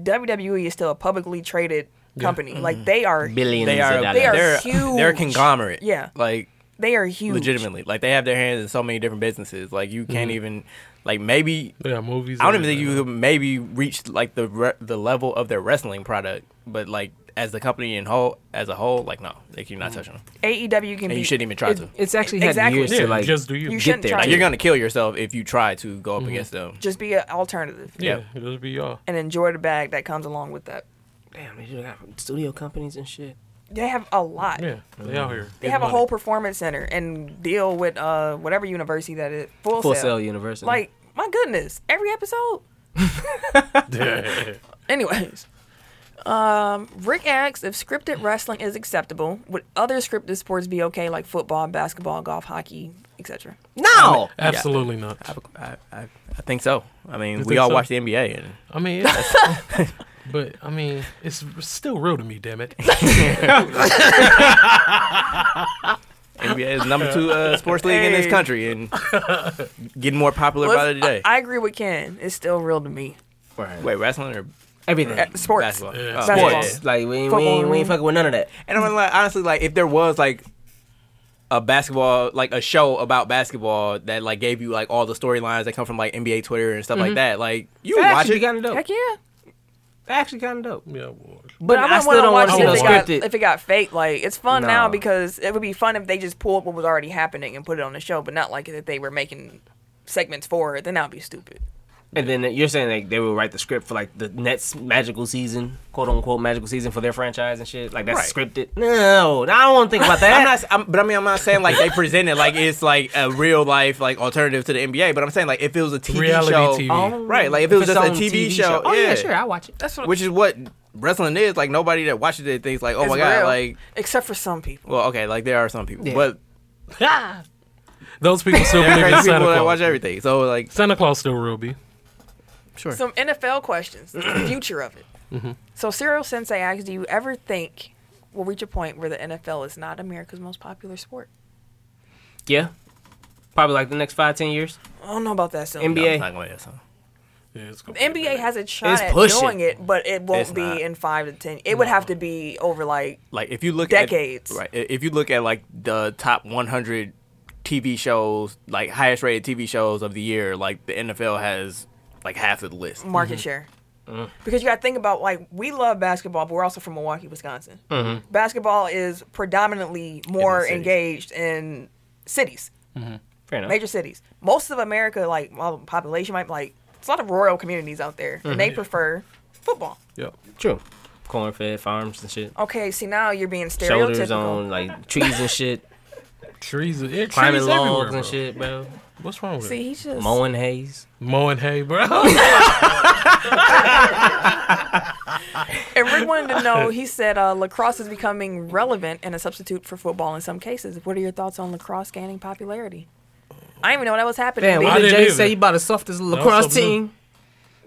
[SPEAKER 1] WWE is still a publicly traded company.
[SPEAKER 2] Mm-hmm.
[SPEAKER 1] Like they are,
[SPEAKER 4] Billions
[SPEAKER 2] they are
[SPEAKER 4] of dollars.
[SPEAKER 1] They are
[SPEAKER 2] they're
[SPEAKER 1] huge.
[SPEAKER 2] they're a conglomerate.
[SPEAKER 1] Yeah.
[SPEAKER 2] like
[SPEAKER 1] they are huge.
[SPEAKER 2] legitimately, like they have their hands in so many different businesses. Like you can't even like maybe
[SPEAKER 3] Yeah, movies.
[SPEAKER 2] I don't
[SPEAKER 3] and
[SPEAKER 2] even think you
[SPEAKER 3] everything.
[SPEAKER 2] could maybe reach like the re- the level of their wrestling product, but like as the company in whole as a whole, like no, like you're not touching them,
[SPEAKER 1] AEW E can
[SPEAKER 2] and
[SPEAKER 1] be.
[SPEAKER 2] you shouldn't even try to.
[SPEAKER 4] It's actually had
[SPEAKER 1] Exactly.
[SPEAKER 4] years
[SPEAKER 3] Yeah,
[SPEAKER 4] to like.
[SPEAKER 3] just do you.
[SPEAKER 1] you
[SPEAKER 3] Yeah,
[SPEAKER 1] shouldn't
[SPEAKER 4] there.
[SPEAKER 1] try.
[SPEAKER 2] Like
[SPEAKER 1] to.
[SPEAKER 2] you're gonna kill yourself if you try to go up against them.
[SPEAKER 1] just be an alternative
[SPEAKER 3] yeah, just be y'all.
[SPEAKER 1] and enjoy the bag that comes along with that.
[SPEAKER 4] Damn, they just got studio companies and shit.
[SPEAKER 1] They have a lot.
[SPEAKER 3] Yeah, they out here.
[SPEAKER 1] They
[SPEAKER 3] getting
[SPEAKER 1] have a
[SPEAKER 3] money.
[SPEAKER 1] whole performance center and deal with uh whatever university that is. Full,
[SPEAKER 4] Full
[SPEAKER 1] Sail.
[SPEAKER 4] Sail University.
[SPEAKER 1] Like my goodness, every episode.
[SPEAKER 3] Yeah.
[SPEAKER 1] Anyways, um, Rick asks if scripted wrestling is acceptable. Would other scripted sports be okay, like football, basketball, golf, hockey, etc.?
[SPEAKER 4] no.
[SPEAKER 3] Absolutely not.
[SPEAKER 2] I, I, I think so. I mean, we
[SPEAKER 3] You think
[SPEAKER 2] all
[SPEAKER 3] so?
[SPEAKER 2] watch the NBA, and
[SPEAKER 3] I mean, it's- but I mean, it's still real to me. Damn it.
[SPEAKER 2] NBA is number two uh, sports league in this
[SPEAKER 1] Hey.
[SPEAKER 2] country, and getting more popular by the
[SPEAKER 1] Let's-
[SPEAKER 2] day.
[SPEAKER 1] I, I agree with Ken. It's still real to me.
[SPEAKER 2] Wait, wrestling or
[SPEAKER 4] Everything.
[SPEAKER 1] Uh, sports.
[SPEAKER 2] basketball?
[SPEAKER 3] Yeah.
[SPEAKER 2] Oh,
[SPEAKER 1] Basketball.
[SPEAKER 2] yeah.
[SPEAKER 4] It's Like we ain't, we
[SPEAKER 1] Football
[SPEAKER 4] ain't, we
[SPEAKER 1] room.
[SPEAKER 4] ain't fucking with none of that.
[SPEAKER 2] And I'm like, honestly, like if there was like a basketball, like a show about basketball that like gave you like all the storylines that come from like NBA Twitter and stuff like that, like you would
[SPEAKER 4] Mm-hmm. That
[SPEAKER 2] watch
[SPEAKER 4] actually
[SPEAKER 2] it.
[SPEAKER 4] kind of dope.
[SPEAKER 1] Heck yeah.
[SPEAKER 4] That actually kind of dope.
[SPEAKER 3] Yeah, boy.
[SPEAKER 4] But, I,
[SPEAKER 1] wouldn't
[SPEAKER 4] still
[SPEAKER 1] wanna
[SPEAKER 4] don't want
[SPEAKER 1] watch it
[SPEAKER 4] you to
[SPEAKER 1] if it, got,
[SPEAKER 4] script it.
[SPEAKER 1] if it got fake. Like it's fun now
[SPEAKER 4] No.
[SPEAKER 1] because it would be fun if they just pulled what was already happening and put it on the show, but not like if they were making segments for it. Then that would be stupid.
[SPEAKER 4] And then you're saying like they will write the script for like the next magical season, quote unquote magical season for their franchise and shit. Like that's scripted. No, no, I don't want to think about
[SPEAKER 2] I'm
[SPEAKER 4] that.
[SPEAKER 2] not, I'm, but I mean, I'm not saying like they present it like it's like a real life like alternative to the NBA. But I'm saying like if it was a TV
[SPEAKER 3] Reality
[SPEAKER 2] show,
[SPEAKER 3] TV.
[SPEAKER 2] right? Like if it was just a
[SPEAKER 4] on
[SPEAKER 2] TV, show,
[SPEAKER 4] oh
[SPEAKER 2] yeah,
[SPEAKER 4] sure, I watch it. That's what.
[SPEAKER 2] Which is what wrestling is. Like nobody that watches it thinks like, oh
[SPEAKER 1] It's
[SPEAKER 2] my god,
[SPEAKER 1] real.
[SPEAKER 2] like
[SPEAKER 1] except for some people.
[SPEAKER 2] well, okay, like there are some people,
[SPEAKER 4] Yeah.
[SPEAKER 2] but
[SPEAKER 3] Those people still
[SPEAKER 2] there are
[SPEAKER 3] believe in
[SPEAKER 2] crazy
[SPEAKER 3] Santa
[SPEAKER 2] people that watch
[SPEAKER 3] Claus.
[SPEAKER 2] everything. So like,
[SPEAKER 3] Santa Claus still real, be.
[SPEAKER 2] sure.
[SPEAKER 1] Some NFL questions, the future of it. So Cyril Sensei asks, do you ever think we'll reach a point where the NFL is not America's most popular sport?
[SPEAKER 4] Yeah, probably like the next five ten years.
[SPEAKER 1] I don't know about that. Still.
[SPEAKER 4] NBA.
[SPEAKER 2] No, I'm not going to answer.
[SPEAKER 3] Yeah, it's cool.
[SPEAKER 1] The NBA has a shot
[SPEAKER 4] It's
[SPEAKER 1] at
[SPEAKER 4] pushing.
[SPEAKER 1] doing it, but it won't
[SPEAKER 2] It's
[SPEAKER 1] be
[SPEAKER 2] not.
[SPEAKER 1] in five to ten. It would have to be over like
[SPEAKER 2] like if you look
[SPEAKER 1] Decades.
[SPEAKER 2] at, right i- if you look at like the top 100 tv shows like highest rated tv shows of the year like the nfl has like half of the list
[SPEAKER 1] market share. Because you got to think about like we love basketball, but we're also from Milwaukee, Wisconsin. Basketball is predominantly more
[SPEAKER 2] cities.
[SPEAKER 1] engaged in cities,
[SPEAKER 4] Fair enough.
[SPEAKER 1] major cities. Most of America, like while the population might like, it's a lot of rural communities out there, and
[SPEAKER 4] Mm-hmm.
[SPEAKER 1] they prefer football.
[SPEAKER 3] Yep.
[SPEAKER 4] True. Corn fed farms and shit.
[SPEAKER 1] Okay, see now you're being stereotypical.
[SPEAKER 4] Shoulders on like trees and shit,
[SPEAKER 3] Trees, yeah,
[SPEAKER 4] climbing
[SPEAKER 3] trees everywhere,
[SPEAKER 4] logs
[SPEAKER 3] bro.
[SPEAKER 4] and shit, bro.
[SPEAKER 3] What's wrong with
[SPEAKER 1] see,
[SPEAKER 3] it?
[SPEAKER 1] he's just
[SPEAKER 4] Mowing haze.
[SPEAKER 3] Mowing hay, bro.
[SPEAKER 1] And Rick wanted to know. He said uh, lacrosse is becoming relevant and a substitute for football in some cases. What are your thoughts on lacrosse gaining popularity? I didn't even know that was happening.
[SPEAKER 4] Damn,
[SPEAKER 1] They-
[SPEAKER 4] why
[SPEAKER 3] didn't
[SPEAKER 4] did Jay
[SPEAKER 3] either.
[SPEAKER 4] say you bought the softest lacrosse
[SPEAKER 3] something new.
[SPEAKER 4] team?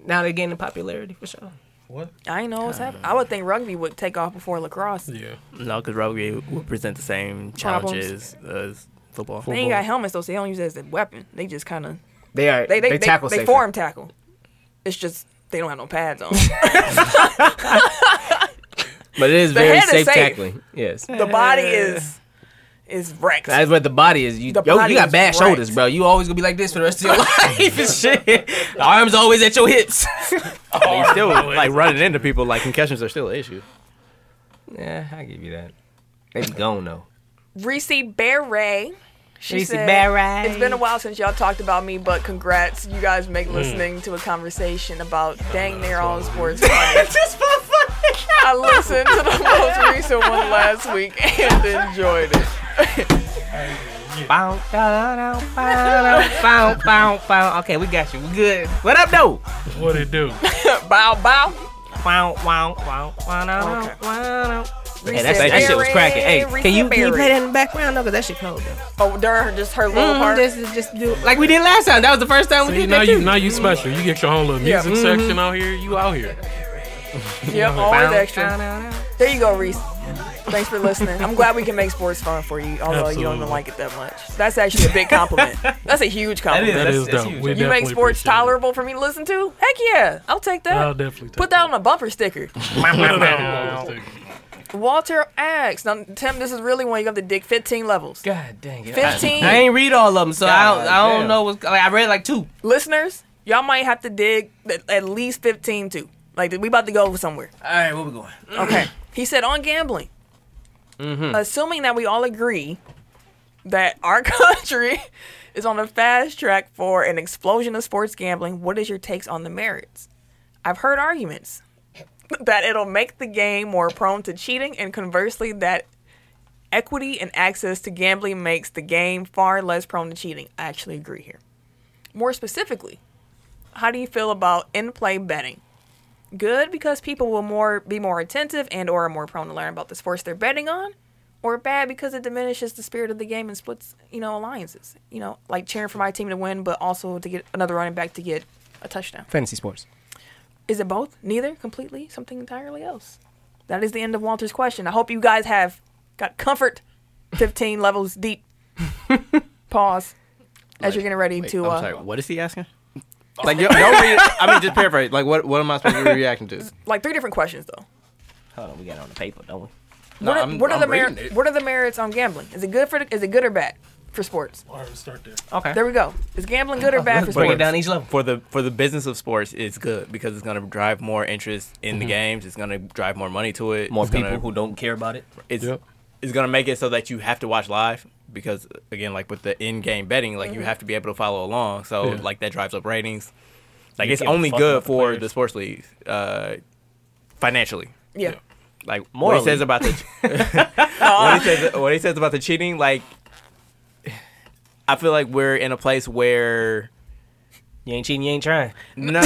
[SPEAKER 4] Now they're gaining popularity for sure.
[SPEAKER 3] what?
[SPEAKER 1] I know what's happening. I would think rugby would take off before lacrosse.
[SPEAKER 3] Yeah.
[SPEAKER 2] no because rugby will present the same
[SPEAKER 1] Problems.
[SPEAKER 2] challenges as football
[SPEAKER 1] They ain't got helmets though, so they don't use it as a weapon. They just kind of
[SPEAKER 4] They are
[SPEAKER 1] They they, they,
[SPEAKER 4] tackle
[SPEAKER 1] they,
[SPEAKER 4] safer.
[SPEAKER 1] form tackle. It's just they don't have no pads on.
[SPEAKER 4] but it is very
[SPEAKER 1] head is
[SPEAKER 4] safe,
[SPEAKER 1] safe.
[SPEAKER 4] tackling. Yes,
[SPEAKER 1] the body is is wrecked.
[SPEAKER 4] that's what the body is. You
[SPEAKER 1] The
[SPEAKER 4] yo,
[SPEAKER 1] body
[SPEAKER 4] you got
[SPEAKER 1] is
[SPEAKER 4] bad
[SPEAKER 1] wrecked.
[SPEAKER 4] shoulders, bro. You always gonna be like this for the rest of your life and shit. The arms always at your hips.
[SPEAKER 2] But you still like running into people. Like concussions are still an issue.
[SPEAKER 4] yeah, I give you that. They be gone though.
[SPEAKER 1] Reese Barre. She
[SPEAKER 4] Reese
[SPEAKER 1] said,
[SPEAKER 4] Barre.
[SPEAKER 1] It's been a while since y'all talked about me, but congrats. You guys make listening to a conversation about dang near all sports funny.
[SPEAKER 4] Just for fun.
[SPEAKER 1] I listened to the most recent one last week and enjoyed it.
[SPEAKER 4] Bow, bow, down, bow, down, bow, bow, bow. Okay, we got you. We good. What up, though?
[SPEAKER 3] What it do?
[SPEAKER 1] Bow bow.
[SPEAKER 4] Wow, wow, wow, wow, wow,
[SPEAKER 1] Okay.
[SPEAKER 4] wow. Hey,
[SPEAKER 1] Reese
[SPEAKER 4] that, that shit was
[SPEAKER 1] Barre,
[SPEAKER 4] cracking. Hey,
[SPEAKER 1] Reese
[SPEAKER 4] can you, can you
[SPEAKER 1] Barre.
[SPEAKER 4] play that in the background though? Cause that shit cold though.
[SPEAKER 1] Oh, during her, just her little part.
[SPEAKER 4] Mm-hmm, Just, just do like we did last time. That was the first time we
[SPEAKER 3] See,
[SPEAKER 4] did
[SPEAKER 3] now
[SPEAKER 4] that
[SPEAKER 3] you
[SPEAKER 4] too.
[SPEAKER 3] now you special. You get your own little
[SPEAKER 1] Yeah.
[SPEAKER 3] music section out here. You out here.
[SPEAKER 1] Yep, always extra. There you go, Reese. Thanks for listening. I'm glad we can make sports fun for you, although you don't
[SPEAKER 3] Absolutely.
[SPEAKER 1] even like it that much. That's actually a big compliment. That's a huge compliment.
[SPEAKER 3] That
[SPEAKER 4] That's-
[SPEAKER 3] is
[SPEAKER 4] that's
[SPEAKER 3] dope.
[SPEAKER 4] huge.
[SPEAKER 3] We
[SPEAKER 1] you make
[SPEAKER 3] definitely
[SPEAKER 1] sports
[SPEAKER 3] appreciate it.
[SPEAKER 1] tolerable for me to listen to? Heck yeah, I'll take that.
[SPEAKER 3] I'll definitely take
[SPEAKER 1] Put that on a bumper sticker.
[SPEAKER 3] on.
[SPEAKER 1] Walter asks, now, Tim, this is really when you have to dig 15 levels.
[SPEAKER 4] God dang it.
[SPEAKER 1] 15.
[SPEAKER 4] I ain't read all of them, so I don't, I
[SPEAKER 2] damn.
[SPEAKER 4] don't know what's. Like, I read like two.
[SPEAKER 1] Listeners, y'all might have to dig at- at least 15 too. Like, we about to go somewhere.
[SPEAKER 4] All right, where we going?
[SPEAKER 1] Okay. he said on gambling. Assuming that we all agree that our country is on a fast track for an explosion of sports gambling, what is your takes on the merits? I've heard arguments that it'll make the game more prone to cheating, and conversely, that equity and access to gambling makes the game far less prone to cheating. I actually agree here. More specifically, how do you feel about in-play betting? good because people will more be more attentive and or are more prone to learn about the sports they're betting on or bad because it diminishes the spirit of the game and splits you know alliances you know like cheering for my team to win but also to get another running back to get a touchdown
[SPEAKER 4] Fantasy sports.
[SPEAKER 1] is it both neither completely something entirely else that is the end of walter's question i hope you guys have got comfort 15 levels deep pause as you're getting ready
[SPEAKER 2] Wait,
[SPEAKER 1] to
[SPEAKER 2] I'm
[SPEAKER 1] uh,
[SPEAKER 2] sorry. What is he asking? Like, yo, don't read. I mean, just paraphrase. Like, what, what am I supposed to be reacting to?
[SPEAKER 1] like three different questions though
[SPEAKER 4] Hold on, we got it on the paper, don't we?
[SPEAKER 2] No,
[SPEAKER 1] what are,
[SPEAKER 2] I'm-
[SPEAKER 1] what are
[SPEAKER 2] I'm
[SPEAKER 1] the mer-
[SPEAKER 2] reading it.
[SPEAKER 1] what are the merits on gambling? Is it good for the, is it good or bad for sports?
[SPEAKER 3] All right, let's start there.
[SPEAKER 4] Okay.
[SPEAKER 1] There we go. Is gambling good or bad for
[SPEAKER 4] Let's break it
[SPEAKER 1] sports?
[SPEAKER 4] down each level.
[SPEAKER 2] for the for the business of sports, it's good because it's gonna drive more interest in the games. It's gonna drive Mm-hmm. more money to it.
[SPEAKER 4] More
[SPEAKER 2] it's
[SPEAKER 4] people
[SPEAKER 2] gonna,
[SPEAKER 4] who don't care about it.
[SPEAKER 2] it's
[SPEAKER 3] Yep.
[SPEAKER 2] it's gonna make it so that you have to watch live because again, like with the in game betting, like
[SPEAKER 1] Mm-hmm.
[SPEAKER 2] you have to be able to follow along. So
[SPEAKER 3] Yeah.
[SPEAKER 2] like that drives up ratings. Like
[SPEAKER 4] You
[SPEAKER 2] it's
[SPEAKER 4] give a
[SPEAKER 2] only
[SPEAKER 4] fuck
[SPEAKER 2] good
[SPEAKER 4] about the
[SPEAKER 2] for
[SPEAKER 4] players.
[SPEAKER 2] the sports leagues, uh, financially.
[SPEAKER 1] Yeah.
[SPEAKER 2] Like what
[SPEAKER 4] Morally.
[SPEAKER 2] he says about the what he says what he says about the cheating, like I feel like we're in a place where
[SPEAKER 4] You ain't cheating, you ain't trying.
[SPEAKER 2] no, no, no.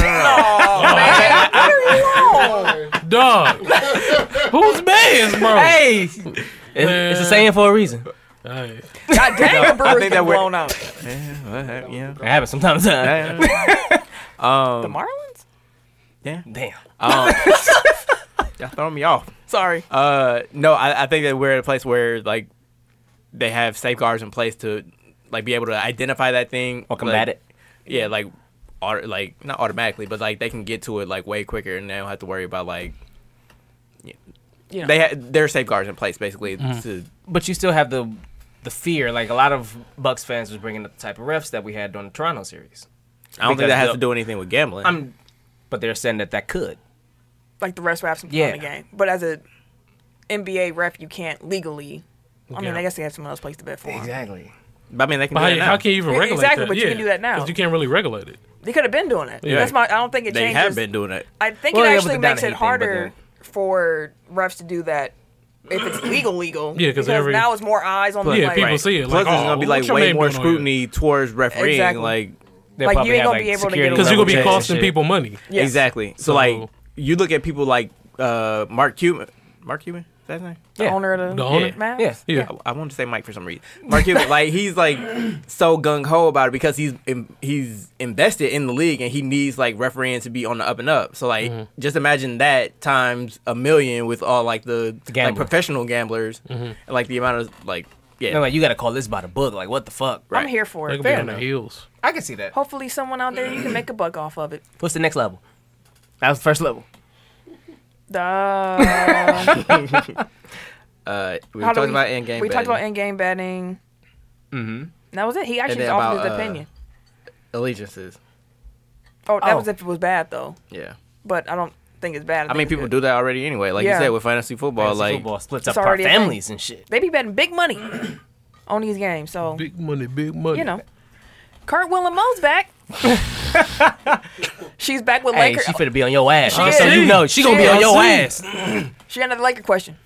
[SPEAKER 3] Dog. Who's man's, bro?
[SPEAKER 4] Hey, it's, it's a saying for a reason.
[SPEAKER 3] Hey.
[SPEAKER 1] God dang, the
[SPEAKER 2] I
[SPEAKER 1] Brewers
[SPEAKER 2] think
[SPEAKER 1] get
[SPEAKER 2] that we're-
[SPEAKER 1] blown out.
[SPEAKER 2] Yeah, yeah.
[SPEAKER 4] It happens sometimes.
[SPEAKER 1] The Marlins?
[SPEAKER 4] Damn.
[SPEAKER 2] Y'all throwing me off.
[SPEAKER 1] Sorry.
[SPEAKER 2] Uh, no, I, I think that we're at a place where like they have safeguards in place to like be able to identify that thing
[SPEAKER 4] Or combat it.
[SPEAKER 2] Yeah, like auto, like not automatically, but like they can get to it like way quicker, and they don't have to worry about like
[SPEAKER 1] You know.
[SPEAKER 2] they ha- their safeguards in place basically to
[SPEAKER 4] But you still have the the fear. Like a lot of Bucks fans was bringing up the type of refs that we had during the Toronto series.
[SPEAKER 2] I don't
[SPEAKER 4] Because
[SPEAKER 2] think that has
[SPEAKER 4] the-
[SPEAKER 2] to do anything with gambling.
[SPEAKER 4] I'm, but they're saying that that could.
[SPEAKER 1] like the rest wraps
[SPEAKER 4] Yeah.
[SPEAKER 1] yeah. in the game. But as a NBA ref, you can't legally. I mean,
[SPEAKER 3] Yeah.
[SPEAKER 1] I guess they have someone else place to bet for. 'em.
[SPEAKER 4] Exactly.
[SPEAKER 2] But, I mean, they can.
[SPEAKER 3] But
[SPEAKER 2] Do
[SPEAKER 3] how,
[SPEAKER 2] that
[SPEAKER 3] you-
[SPEAKER 2] now.
[SPEAKER 3] how can you even
[SPEAKER 1] Yeah,
[SPEAKER 3] regulate
[SPEAKER 1] exactly,
[SPEAKER 3] that?
[SPEAKER 1] but you can do that now.
[SPEAKER 3] Because you can't really regulate it.
[SPEAKER 1] They could have been doing it.
[SPEAKER 3] Yeah.
[SPEAKER 1] That's my. I don't think it
[SPEAKER 2] They
[SPEAKER 1] changes.
[SPEAKER 2] have been doing it.
[SPEAKER 1] I think
[SPEAKER 4] Well,
[SPEAKER 1] it
[SPEAKER 4] yeah, with
[SPEAKER 1] actually
[SPEAKER 4] the
[SPEAKER 1] makes
[SPEAKER 4] Donahue
[SPEAKER 1] it
[SPEAKER 4] thing, but
[SPEAKER 1] harder for refs to do that if it's legal. Legal.
[SPEAKER 3] Yeah, 'cause
[SPEAKER 1] because
[SPEAKER 3] every-
[SPEAKER 1] now it's more eyes on the
[SPEAKER 3] Yeah,
[SPEAKER 1] like,
[SPEAKER 3] people see it.
[SPEAKER 2] Plus,
[SPEAKER 3] Like,
[SPEAKER 2] there's
[SPEAKER 3] oh,
[SPEAKER 2] gonna be
[SPEAKER 3] what
[SPEAKER 2] like
[SPEAKER 3] your
[SPEAKER 2] way
[SPEAKER 3] man
[SPEAKER 2] more
[SPEAKER 3] doing over here?
[SPEAKER 2] scrutiny towards refereeing.
[SPEAKER 1] Exactly.
[SPEAKER 2] Like
[SPEAKER 4] They'll
[SPEAKER 1] Like, you
[SPEAKER 4] probably
[SPEAKER 1] ain't
[SPEAKER 4] have,
[SPEAKER 1] gonna be able to
[SPEAKER 4] security
[SPEAKER 1] get a
[SPEAKER 3] Because you're
[SPEAKER 4] level
[SPEAKER 3] going to be
[SPEAKER 4] checks and
[SPEAKER 3] costing
[SPEAKER 4] shit.
[SPEAKER 3] people money.
[SPEAKER 1] Yes.
[SPEAKER 2] Exactly. So, like you look at people like uh, Mark Cuban. Mark Cuban, is that his name?
[SPEAKER 1] the
[SPEAKER 4] Yeah.
[SPEAKER 1] owner of the,
[SPEAKER 3] The owner?
[SPEAKER 1] Mavs?
[SPEAKER 4] Yeah.
[SPEAKER 3] Yeah.
[SPEAKER 2] I, I wanted to say Mike for some reason. Mark Cuban, like he's like so gung ho about it because he's in, he's invested in the league and he needs like refereeing to be on the up and up. So like just imagine that times a million with all like the like
[SPEAKER 4] gambling.
[SPEAKER 2] professional gamblers and like the amount of like Yeah.
[SPEAKER 4] They're like, you got to call this by the book. Like, what the fuck?
[SPEAKER 1] I'm here for
[SPEAKER 3] They
[SPEAKER 1] it.
[SPEAKER 3] could be
[SPEAKER 4] fair
[SPEAKER 3] on their
[SPEAKER 4] enough.
[SPEAKER 3] heels.
[SPEAKER 4] I can see that.
[SPEAKER 1] Hopefully, someone out there you can make a buck off of it.
[SPEAKER 4] What's the next level? That was the first level.
[SPEAKER 1] Duh.
[SPEAKER 2] Uh, we
[SPEAKER 1] How do
[SPEAKER 2] talked
[SPEAKER 1] we-
[SPEAKER 2] about Endgame.
[SPEAKER 1] we talked about end game betting.
[SPEAKER 2] Mhm.
[SPEAKER 1] That was it. He actually
[SPEAKER 2] then
[SPEAKER 1] offered
[SPEAKER 2] about,
[SPEAKER 1] his
[SPEAKER 2] uh,
[SPEAKER 1] opinion.
[SPEAKER 2] allegiances.
[SPEAKER 1] Oh, that
[SPEAKER 4] oh.
[SPEAKER 1] was if it was bad though.
[SPEAKER 2] Yeah.
[SPEAKER 1] But I don't think it's bad.
[SPEAKER 2] I mean,
[SPEAKER 1] think it's
[SPEAKER 2] people
[SPEAKER 1] good.
[SPEAKER 2] do that already anyway. Like
[SPEAKER 1] Yeah.
[SPEAKER 2] you said, with fantasy football,
[SPEAKER 4] Fantasy
[SPEAKER 2] like
[SPEAKER 4] football splits
[SPEAKER 1] It's
[SPEAKER 4] up our
[SPEAKER 1] already a thing.
[SPEAKER 4] families and shit.
[SPEAKER 1] They be betting big money on these games. So
[SPEAKER 3] Big money, big money.
[SPEAKER 1] you know, Kurt Willem Mo's back. She's back with
[SPEAKER 4] Hey,
[SPEAKER 1] Laker.
[SPEAKER 4] she finna be on your ass.
[SPEAKER 1] She
[SPEAKER 4] so you
[SPEAKER 1] is.
[SPEAKER 4] know she gonna
[SPEAKER 1] She
[SPEAKER 4] be on
[SPEAKER 1] is.
[SPEAKER 4] your
[SPEAKER 1] She
[SPEAKER 4] ass.
[SPEAKER 1] She had another Laker question.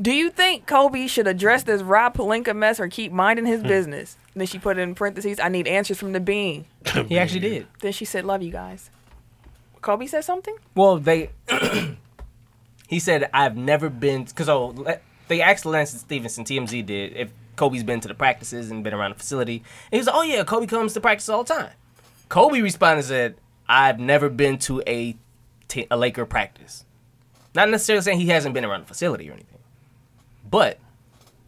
[SPEAKER 1] Do you think Kobe should address this Rob Palinka mess or keep minding
[SPEAKER 2] Hmm.
[SPEAKER 1] his business? And then she put in parentheses, I need answers from the bean.
[SPEAKER 4] He actually did.
[SPEAKER 1] Then she said, Love you guys. Kobe said something?
[SPEAKER 4] Well, they. he said, "I've never been because oh, le- they asked Lance Stevenson, TMZ did, if Kobe's been to the practices and been around the facility. And he was like, "Oh yeah, Kobe comes to practice all the time." Kobe responded said, "I've never been to a t- a Laker practice." Not necessarily saying he hasn't been around the facility or anything, but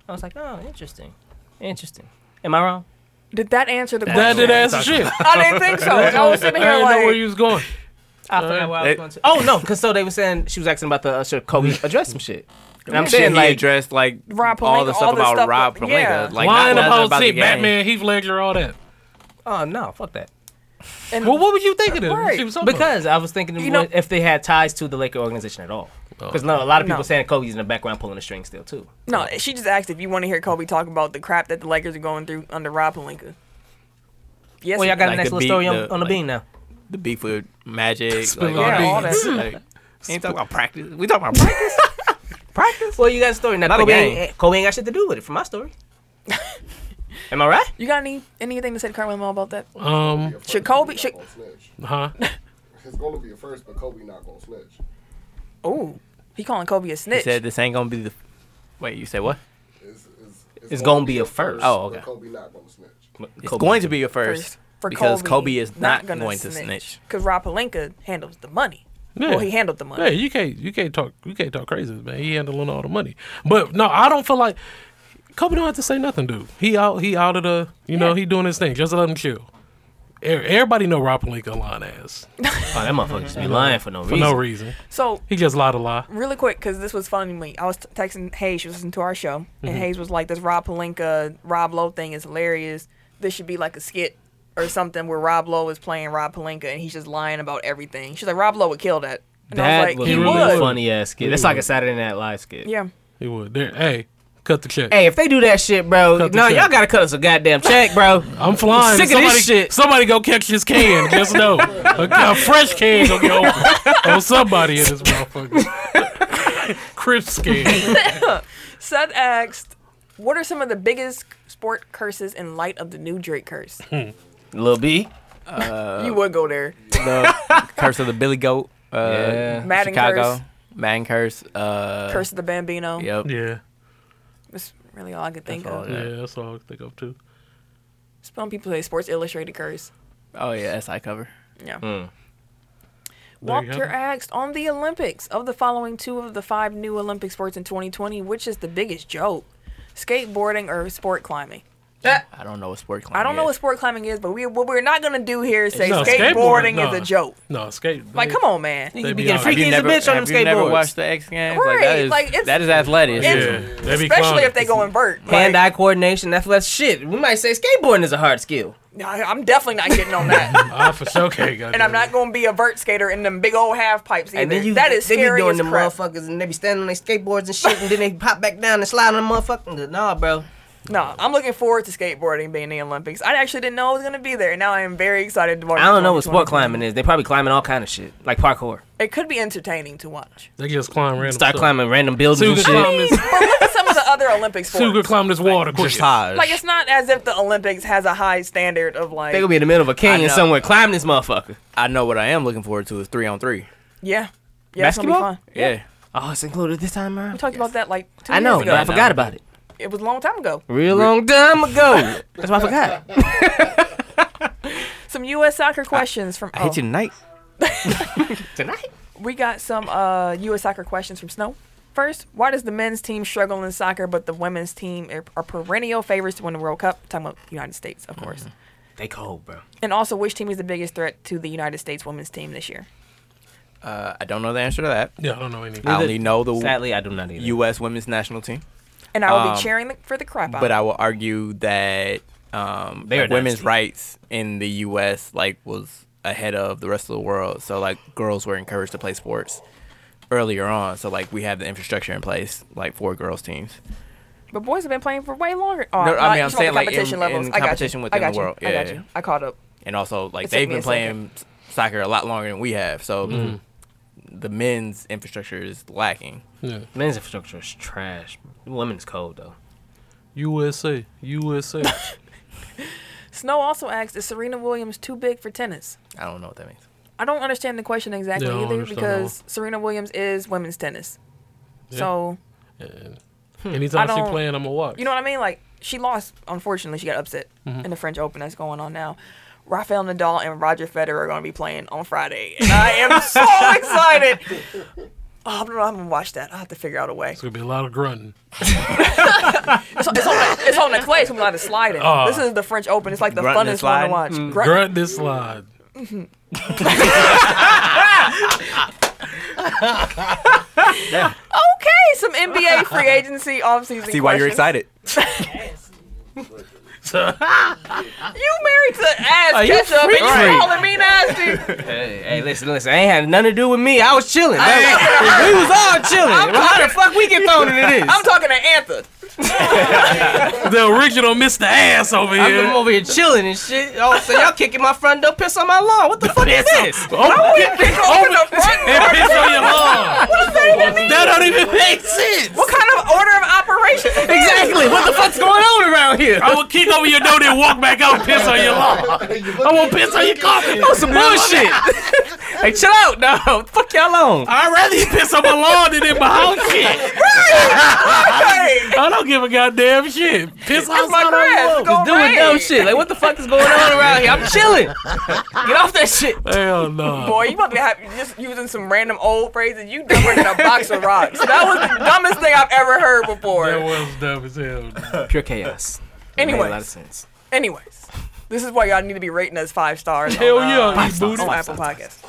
[SPEAKER 4] I was like, "Oh, interesting, interesting." Am I wrong?
[SPEAKER 1] Did that answer the
[SPEAKER 3] That
[SPEAKER 1] question?
[SPEAKER 3] did ass and shit. I
[SPEAKER 1] I didn't think so. I was sitting here
[SPEAKER 3] didn't know where you
[SPEAKER 1] like,
[SPEAKER 3] was going.
[SPEAKER 4] I forgot where I was
[SPEAKER 2] It-
[SPEAKER 4] going to. Oh no, because so they were saying she was asking about the uh, should Kobe address some shit. And I'm
[SPEAKER 2] shit,
[SPEAKER 4] saying
[SPEAKER 2] he
[SPEAKER 4] like
[SPEAKER 2] addressed like
[SPEAKER 1] Rob
[SPEAKER 2] all
[SPEAKER 1] Palenka,
[SPEAKER 2] the
[SPEAKER 1] all
[SPEAKER 2] stuff
[SPEAKER 1] the
[SPEAKER 2] about
[SPEAKER 1] stuff
[SPEAKER 2] Rob
[SPEAKER 1] that-
[SPEAKER 2] Palenka,
[SPEAKER 1] yeah.
[SPEAKER 2] like
[SPEAKER 3] Line
[SPEAKER 2] not
[SPEAKER 3] up
[SPEAKER 2] nothing
[SPEAKER 3] whole
[SPEAKER 2] about the
[SPEAKER 3] seat,
[SPEAKER 2] game.
[SPEAKER 3] Batman, Heath Ledger, all that.
[SPEAKER 4] Oh no, fuck that.
[SPEAKER 1] and
[SPEAKER 3] Well, what would you think of that?
[SPEAKER 1] Right.
[SPEAKER 3] She was so dumb.
[SPEAKER 4] Because I was thinking
[SPEAKER 1] You know-
[SPEAKER 4] what- if they had ties to the Laker organization at all.
[SPEAKER 2] Oh.
[SPEAKER 4] Because no, a lot of people
[SPEAKER 1] No.
[SPEAKER 4] saying Kobe's in the background pulling the string still too.
[SPEAKER 1] no, she just asked if you want to hear Kobe talk about the crap that the Lakers are going through under Rob Palinka. Yes,
[SPEAKER 4] Well, y'all got
[SPEAKER 2] Like
[SPEAKER 4] a nice
[SPEAKER 2] the
[SPEAKER 4] little
[SPEAKER 2] beat,
[SPEAKER 4] story on,
[SPEAKER 2] the-
[SPEAKER 4] on the
[SPEAKER 2] like-
[SPEAKER 4] beam now.
[SPEAKER 2] the beef with Magic, like
[SPEAKER 3] all
[SPEAKER 1] Yeah, all
[SPEAKER 2] these-
[SPEAKER 1] that.
[SPEAKER 2] like, ain't talking about practice. We talking about practice.
[SPEAKER 4] Well, you got a story now.
[SPEAKER 2] Not a
[SPEAKER 4] Kobe,
[SPEAKER 2] game.
[SPEAKER 4] ain't, Kobe ain't got shit to do with it from my story. Am I right?
[SPEAKER 1] you got any anything to say to Kurt Willem Mo about that?
[SPEAKER 3] Um,
[SPEAKER 1] Should Kobe- should-
[SPEAKER 3] huh?
[SPEAKER 5] It's gonna be a first, but Kobe not gonna snitch.
[SPEAKER 1] Oh, he calling Kobe a
[SPEAKER 2] He
[SPEAKER 1] snitch.
[SPEAKER 2] said this ain't gonna be the. Wait, you said what?
[SPEAKER 5] It's, it's,
[SPEAKER 4] It's gonna be a first.
[SPEAKER 2] Oh,
[SPEAKER 5] but
[SPEAKER 2] okay.
[SPEAKER 5] Kobe not gonna snitch.
[SPEAKER 2] It's going to be a
[SPEAKER 1] first
[SPEAKER 2] first,
[SPEAKER 1] for
[SPEAKER 2] because
[SPEAKER 1] Kobe,
[SPEAKER 2] Kobe, is not, going to snitch.
[SPEAKER 1] Because Rob Palenka handles the money.
[SPEAKER 3] Yeah.
[SPEAKER 1] Well, he handled the money.
[SPEAKER 3] Hey, you can't you can't talk you can't talk crazy, man. He handling all the money. But no, I don't feel like Kobe don't have to say nothing, dude. He out he out of the you know, he doing his thing. Just let him chill. E- Everybody know Rob Palenka lying ass
[SPEAKER 4] Oh, that motherfucker just be lying for no
[SPEAKER 3] for
[SPEAKER 4] reason.
[SPEAKER 3] no reason.
[SPEAKER 1] So
[SPEAKER 3] He just lied a lie.
[SPEAKER 1] really quick, because this was funny to me. I was t- texting Hayes. She was listening to our show, and Hayes was like, "This Rob Palenka, Rob Lowe thing is hilarious. This should be like a skit." Or something where Rob Lowe is playing Rob Palenka and he's just lying about everything. She's like, Rob Lowe would kill that. And I
[SPEAKER 4] That
[SPEAKER 1] was like,
[SPEAKER 4] was
[SPEAKER 1] he
[SPEAKER 4] really
[SPEAKER 1] would.
[SPEAKER 4] funny ass skit. That's like a Saturday Night Live skit.
[SPEAKER 1] Yeah.
[SPEAKER 3] He would. There, hey, cut the check.
[SPEAKER 4] Hey, if they do that shit, bro,
[SPEAKER 3] Cut the
[SPEAKER 4] no,
[SPEAKER 3] check.
[SPEAKER 4] y'all gotta cut us a goddamn check, bro.
[SPEAKER 3] I'm flying.
[SPEAKER 4] Sick of
[SPEAKER 3] somebody,
[SPEAKER 4] this shit.
[SPEAKER 3] Somebody go catch this can. Just know. A, a fresh can gonna get open on somebody in this motherfucker. Crisp can.
[SPEAKER 1] Seth asked, "What are some of the biggest sport curses in light of the new Drake curse?"
[SPEAKER 4] Lil B.
[SPEAKER 2] Uh,
[SPEAKER 1] you would go there.
[SPEAKER 2] The curse of the Billy Goat, uh,
[SPEAKER 4] Yeah.
[SPEAKER 1] Madden
[SPEAKER 2] Chicago,
[SPEAKER 1] curse.
[SPEAKER 2] Madden curse, uh,
[SPEAKER 1] Curse of the Bambino.
[SPEAKER 2] Yep.
[SPEAKER 3] Yeah.
[SPEAKER 1] That's really all I could think
[SPEAKER 2] That's all
[SPEAKER 1] of.
[SPEAKER 2] it
[SPEAKER 3] Yeah, that's all I can think of too.
[SPEAKER 1] Some people say Sports Illustrated curse.
[SPEAKER 2] Oh yeah, SI cover.
[SPEAKER 1] Yeah.
[SPEAKER 3] There you
[SPEAKER 1] Walker
[SPEAKER 3] go.
[SPEAKER 1] asked on the Olympics of the following two of the five new Olympic sports in 2020, which is the biggest joke? Skateboarding or sport climbing?
[SPEAKER 2] I don't know what sport.
[SPEAKER 1] I don't know what
[SPEAKER 2] What,
[SPEAKER 1] sport climbing is, but we what we're not gonna do here is say
[SPEAKER 3] No,
[SPEAKER 1] skateboarding,
[SPEAKER 3] skateboarding,
[SPEAKER 1] is
[SPEAKER 3] no.
[SPEAKER 1] a joke.
[SPEAKER 3] No, skate.
[SPEAKER 1] Like, come on, man.
[SPEAKER 4] You
[SPEAKER 3] They
[SPEAKER 4] be
[SPEAKER 3] be
[SPEAKER 4] getting
[SPEAKER 3] out.
[SPEAKER 4] freaky as a bitch on them
[SPEAKER 2] have you never watched
[SPEAKER 4] skateboards.
[SPEAKER 2] the X Games?
[SPEAKER 1] Right,
[SPEAKER 2] Like that is
[SPEAKER 1] like, it's-
[SPEAKER 2] that is athleticism.
[SPEAKER 3] Yeah.
[SPEAKER 1] It's-
[SPEAKER 3] They be
[SPEAKER 1] Especially
[SPEAKER 3] climbing.
[SPEAKER 1] if they go in vert. Like,
[SPEAKER 4] Hand-eye coordination, that's less shit. We might say skateboarding is a hard skill.
[SPEAKER 1] I, I'm definitely not getting on that.
[SPEAKER 3] I Ah, for sure can't.
[SPEAKER 1] and I'm not going to be a vert skater in them big old half pipes either.
[SPEAKER 4] And then you,
[SPEAKER 1] that is
[SPEAKER 4] they
[SPEAKER 1] scary
[SPEAKER 4] be doing
[SPEAKER 1] as
[SPEAKER 4] them
[SPEAKER 1] crap.
[SPEAKER 4] motherfuckers, and they be standing on their skateboards and shit, and then they pop back down and slide on the motherfucking. Nah, bro.
[SPEAKER 1] No, I'm looking forward to skateboarding being in the Olympics. I actually didn't know I was going to be there. and Now I am very excited. To
[SPEAKER 4] I don't know what sport climbing is. They probably climbing all kind of shit, like parkour.
[SPEAKER 1] It could be entertaining to watch.
[SPEAKER 3] They just climb random.
[SPEAKER 4] Start
[SPEAKER 3] stuff.
[SPEAKER 4] climbing random buildings
[SPEAKER 3] Sugar
[SPEAKER 4] and
[SPEAKER 3] climb this.
[SPEAKER 4] shit.
[SPEAKER 1] But look at some of the other Olympic
[SPEAKER 3] Sugar
[SPEAKER 1] sports.
[SPEAKER 3] climb this water quick.
[SPEAKER 2] Dressage.
[SPEAKER 1] Like it's not as if the Olympics has a high standard of like.
[SPEAKER 4] They gonna be in the middle of a
[SPEAKER 2] I
[SPEAKER 4] canyon
[SPEAKER 2] know.
[SPEAKER 4] somewhere. Climb this motherfucker.
[SPEAKER 2] I know what I am looking forward to is three on three.
[SPEAKER 1] yeah, yeah, it's gonna be
[SPEAKER 4] Basketball?
[SPEAKER 1] fun.
[SPEAKER 2] Yeah.
[SPEAKER 4] Oh, it's included this time around.
[SPEAKER 1] We talked about that like two
[SPEAKER 4] I know,
[SPEAKER 1] years ago.
[SPEAKER 4] but I forgot about it.
[SPEAKER 1] It was a long time ago.
[SPEAKER 4] Real long time ago. That's why I forgot.
[SPEAKER 1] Some U.S. soccer questions from.
[SPEAKER 2] I hit
[SPEAKER 1] oh.
[SPEAKER 2] you tonight.
[SPEAKER 4] Tonight.
[SPEAKER 1] We got some uh, U.S. soccer questions from Snow. First, why does the men's team struggle in soccer, but the women's team are, are perennial favorites to win the World Cup? Talking about the United States, of course.
[SPEAKER 4] Mm-hmm. They cold, bro.
[SPEAKER 1] And also, which team is the biggest threat to the United States women's team this year?
[SPEAKER 2] Uh, I don't know the answer to that.
[SPEAKER 3] Yeah, I don't know any.
[SPEAKER 2] I only know the
[SPEAKER 4] Sadly, I do not either.
[SPEAKER 2] U.S. women's national team,
[SPEAKER 1] And I will
[SPEAKER 2] Um,
[SPEAKER 1] be cheering the, for the crap out.
[SPEAKER 2] but I will argue that um,
[SPEAKER 4] They are
[SPEAKER 2] like, women's
[SPEAKER 4] nasty.
[SPEAKER 2] rights in the U.S. like was ahead of the rest of the world. So like girls were encouraged to play sports earlier on. So like we have the infrastructure in place like for girls teams.
[SPEAKER 1] but boys have been playing for way longer. Oh,
[SPEAKER 2] No, I
[SPEAKER 1] not-
[SPEAKER 2] mean, I'm
[SPEAKER 1] just
[SPEAKER 2] saying,
[SPEAKER 1] about
[SPEAKER 2] like,
[SPEAKER 1] the competition
[SPEAKER 2] in-
[SPEAKER 1] levels.
[SPEAKER 2] in
[SPEAKER 1] I got you.
[SPEAKER 2] competition
[SPEAKER 1] I
[SPEAKER 2] within
[SPEAKER 1] got
[SPEAKER 2] the
[SPEAKER 1] you.
[SPEAKER 2] world.
[SPEAKER 1] I got
[SPEAKER 2] Yeah.
[SPEAKER 1] you. I caught up.
[SPEAKER 2] and also
[SPEAKER 1] It
[SPEAKER 2] like
[SPEAKER 1] took
[SPEAKER 2] they've
[SPEAKER 1] me
[SPEAKER 2] been
[SPEAKER 1] a second.
[SPEAKER 2] playing s- soccer a lot longer than we have. So
[SPEAKER 4] Mm-hmm.
[SPEAKER 2] the men's infrastructure is lacking.
[SPEAKER 3] Yeah.
[SPEAKER 4] Men's infrastructure is trash. Women's cold though.
[SPEAKER 3] USA, USA.
[SPEAKER 1] Snow also asks, is Serena Williams too big for tennis?
[SPEAKER 2] I don't know what that means.
[SPEAKER 1] I don't understand the question exactly
[SPEAKER 3] Yeah, I don't
[SPEAKER 1] either
[SPEAKER 3] understand that
[SPEAKER 1] because Serena Williams is women's tennis.
[SPEAKER 3] Yeah.
[SPEAKER 1] So,
[SPEAKER 3] And anytime
[SPEAKER 1] Hmm. I
[SPEAKER 3] she
[SPEAKER 1] don't-
[SPEAKER 3] playing, I'm gonna watch.
[SPEAKER 1] you know what I mean? Like, she lost, unfortunately, she got upset
[SPEAKER 3] Mm-hmm.
[SPEAKER 1] in the French Open that's going on now. Rafael Nadal and Roger Federer are going to be playing on Friday. And I am so excited. Oh, I'm going to watch that. I'll have to figure out a way.
[SPEAKER 3] It's gonna be a lot of grunting.
[SPEAKER 1] It's, it's on, the, it's on the clay. It's going to be a lot of sliding.
[SPEAKER 3] Oh.
[SPEAKER 1] this is the French Open. It's like the
[SPEAKER 2] Grunt and
[SPEAKER 1] funnest one to
[SPEAKER 2] sliding?
[SPEAKER 1] watch. Grunt-
[SPEAKER 3] Hmm. Grunt this slide.
[SPEAKER 1] Okay, some NBA free agency offseason
[SPEAKER 2] See why you're
[SPEAKER 1] questions.
[SPEAKER 2] excited.
[SPEAKER 1] You married to ass
[SPEAKER 3] you
[SPEAKER 1] ketchup and you
[SPEAKER 4] freak?
[SPEAKER 1] calling me nasty.
[SPEAKER 4] Hey, hey, listen, listen. Ain't had nothing to do with me. I was chilling. we was all chilling. How the fuck we get thrown into this?
[SPEAKER 1] I'm talking to Antha.
[SPEAKER 3] The original Mr. Ass over
[SPEAKER 4] I'm
[SPEAKER 3] here.
[SPEAKER 4] over here chilling and shit. Oh, so y'all kicking my front door, piss on my lawn. What the fuck is this?
[SPEAKER 3] Oh, and piss
[SPEAKER 1] Open the front door.
[SPEAKER 3] on your lawn.
[SPEAKER 1] What does that even mean?
[SPEAKER 3] That don't even make sense.
[SPEAKER 1] What kind of order of operations is that?
[SPEAKER 4] Exactly. What the fuck's going on around here?
[SPEAKER 3] I will kick over your door, then walk back out and piss on your lawn. I won't piss on your coffee.
[SPEAKER 4] on some bullshit. hey, chill out, no. Fuck y'all on.
[SPEAKER 3] I'd rather you piss on my lawn than in my house shit.
[SPEAKER 1] Hey,
[SPEAKER 3] I don't give a goddamn shit. Piss
[SPEAKER 1] it's
[SPEAKER 3] outside
[SPEAKER 1] my
[SPEAKER 3] on
[SPEAKER 1] grass.
[SPEAKER 3] my
[SPEAKER 1] It's
[SPEAKER 3] lawn.
[SPEAKER 1] gonna
[SPEAKER 4] Just doing
[SPEAKER 1] rain.
[SPEAKER 4] dumb shit. Like, what the fuck is going on around here? I'm chilling. Get off that shit.
[SPEAKER 3] Hell no.
[SPEAKER 1] Boy, you about to be happy just using some random old phrases. You dumber than a box of rocks. That was the dumbest thing I've ever heard
[SPEAKER 3] That
[SPEAKER 1] before.
[SPEAKER 3] was dumb as hell.
[SPEAKER 4] Pure chaos. Made a lot of
[SPEAKER 1] Anyways,
[SPEAKER 4] sense.
[SPEAKER 1] anyways, this is why y'all need to be rating us five stars.
[SPEAKER 3] Hell
[SPEAKER 1] on, uh,
[SPEAKER 3] yeah, you
[SPEAKER 1] on
[SPEAKER 3] booty.
[SPEAKER 1] Apple Podcast.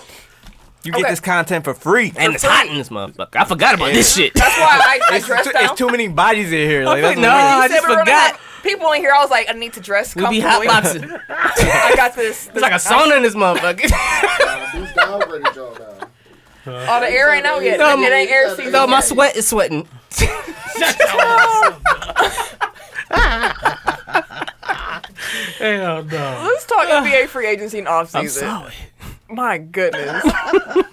[SPEAKER 2] You
[SPEAKER 1] Okay.
[SPEAKER 2] get this content for free.
[SPEAKER 4] And it's hot in this motherfucker. I forgot about this shit.
[SPEAKER 1] That's why I, I
[SPEAKER 2] It's too,
[SPEAKER 1] dressed down.
[SPEAKER 2] it's too many bodies in here. Like, that's
[SPEAKER 4] no,
[SPEAKER 2] what
[SPEAKER 4] Uh, I
[SPEAKER 1] You said
[SPEAKER 4] just
[SPEAKER 1] we were gonna
[SPEAKER 4] forgot.
[SPEAKER 1] have People in here, I was like, I need to dress
[SPEAKER 4] We be
[SPEAKER 1] comfortably.
[SPEAKER 4] hot boxing.
[SPEAKER 1] I got this.
[SPEAKER 4] It's like a sauna in this motherfucker.
[SPEAKER 5] Who's downgraded y'all now?
[SPEAKER 1] Oh, the air ain't out yet.
[SPEAKER 4] No,
[SPEAKER 1] it ain't air season.
[SPEAKER 4] no, my sweat is sweating.
[SPEAKER 3] Hell no.
[SPEAKER 1] Let's talk NBA free agency and
[SPEAKER 4] uh, I'm
[SPEAKER 1] offseason.
[SPEAKER 4] sorry.
[SPEAKER 1] My goodness.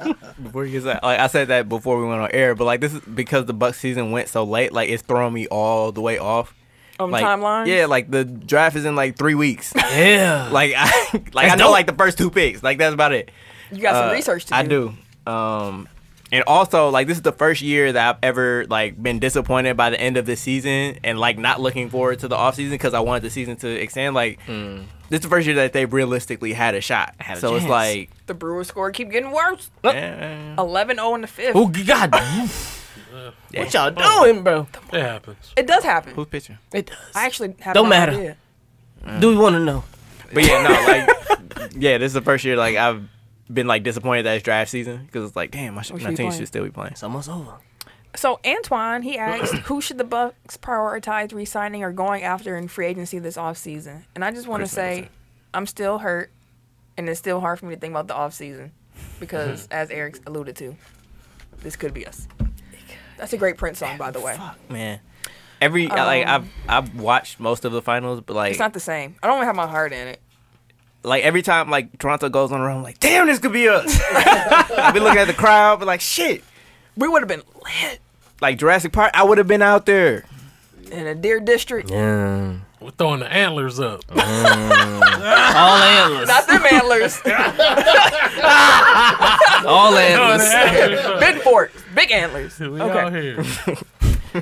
[SPEAKER 2] we- where you at? Like I said that before we went on air, but like this is because the Buck season went so late. Like it's throwing me all the way off.
[SPEAKER 1] On
[SPEAKER 2] Like,
[SPEAKER 1] timeline?
[SPEAKER 2] Yeah, like the draft is in like three weeks.
[SPEAKER 4] Yeah.
[SPEAKER 2] like I, like I know
[SPEAKER 4] dope.
[SPEAKER 2] like the first two picks. Like that's about it.
[SPEAKER 1] You got some
[SPEAKER 2] Uh,
[SPEAKER 1] research to do.
[SPEAKER 2] I do. Um, and also, like, this is the first year that I've ever like been disappointed by the end of the season and like not looking forward to the off season because I wanted the season to extend. Like, this is the first year that they realistically Hmm. had a shot.
[SPEAKER 4] Had a
[SPEAKER 2] so it's
[SPEAKER 4] chance.
[SPEAKER 2] like,
[SPEAKER 1] The Brewers score keep getting worse.
[SPEAKER 4] Look.
[SPEAKER 2] eh,
[SPEAKER 1] 11 0 in the fifth.
[SPEAKER 4] Oh God. What y'all doing, bro?
[SPEAKER 3] It happens.
[SPEAKER 1] It does happen.
[SPEAKER 2] who's pitching?
[SPEAKER 4] It does.
[SPEAKER 1] I actually have
[SPEAKER 4] Don't
[SPEAKER 1] no
[SPEAKER 4] matter.
[SPEAKER 1] idea.
[SPEAKER 4] Do we want to know?
[SPEAKER 2] But yeah, no, like, yeah, this is the first year like I've been like disappointed that it's draft season because it's like, damn, my, sh-
[SPEAKER 1] We should
[SPEAKER 2] my
[SPEAKER 1] be
[SPEAKER 2] team
[SPEAKER 1] playing.
[SPEAKER 2] should still be playing.
[SPEAKER 4] It's almost over.
[SPEAKER 1] So Antoine, he asked, who should the Bucks prioritize re-signing or going after in free agency this offseason? And I just want to
[SPEAKER 2] Chris Middleton.
[SPEAKER 1] say, I'm still hurt, and it's still hard for me to think about the offseason because, as Eric alluded to, this could be us. That's a great Prince song, by the way.
[SPEAKER 2] Man, every like I've I've watched most of the finals, but like
[SPEAKER 1] Um, It's not the same. I don't have my heart in it.
[SPEAKER 2] like every time like Toronto goes on the run, I'm like, damn, this could be us. I've been looking at the crowd, but like, shit,
[SPEAKER 1] We would have been lit
[SPEAKER 2] like Jurassic Park, I would have been out there.
[SPEAKER 1] in a deer district.
[SPEAKER 4] Yeah.
[SPEAKER 3] We're throwing the antlers up.
[SPEAKER 4] All antlers.
[SPEAKER 1] Not them antlers.
[SPEAKER 4] All
[SPEAKER 3] Throwing
[SPEAKER 4] antlers.
[SPEAKER 3] the antlers up.
[SPEAKER 1] Big forks. Big antlers.
[SPEAKER 3] We
[SPEAKER 1] Okay.
[SPEAKER 3] out here.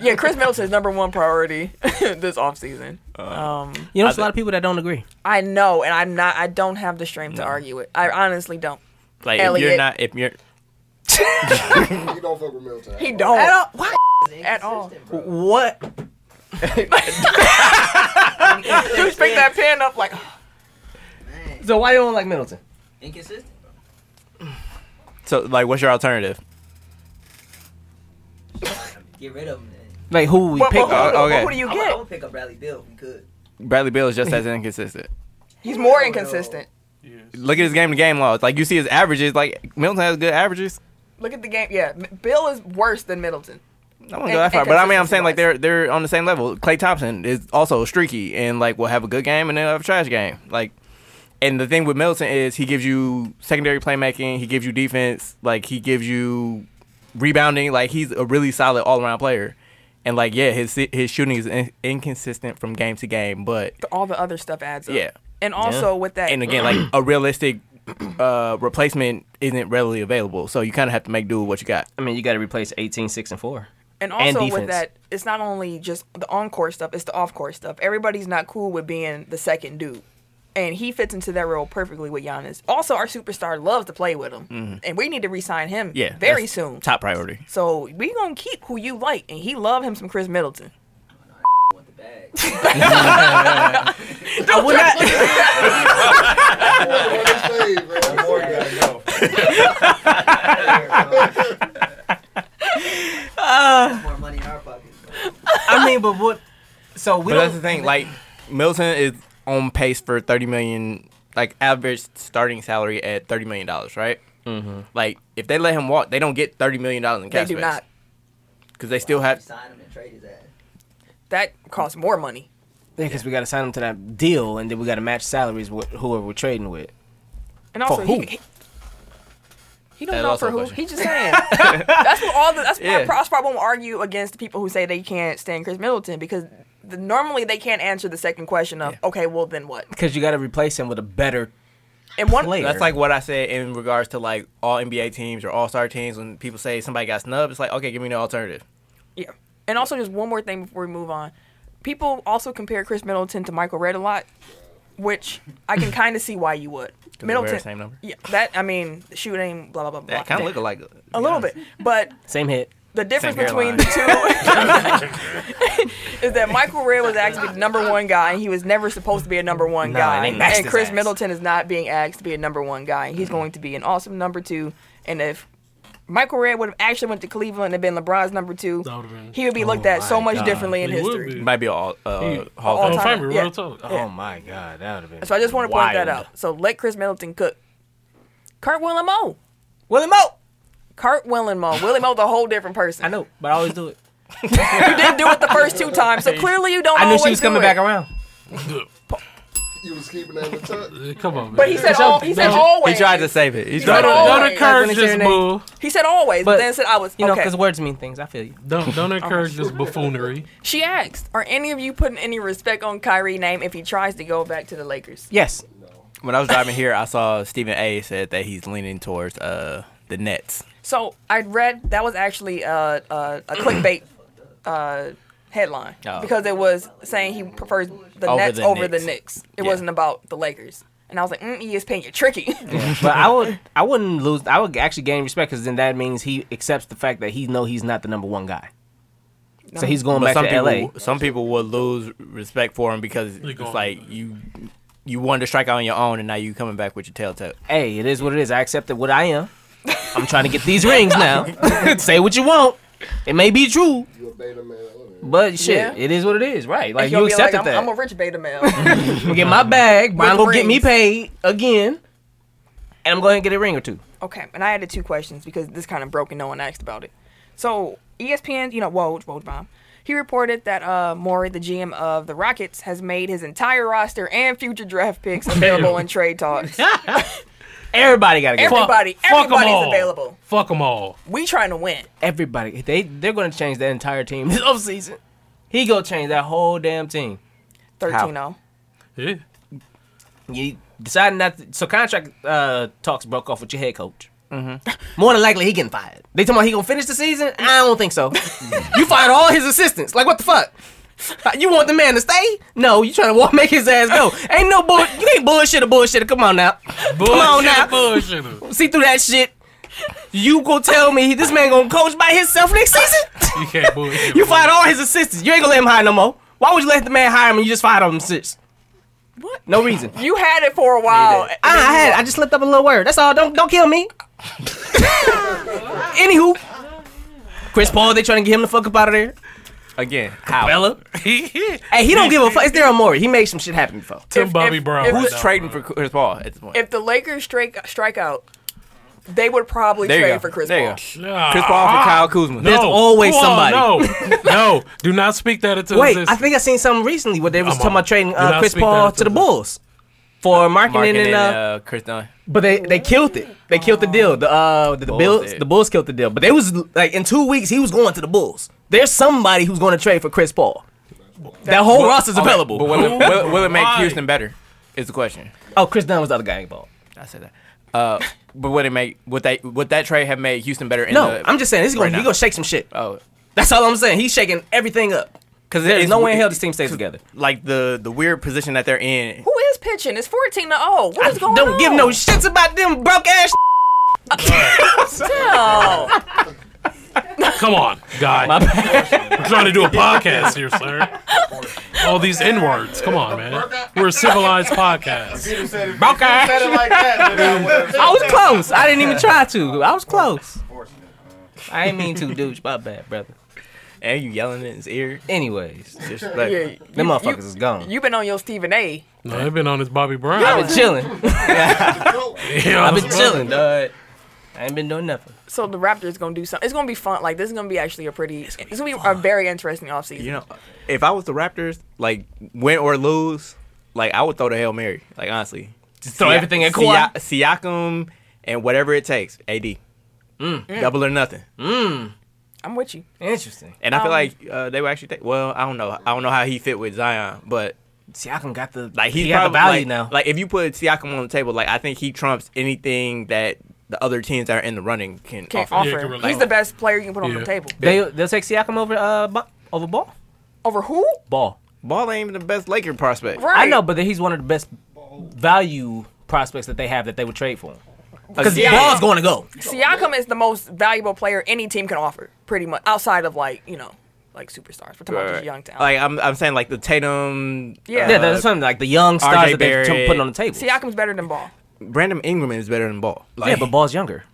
[SPEAKER 1] Yeah, Chris Middleton's number one priority this offseason. Um,
[SPEAKER 4] You know, there's a lot of people that don't agree.
[SPEAKER 1] I know, and I'm not. I don't have the strength to argue it. I honestly don't.
[SPEAKER 2] Like, if
[SPEAKER 1] Elliot.
[SPEAKER 2] you're not, if you're,
[SPEAKER 5] You don't fuck with Milton.
[SPEAKER 1] He don't.
[SPEAKER 4] Why
[SPEAKER 1] at all.
[SPEAKER 2] What?
[SPEAKER 1] Dude, pick that pen up like.
[SPEAKER 4] So why you don't like Middleton?
[SPEAKER 7] Inconsistent.
[SPEAKER 2] So like, what's your alternative?
[SPEAKER 7] Get rid of him. Then.
[SPEAKER 4] Like who we
[SPEAKER 1] But,
[SPEAKER 4] pick?
[SPEAKER 1] but, who, but
[SPEAKER 2] okay.
[SPEAKER 1] who do you
[SPEAKER 7] I, would, I
[SPEAKER 1] get?
[SPEAKER 7] would pick up Bradley Bill if we could.
[SPEAKER 2] Bradley Beal is just as inconsistent.
[SPEAKER 1] He's more
[SPEAKER 7] Hell no.
[SPEAKER 1] inconsistent.
[SPEAKER 2] Look at his game to game loss. Like you see his averages. Like Middleton has good averages.
[SPEAKER 1] Look at the game. Yeah, M- Bill is worse than Middleton.
[SPEAKER 2] I wouldn't go that
[SPEAKER 1] And-
[SPEAKER 2] far,
[SPEAKER 1] and
[SPEAKER 2] but I mean, I'm saying like they're
[SPEAKER 1] consistency-wise.
[SPEAKER 2] they're on the same level. Clay Thompson is also streaky and like will have a good game and then have a trash game. Like, and the thing with Middleton is he gives you secondary playmaking, he gives you defense, like he gives you rebounding. Like he's a really solid all around player. And like yeah, his his shooting is in- inconsistent from game to game, but
[SPEAKER 1] All the other stuff adds up.
[SPEAKER 2] Yeah.
[SPEAKER 1] And also with that,
[SPEAKER 2] and again like a realistic uh replacement isn't readily available, so you kind of have to make do with what you got.
[SPEAKER 4] I mean, you got to replace 18, 6, and four.
[SPEAKER 1] And
[SPEAKER 4] And
[SPEAKER 1] also
[SPEAKER 4] defense.
[SPEAKER 1] with that, it's not only just the on court stuff, it's the off court stuff. Everybody's not cool with being the second dude. And he fits into that role perfectly with Giannis. Also, our superstar loves to play with him. And we need to re sign him
[SPEAKER 2] Mm-hmm. Yeah,
[SPEAKER 1] very
[SPEAKER 2] that's
[SPEAKER 1] soon.
[SPEAKER 2] Top priority.
[SPEAKER 1] So we gonna keep who you like, and he love him some Chris Middleton.
[SPEAKER 7] Want the bag.
[SPEAKER 4] I would not.
[SPEAKER 5] Boy, what is man?
[SPEAKER 7] More money in our pockets.
[SPEAKER 4] I mean, but what? So we
[SPEAKER 2] But that's the
[SPEAKER 4] don't.
[SPEAKER 2] thing. Like Milton is on pace for thirty million, like average starting salary at thirty million dollars, right? Mm-hmm. Like if they let him walk, they don't get thirty million dollars in
[SPEAKER 1] They
[SPEAKER 2] cash.
[SPEAKER 1] do not.
[SPEAKER 2] because they still
[SPEAKER 7] You
[SPEAKER 2] have.
[SPEAKER 7] sign him and trade his ass.
[SPEAKER 1] That costs more money.
[SPEAKER 4] Because we got to sign them to that deal, and then we got to match salaries with whoever we're trading with.
[SPEAKER 1] And also,
[SPEAKER 4] who?
[SPEAKER 1] He, he, he don't
[SPEAKER 2] That's
[SPEAKER 1] know
[SPEAKER 2] also
[SPEAKER 1] for
[SPEAKER 2] a
[SPEAKER 1] who.
[SPEAKER 2] question.
[SPEAKER 1] He just saying. that's what all the. That's
[SPEAKER 2] Yeah.
[SPEAKER 1] why Prosper won't argue against the people who say they can't stand Chris Middleton because the, normally they can't answer the second question of okay, well then what?
[SPEAKER 4] Because you got to replace him with a better
[SPEAKER 1] And one
[SPEAKER 4] player.
[SPEAKER 2] That's like what I said in regards to like all NBA teams or all star teams. When people say somebody got snubbed, it's like okay, give me the alternative.
[SPEAKER 1] Yeah. And also, just one more thing before we move on. People also compare Chris Middleton to Michael Red a lot, which I can kind of see why you would.
[SPEAKER 2] they wear the
[SPEAKER 1] Middleton,
[SPEAKER 2] same number?
[SPEAKER 1] Yeah, that I mean, shooting, blah blah blah. blah.
[SPEAKER 2] That kind of look alike. to be
[SPEAKER 1] a little
[SPEAKER 2] honest.
[SPEAKER 1] bit, but
[SPEAKER 4] same hit.
[SPEAKER 1] the difference
[SPEAKER 2] Same
[SPEAKER 1] between the two is that Michael Red was asked to be the number one guy, and he was never supposed to be a number one
[SPEAKER 4] No,
[SPEAKER 1] guy.
[SPEAKER 4] they maxed
[SPEAKER 1] And
[SPEAKER 4] his
[SPEAKER 1] Chris
[SPEAKER 4] ass.
[SPEAKER 1] Middleton is not being asked to be a number one guy, and he's going to be an awesome number two. And if Michael Red would have actually went to Cleveland and been LeBron's number two,
[SPEAKER 3] That would've been- Oh
[SPEAKER 1] he would be looked at so much
[SPEAKER 4] God.
[SPEAKER 1] differently in
[SPEAKER 3] He would
[SPEAKER 1] history.
[SPEAKER 3] be.
[SPEAKER 2] Might be all uh,
[SPEAKER 3] He-
[SPEAKER 2] Hall
[SPEAKER 1] all
[SPEAKER 2] of
[SPEAKER 3] Hall
[SPEAKER 1] time,
[SPEAKER 2] Fame.
[SPEAKER 3] of Famer,
[SPEAKER 1] yeah.
[SPEAKER 3] real talk. Oh,
[SPEAKER 4] Oh my God, that would have been.
[SPEAKER 1] So I just want to point that
[SPEAKER 4] wild.
[SPEAKER 1] out. So let Chris Middleton cook. Kurt Willem Moe.
[SPEAKER 4] Willie Moe.
[SPEAKER 1] Kurt Willem Moe. Willie Moe's a whole different person.
[SPEAKER 4] I know, but I always do it.
[SPEAKER 1] You didn't do it the first two times, so clearly you don't
[SPEAKER 4] I knew
[SPEAKER 1] always
[SPEAKER 4] she was
[SPEAKER 1] do
[SPEAKER 4] coming
[SPEAKER 1] it.
[SPEAKER 4] back around.
[SPEAKER 5] You was keeping that in touch.
[SPEAKER 3] Come on, man.
[SPEAKER 1] But he said, al- he said always.
[SPEAKER 2] He tried to save it. He
[SPEAKER 1] said
[SPEAKER 2] tried
[SPEAKER 4] Oh,
[SPEAKER 2] to.
[SPEAKER 1] all-
[SPEAKER 3] don't
[SPEAKER 1] Always.
[SPEAKER 3] encourage
[SPEAKER 4] That's
[SPEAKER 3] this
[SPEAKER 4] your name.
[SPEAKER 3] bull.
[SPEAKER 1] He said always, but,
[SPEAKER 4] But,
[SPEAKER 1] then said I was.
[SPEAKER 4] You know,
[SPEAKER 1] okay.
[SPEAKER 4] because words mean things. I feel you.
[SPEAKER 3] Don't don't encourage this buffoonery.
[SPEAKER 1] she asked, "Are any of you putting any respect on Kyrie's name if he tries to go back to the Lakers?"
[SPEAKER 4] Yes.
[SPEAKER 2] When I was driving here, I saw Stephen A. said that he's leaning towards uh, the Nets.
[SPEAKER 1] So I read that was actually uh, uh, a clickbait uh, headline
[SPEAKER 2] Oh.
[SPEAKER 1] because it was saying he prefers the
[SPEAKER 2] Over
[SPEAKER 1] Nets
[SPEAKER 2] the
[SPEAKER 1] over
[SPEAKER 2] Knicks.
[SPEAKER 1] the Knicks. It
[SPEAKER 2] Yeah.
[SPEAKER 1] wasn't about the Lakers. And I was like, mm, ESPN, you're tricky.
[SPEAKER 4] but I would, I wouldn't lose. I would actually gain respect because then that means he accepts the fact that he know he's not the number one guy. So he's going
[SPEAKER 2] But
[SPEAKER 4] back
[SPEAKER 2] some
[SPEAKER 4] to
[SPEAKER 2] people,
[SPEAKER 4] L.A.
[SPEAKER 2] some people would lose respect for him because it's
[SPEAKER 3] going-
[SPEAKER 2] like you, you wanted to strike out on your own, and now you coming back with your tail tucked.
[SPEAKER 4] Hey, it is what it is. I accepted what I am. I'm trying to get these rings now. Say what you want. It may be true,
[SPEAKER 5] You a beta man. whatever.
[SPEAKER 4] but shit,
[SPEAKER 1] Yeah.
[SPEAKER 4] it is what it is. Right? Like
[SPEAKER 1] You'll
[SPEAKER 4] you
[SPEAKER 1] be like,
[SPEAKER 4] accepted
[SPEAKER 1] I'm,
[SPEAKER 4] that.
[SPEAKER 1] I'm a rich beta male.
[SPEAKER 4] gonna get my bag. Brian
[SPEAKER 1] With
[SPEAKER 4] go get me
[SPEAKER 1] rings.
[SPEAKER 4] paid again, and I'm going to get a ring or two.
[SPEAKER 1] okay, and I added two questions because this kind of broke and no one asked about it. So E ESPN, you know, Woj, Woj Bomb, he reported that uh, Maury, the GM of the Rockets, has made his entire roster and future draft picks available in trade talks.
[SPEAKER 4] Everybody got to get.
[SPEAKER 1] Every-
[SPEAKER 4] Everybody.
[SPEAKER 1] Everybody-
[SPEAKER 3] fuck 'em
[SPEAKER 1] everybody's
[SPEAKER 3] all.
[SPEAKER 1] available.
[SPEAKER 3] Fuck them all.
[SPEAKER 1] We trying to win.
[SPEAKER 4] Everybody. They they're going to change that entire team this offseason. He go change that whole damn team.
[SPEAKER 1] 13-0.
[SPEAKER 3] Yeah.
[SPEAKER 4] You decided not to, so contract uh, talks broke off with your head coach. More than likely, he getting fired. They talking about he gonna finish the season? I don't think so. you fired all his assistants. Like what the fuck? You want the man to stay? No, you trying to walk, make his ass go. Ain't no bull. You ain't bullshit a bullshitter. Come on now,
[SPEAKER 3] Bullshit,
[SPEAKER 4] now.
[SPEAKER 3] bullshit.
[SPEAKER 4] see through that shit. You gonna tell me this man gonna coach by himself next season?
[SPEAKER 3] You can't bull. can't
[SPEAKER 4] You
[SPEAKER 3] bull-
[SPEAKER 4] fired all his assistants. You ain't gonna let him hire no more. Why would you let the man hire him and you just fired all them six?
[SPEAKER 1] What?
[SPEAKER 4] No reason.
[SPEAKER 1] You had it for a while.
[SPEAKER 4] I, I had I just slipped up a little word. That's all. Don't don't kill me. Anywho, Chris Paul, they trying to get him the fuck up out of there.
[SPEAKER 2] Again, how?
[SPEAKER 4] Bella,
[SPEAKER 3] He- he-
[SPEAKER 4] hey, he don't give a fuck. It's Daryl Morey. He made some shit happen before.
[SPEAKER 3] Tim
[SPEAKER 1] If-
[SPEAKER 3] Bobby
[SPEAKER 1] if-
[SPEAKER 3] Brown.
[SPEAKER 1] if-
[SPEAKER 2] Who's
[SPEAKER 3] No,
[SPEAKER 2] trading
[SPEAKER 3] bro.
[SPEAKER 2] for Chris Paul at this point?
[SPEAKER 1] If the Lakers strike strike out, they would probably
[SPEAKER 2] there you
[SPEAKER 1] trade
[SPEAKER 2] go.
[SPEAKER 1] for Chris
[SPEAKER 2] there
[SPEAKER 1] Paul.
[SPEAKER 2] You go.
[SPEAKER 3] Nah. Ah,
[SPEAKER 2] Chris Paul
[SPEAKER 4] Ah.
[SPEAKER 2] for Kyle Kuzma.
[SPEAKER 3] No.
[SPEAKER 4] There's always
[SPEAKER 3] Hold on,
[SPEAKER 4] somebody.
[SPEAKER 3] No, no, do not speak that into
[SPEAKER 4] Wait, I
[SPEAKER 3] existence.
[SPEAKER 4] think I seen something recently where they was
[SPEAKER 3] Come on.
[SPEAKER 4] talking about trading
[SPEAKER 3] Do not
[SPEAKER 4] uh, Chris
[SPEAKER 3] speak that
[SPEAKER 4] Paul
[SPEAKER 3] into
[SPEAKER 4] to the
[SPEAKER 3] the-
[SPEAKER 4] Bulls for marketing,
[SPEAKER 2] Marketing
[SPEAKER 4] and
[SPEAKER 2] and
[SPEAKER 4] uh,
[SPEAKER 2] uh, Chris Dunn.
[SPEAKER 4] But they, they killed it. They killed the deal. The uh the, the
[SPEAKER 2] Bulls
[SPEAKER 4] Bills
[SPEAKER 2] did.
[SPEAKER 4] the Bulls killed the deal. But they was like in two weeks he was going to the Bulls. There's somebody who's going to trade for Chris Paul. That whole roster's available.
[SPEAKER 2] But will it, will, will it make
[SPEAKER 3] Why?
[SPEAKER 2] Houston better? Is the question.
[SPEAKER 4] oh, Chris Dunn was the other guy involved.
[SPEAKER 2] I said that. Uh, but would it make would they would that trade have made Houston better? In
[SPEAKER 4] No,
[SPEAKER 2] the,
[SPEAKER 4] I'm just saying this is going
[SPEAKER 2] right
[SPEAKER 4] to he
[SPEAKER 2] now.
[SPEAKER 4] gonna shake some shit.
[SPEAKER 2] oh
[SPEAKER 4] That's all I'm saying. He's shaking everything up.
[SPEAKER 2] because
[SPEAKER 4] There's no way in hell this team stays together.
[SPEAKER 2] Like the the weird position that they're in.
[SPEAKER 1] Who is pitching? It's 14 to 0. What is going
[SPEAKER 4] Don't
[SPEAKER 1] on?
[SPEAKER 4] give no shits about them broke ass.
[SPEAKER 1] No.
[SPEAKER 3] Come on, guy. We're trying to do a podcast here, sir. All these N words. Come on, man. We're a civilized podcast.
[SPEAKER 5] You said it
[SPEAKER 4] Broke ass.
[SPEAKER 5] said it like that, then I would've-
[SPEAKER 4] I was close. I didn't even try to. I was close. I ain't mean to, douche. My bad, brother.
[SPEAKER 2] And you yelling in his ear.
[SPEAKER 4] Anyways,
[SPEAKER 2] Just like,
[SPEAKER 1] Yeah,
[SPEAKER 4] them
[SPEAKER 1] you-
[SPEAKER 4] motherfuckers
[SPEAKER 1] you-
[SPEAKER 4] is gone.
[SPEAKER 1] You've been on your Stephen A.
[SPEAKER 3] No, I've been on this Bobby Brown.
[SPEAKER 4] I've been chilling.
[SPEAKER 3] Yeah,
[SPEAKER 4] I've
[SPEAKER 3] was
[SPEAKER 4] been
[SPEAKER 3] about-
[SPEAKER 4] chilling, dog. I ain't been doing nothing.
[SPEAKER 1] So the Raptors going to do something. It's going to be fun. Like, this is going to be actually a pretty, it's going to be a very interesting offseason.
[SPEAKER 2] you know, if I was the Raptors, like win or lose, like I would throw the hail mary. Like honestly, just
[SPEAKER 4] throw everything at Kawhi?
[SPEAKER 2] Siakam, and whatever it takes. AD,
[SPEAKER 4] Mm.
[SPEAKER 1] Mm.
[SPEAKER 2] double or nothing.
[SPEAKER 1] I'm with you.
[SPEAKER 4] Interesting.
[SPEAKER 2] And I
[SPEAKER 1] Um,
[SPEAKER 2] feel like uh, they would actually take. Well, I don't know. I don't know how he fit with Zion, but
[SPEAKER 4] Siakam got the
[SPEAKER 2] like he's
[SPEAKER 4] he got the
[SPEAKER 2] probably,
[SPEAKER 4] value
[SPEAKER 2] like,
[SPEAKER 4] now.
[SPEAKER 2] Like if you put Siakam on the table, like I think he trumps anything that the other teams that are in the running can
[SPEAKER 1] Can't
[SPEAKER 2] offer.
[SPEAKER 1] offer.
[SPEAKER 3] Yeah, can
[SPEAKER 1] him.
[SPEAKER 3] relate.
[SPEAKER 1] He's the best player you can put on
[SPEAKER 3] Yeah.
[SPEAKER 1] the table.
[SPEAKER 4] they they'll take Siakam over uh Ba- over Ball.
[SPEAKER 1] Over who?
[SPEAKER 4] Ball.
[SPEAKER 2] Ball ain't even the best Laker prospect.
[SPEAKER 1] Right.
[SPEAKER 4] I know, but he's one of the best value prospects that they have that they would trade for him. Because
[SPEAKER 2] Again,
[SPEAKER 4] Ball's going to go.
[SPEAKER 1] Siakam is the most valuable player any team can offer, pretty much, outside of like, you know, like superstars. We're talking about just young talent.
[SPEAKER 2] Like I'm, I'm saying like the Tatum. uh,
[SPEAKER 1] Yeah.
[SPEAKER 4] yeah, that's something like the young stars that they're
[SPEAKER 2] Barrett.
[SPEAKER 4] putting on the table.
[SPEAKER 1] Siakam's better than Ball.
[SPEAKER 2] Brandon Ingram is better than Ball. Like,
[SPEAKER 4] yeah, but Ball's younger.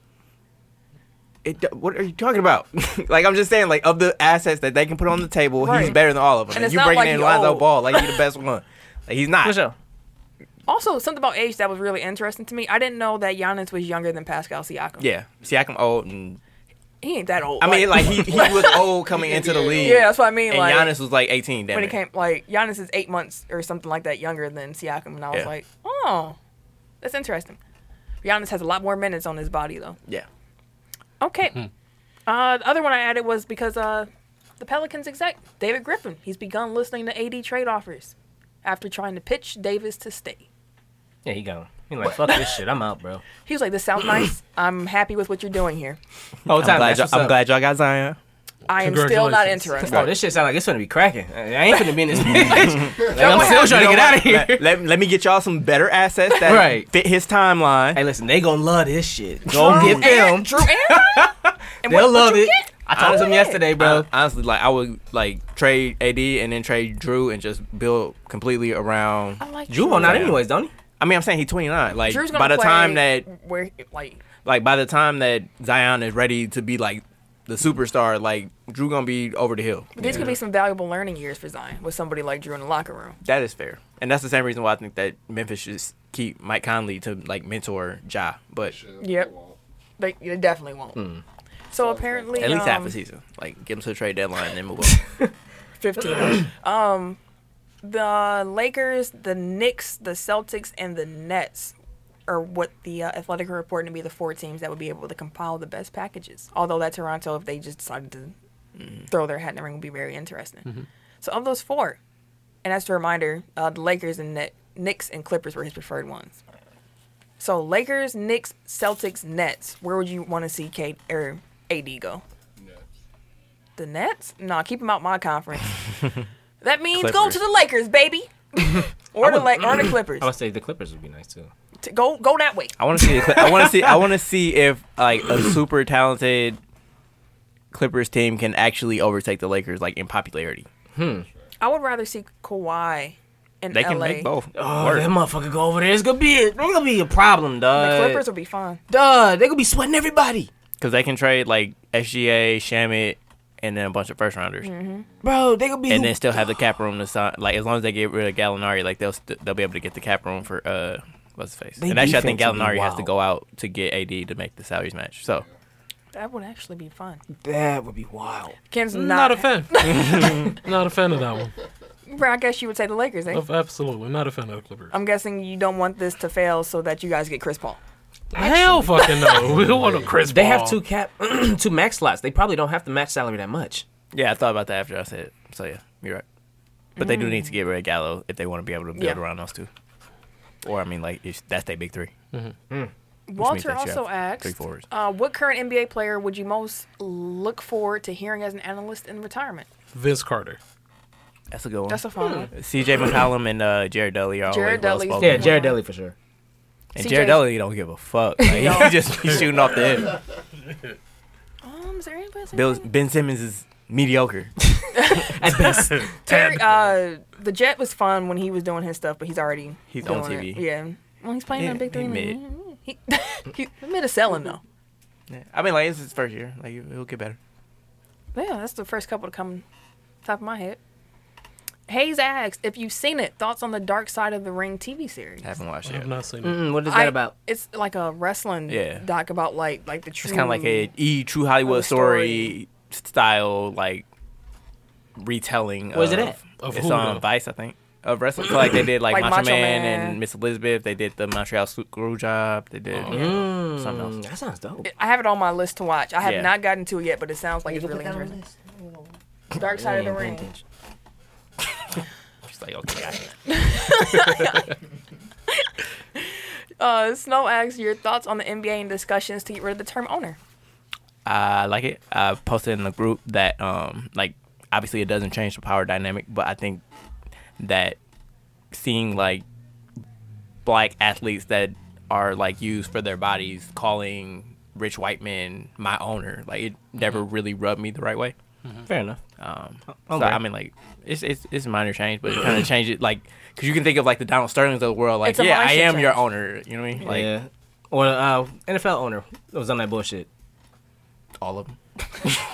[SPEAKER 2] It, what are you talking about? like I'm just saying, like of the assets that they can put on the table, he's
[SPEAKER 1] Right.
[SPEAKER 2] better than all of them.
[SPEAKER 1] And
[SPEAKER 2] And,
[SPEAKER 1] it's
[SPEAKER 2] you
[SPEAKER 1] not
[SPEAKER 2] bringing
[SPEAKER 1] like
[SPEAKER 2] in
[SPEAKER 1] he
[SPEAKER 2] Lonzo
[SPEAKER 1] old.
[SPEAKER 2] Ball, like he's the best one. Like he's not.
[SPEAKER 4] For sure.
[SPEAKER 1] Also, something about age that was really interesting to me. I didn't know that Giannis was younger than Pascal Siakam.
[SPEAKER 2] Yeah, Siakam old. And,
[SPEAKER 1] He ain't that old.
[SPEAKER 2] oh, mm. I mean, like he, he was old coming into the league.
[SPEAKER 1] Yeah, that's what I mean.
[SPEAKER 2] And
[SPEAKER 1] like
[SPEAKER 2] Giannis was like 18. Damn
[SPEAKER 1] when it
[SPEAKER 2] it.
[SPEAKER 1] came like Giannis is eight months or something like that younger than Siakam and I was
[SPEAKER 2] Yeah.
[SPEAKER 1] like, Oh. That's interesting. Giannis has a lot more minutes on his body though.
[SPEAKER 2] Yeah. Mm-hmm.
[SPEAKER 1] Okay. uh the other one I added was because uh the Pelicans exec, David Griffin, he's begun listening to AD trade offers after trying to pitch Davis to stay.
[SPEAKER 4] Yeah, he gone. He like fuck this shit. I'm out, bro.
[SPEAKER 1] He was like, This sounds nice. I'm happy with what you're doing here.
[SPEAKER 4] Whole
[SPEAKER 2] I'm
[SPEAKER 4] time.
[SPEAKER 2] glad,
[SPEAKER 4] that's
[SPEAKER 2] y'all,
[SPEAKER 4] what's
[SPEAKER 2] I'm
[SPEAKER 4] up.
[SPEAKER 2] glad y'all got Zion.
[SPEAKER 1] I am still not
[SPEAKER 3] Congratulations.
[SPEAKER 1] interested.
[SPEAKER 4] Oh, this shit sound like it's gonna be cracking. I I ain't gonna be in this bitch. Like, I'm still trying to
[SPEAKER 2] You
[SPEAKER 4] get
[SPEAKER 2] know
[SPEAKER 4] out
[SPEAKER 2] what?
[SPEAKER 4] of here.
[SPEAKER 2] Let, let, let me get y'all some better assets that
[SPEAKER 4] Right.
[SPEAKER 2] fit his timeline.
[SPEAKER 4] Hey, listen, they gonna love this shit. Go get
[SPEAKER 1] Aaron,
[SPEAKER 4] them.
[SPEAKER 1] Drew Aaron? And
[SPEAKER 4] They'll
[SPEAKER 1] what- what
[SPEAKER 4] love
[SPEAKER 1] you
[SPEAKER 4] it.
[SPEAKER 1] get?
[SPEAKER 4] I talked to him
[SPEAKER 1] Honestly,
[SPEAKER 4] yesterday, bro.
[SPEAKER 2] Hon- honestly, like I would like trade AD and then trade Drew and just build completely around.
[SPEAKER 1] I like
[SPEAKER 4] Drew on out
[SPEAKER 2] Yeah.
[SPEAKER 4] anyways, don't he?
[SPEAKER 2] I mean, I'm saying he's 29. Like
[SPEAKER 1] Drew's gonna
[SPEAKER 2] by the
[SPEAKER 1] play
[SPEAKER 2] time that
[SPEAKER 1] where like
[SPEAKER 2] like by the time that Zion is ready to be like the superstar, like Drew gonna be over the hill.
[SPEAKER 1] But these could be some valuable learning years for Zion with somebody like Drew in the locker room.
[SPEAKER 2] That is fair, and that's the same reason why I think that Memphis should s- keep Mike Conley to like mentor Ja, but
[SPEAKER 1] Yep. They, they definitely won't. So apparently,
[SPEAKER 2] Hmm. at least
[SPEAKER 1] um,
[SPEAKER 2] half a season. Like get him to the trade deadline and then move on.
[SPEAKER 1] 15. um, the Lakers, the Knicks, the Celtics, and the Nets are what the uh, Athletic are reporting to be the four teams that would be able to compile the best packages. Although that Toronto, if they just decided to throw their hat in the ring, would be very interesting. So of those four, and as a reminder, uh, the Lakers and Net, Knicks and Clippers were his preferred ones. So Lakers, Knicks, Celtics, Nets. Where would you want to see Kate or AD go? The Nets? Nah, keep them out my conference. that means go
[SPEAKER 2] Clippers.
[SPEAKER 1] to the Lakers, baby, or the La- or the Clippers.
[SPEAKER 4] I would say the Clippers would be nice too.
[SPEAKER 1] T- go go that way.
[SPEAKER 2] I want to see. The, Cl- I want to see. I want to see if like a super talented Clippers team can actually overtake the Lakers like in popularity.
[SPEAKER 1] I would rather see Kawhi in
[SPEAKER 2] They can
[SPEAKER 1] LA.
[SPEAKER 2] make both.
[SPEAKER 4] Oh,
[SPEAKER 2] Work.
[SPEAKER 4] that motherfucker go over there. It's gonna be a, it's gonna be a problem,
[SPEAKER 1] The
[SPEAKER 4] dog.
[SPEAKER 1] Clippers will be fine.
[SPEAKER 4] Duh, they gonna be sweating everybody,
[SPEAKER 2] Because they can trade like SGA, Shamit, and then a bunch of first rounders,
[SPEAKER 4] bro. They gonna be
[SPEAKER 2] and then still have the cap room to sign. Like as long as they get rid of Gallinari, like they'll st- they'll be able to get the cap room for uh what's his face.
[SPEAKER 4] They
[SPEAKER 2] and actually, I think
[SPEAKER 4] defense will be
[SPEAKER 2] Gallinari has to
[SPEAKER 4] wild.
[SPEAKER 2] go out to get AD to make the salaries match. So
[SPEAKER 1] That would actually be fun.
[SPEAKER 4] that would be wild.
[SPEAKER 1] Ken's
[SPEAKER 3] Not
[SPEAKER 1] not,
[SPEAKER 3] a fan. not a fan of that one.
[SPEAKER 1] Bro, I guess you would say the Lakers, eh?
[SPEAKER 3] Of- Absolutely not a fan of the Clippers.
[SPEAKER 1] I'm guessing you don't want this to fail so that you guys get Chris Paul.
[SPEAKER 3] Hell fucking no. We don't want a Chris
[SPEAKER 4] They
[SPEAKER 3] Paul.
[SPEAKER 4] have two cap, two max slots. They probably don't have to match salary that much.
[SPEAKER 2] yeah, I thought about that after I said it. So yeah, you're right. But they do need to get rid of Gallo if they want to be able to build
[SPEAKER 1] Yeah.
[SPEAKER 2] around those two. Or I mean, like if that's their big three.
[SPEAKER 1] Walter
[SPEAKER 2] that you
[SPEAKER 1] also
[SPEAKER 2] have
[SPEAKER 1] asked,
[SPEAKER 2] three forwards.
[SPEAKER 1] uh, what current NBA player would you most look forward to hearing as an analyst in retirement?
[SPEAKER 2] Oh.
[SPEAKER 3] Vince Carter.
[SPEAKER 2] That's a good one.
[SPEAKER 1] That's a fun one.
[SPEAKER 2] CJ McCollum and uh, Jared Dudley are
[SPEAKER 1] Jared
[SPEAKER 2] always
[SPEAKER 1] Dudley's-
[SPEAKER 2] well
[SPEAKER 1] Yeah,
[SPEAKER 2] spoken.
[SPEAKER 1] Jared
[SPEAKER 4] Dudley for sure.
[SPEAKER 2] and
[SPEAKER 1] CJ
[SPEAKER 2] Jared Dudley don't give a fuck. Like, he just be shooting off the end.
[SPEAKER 1] Um, is there anybody? else
[SPEAKER 2] Bill,
[SPEAKER 1] in
[SPEAKER 2] ben Simmons is mediocre.
[SPEAKER 4] At best,
[SPEAKER 1] there? Uh, the Jet was fun when he was doing his stuff, but he's already
[SPEAKER 2] He's
[SPEAKER 1] doing
[SPEAKER 2] on TV.
[SPEAKER 1] It. Yeah. Well, he's playing
[SPEAKER 2] Yeah,
[SPEAKER 1] in Big Three.
[SPEAKER 2] he mid.
[SPEAKER 1] like, He, he, he made a selling though.
[SPEAKER 2] Yeah. I mean, like it's his first year. Like he'll get better.
[SPEAKER 1] Yeah, that's the first couple to come top of my head. Hayes asked if you've seen it. Thoughts on the Dark Side of the Ring TV series?
[SPEAKER 2] Haven't watched
[SPEAKER 3] I have
[SPEAKER 2] yet.
[SPEAKER 3] not seen it.
[SPEAKER 4] Mm, what is
[SPEAKER 1] I-
[SPEAKER 4] that about?
[SPEAKER 1] It's like a wrestling
[SPEAKER 2] Yeah.
[SPEAKER 1] doc about like like the true.
[SPEAKER 2] It's kind of like a e true Hollywood
[SPEAKER 1] Other story.
[SPEAKER 2] story style like retelling.
[SPEAKER 4] Where's
[SPEAKER 2] of,
[SPEAKER 4] it at?
[SPEAKER 3] Of
[SPEAKER 2] it's
[SPEAKER 3] who,
[SPEAKER 2] on
[SPEAKER 3] though?
[SPEAKER 2] Vice, I think. Of wrestling, so like they did like,
[SPEAKER 1] Like
[SPEAKER 2] Macho,
[SPEAKER 1] Macho
[SPEAKER 2] Man,
[SPEAKER 1] Man.
[SPEAKER 2] and Miss Elizabeth. They did the Montreal Screw Job. They did
[SPEAKER 4] Mm,
[SPEAKER 2] something else.
[SPEAKER 4] That sounds dope.
[SPEAKER 1] I have it on my list to watch. I have
[SPEAKER 2] Yeah.
[SPEAKER 1] not gotten to it yet, but it sounds like it's really interesting. Dark Side of the Ring.
[SPEAKER 2] She's like, okay, I can't.
[SPEAKER 1] Uh, Snow asks your thoughts on the NBA and discussions to get rid of the term owner.
[SPEAKER 2] I like it. I posted in the group that um like obviously it doesn't change the power dynamic, but I think that seeing like black athletes that are like used for their bodies calling rich white men my owner, like it never
[SPEAKER 1] Mm-hmm.
[SPEAKER 2] really rubbed me the right way.
[SPEAKER 4] Fair enough.
[SPEAKER 2] Um, so I mean, like it's it's it's a minor change, but it kind of changed it, like because you can think of like the Donald Sterlings of the world, like
[SPEAKER 1] It's a
[SPEAKER 2] yeah, I
[SPEAKER 1] mindset
[SPEAKER 2] am your
[SPEAKER 1] change.
[SPEAKER 2] owner. You know what I mean? Like
[SPEAKER 4] yeah. Or uh, NFL owner that was on that bullshit.
[SPEAKER 2] all of them,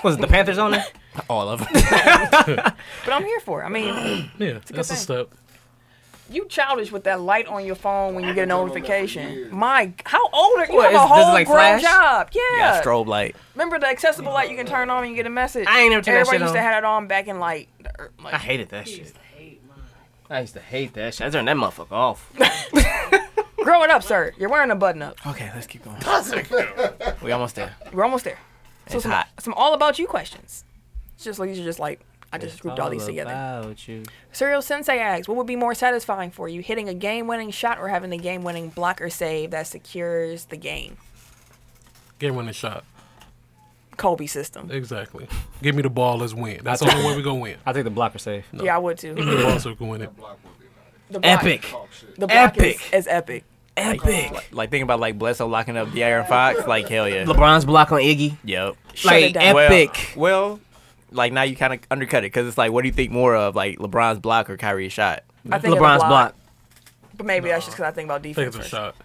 [SPEAKER 4] Was it the Panthers owner?
[SPEAKER 2] all of them.
[SPEAKER 1] But I'm here for it. I mean,
[SPEAKER 3] Yeah, that's a
[SPEAKER 1] thing.
[SPEAKER 3] step.
[SPEAKER 1] you childish with that light on your phone when you get a notification. My, how old are you? You
[SPEAKER 4] What,
[SPEAKER 1] have a
[SPEAKER 4] is- does it,
[SPEAKER 1] whole
[SPEAKER 4] like,
[SPEAKER 1] grown
[SPEAKER 4] flash?
[SPEAKER 1] job.
[SPEAKER 2] yeah,
[SPEAKER 1] Yeah.
[SPEAKER 2] strobe light.
[SPEAKER 1] Remember the accessible light you can turn on and you get a message?
[SPEAKER 4] I ain't never turned that
[SPEAKER 1] Everybody
[SPEAKER 4] shit
[SPEAKER 1] used to
[SPEAKER 4] on.
[SPEAKER 1] have it on back in like, the er- like
[SPEAKER 4] I hated that shit.
[SPEAKER 6] Hate mine.
[SPEAKER 4] I used to hate that shit. I turned that motherfucker off.
[SPEAKER 1] grow it up, sir. You're wearing a button up.
[SPEAKER 2] Okay, let's keep going. we almost there.
[SPEAKER 1] We're almost there. So
[SPEAKER 2] It's
[SPEAKER 1] some,
[SPEAKER 2] hot.
[SPEAKER 1] some all about you questions. It's just like these are just like I just grouped all these together.
[SPEAKER 4] About you.
[SPEAKER 1] Serial Sensei asks, what would be more satisfying for you, hitting a game-winning shot or having the game-winning block or save that secures the game?
[SPEAKER 3] Game winning shot.
[SPEAKER 1] Kobe system.
[SPEAKER 3] Exactly. Give me the ball, let's win. That's the only way we gonna win.
[SPEAKER 4] I'll take the blocker safe.
[SPEAKER 1] Yeah, I would too.
[SPEAKER 3] Give me the ball so we can win it.
[SPEAKER 1] The block-
[SPEAKER 4] Mm-hmm. Epic.
[SPEAKER 1] The block
[SPEAKER 4] Epic.
[SPEAKER 1] is, is epic.
[SPEAKER 4] Epic.
[SPEAKER 2] Like, like think about like Blesso locking up De'Aaron Fox. Like hell yeah.
[SPEAKER 4] LeBron's block on Iggy.
[SPEAKER 2] Yep.
[SPEAKER 1] Shut it
[SPEAKER 4] like
[SPEAKER 1] down.
[SPEAKER 2] Well-
[SPEAKER 4] epic.
[SPEAKER 2] Well, like now you kind of undercut it because it's like, what do you think more of, like LeBron's block or Kyrie's shot?
[SPEAKER 1] I think it's a
[SPEAKER 4] LeBron's block.
[SPEAKER 1] But maybe that's just because I think about
[SPEAKER 3] Take
[SPEAKER 1] defense.
[SPEAKER 3] the
[SPEAKER 1] first.
[SPEAKER 3] shot.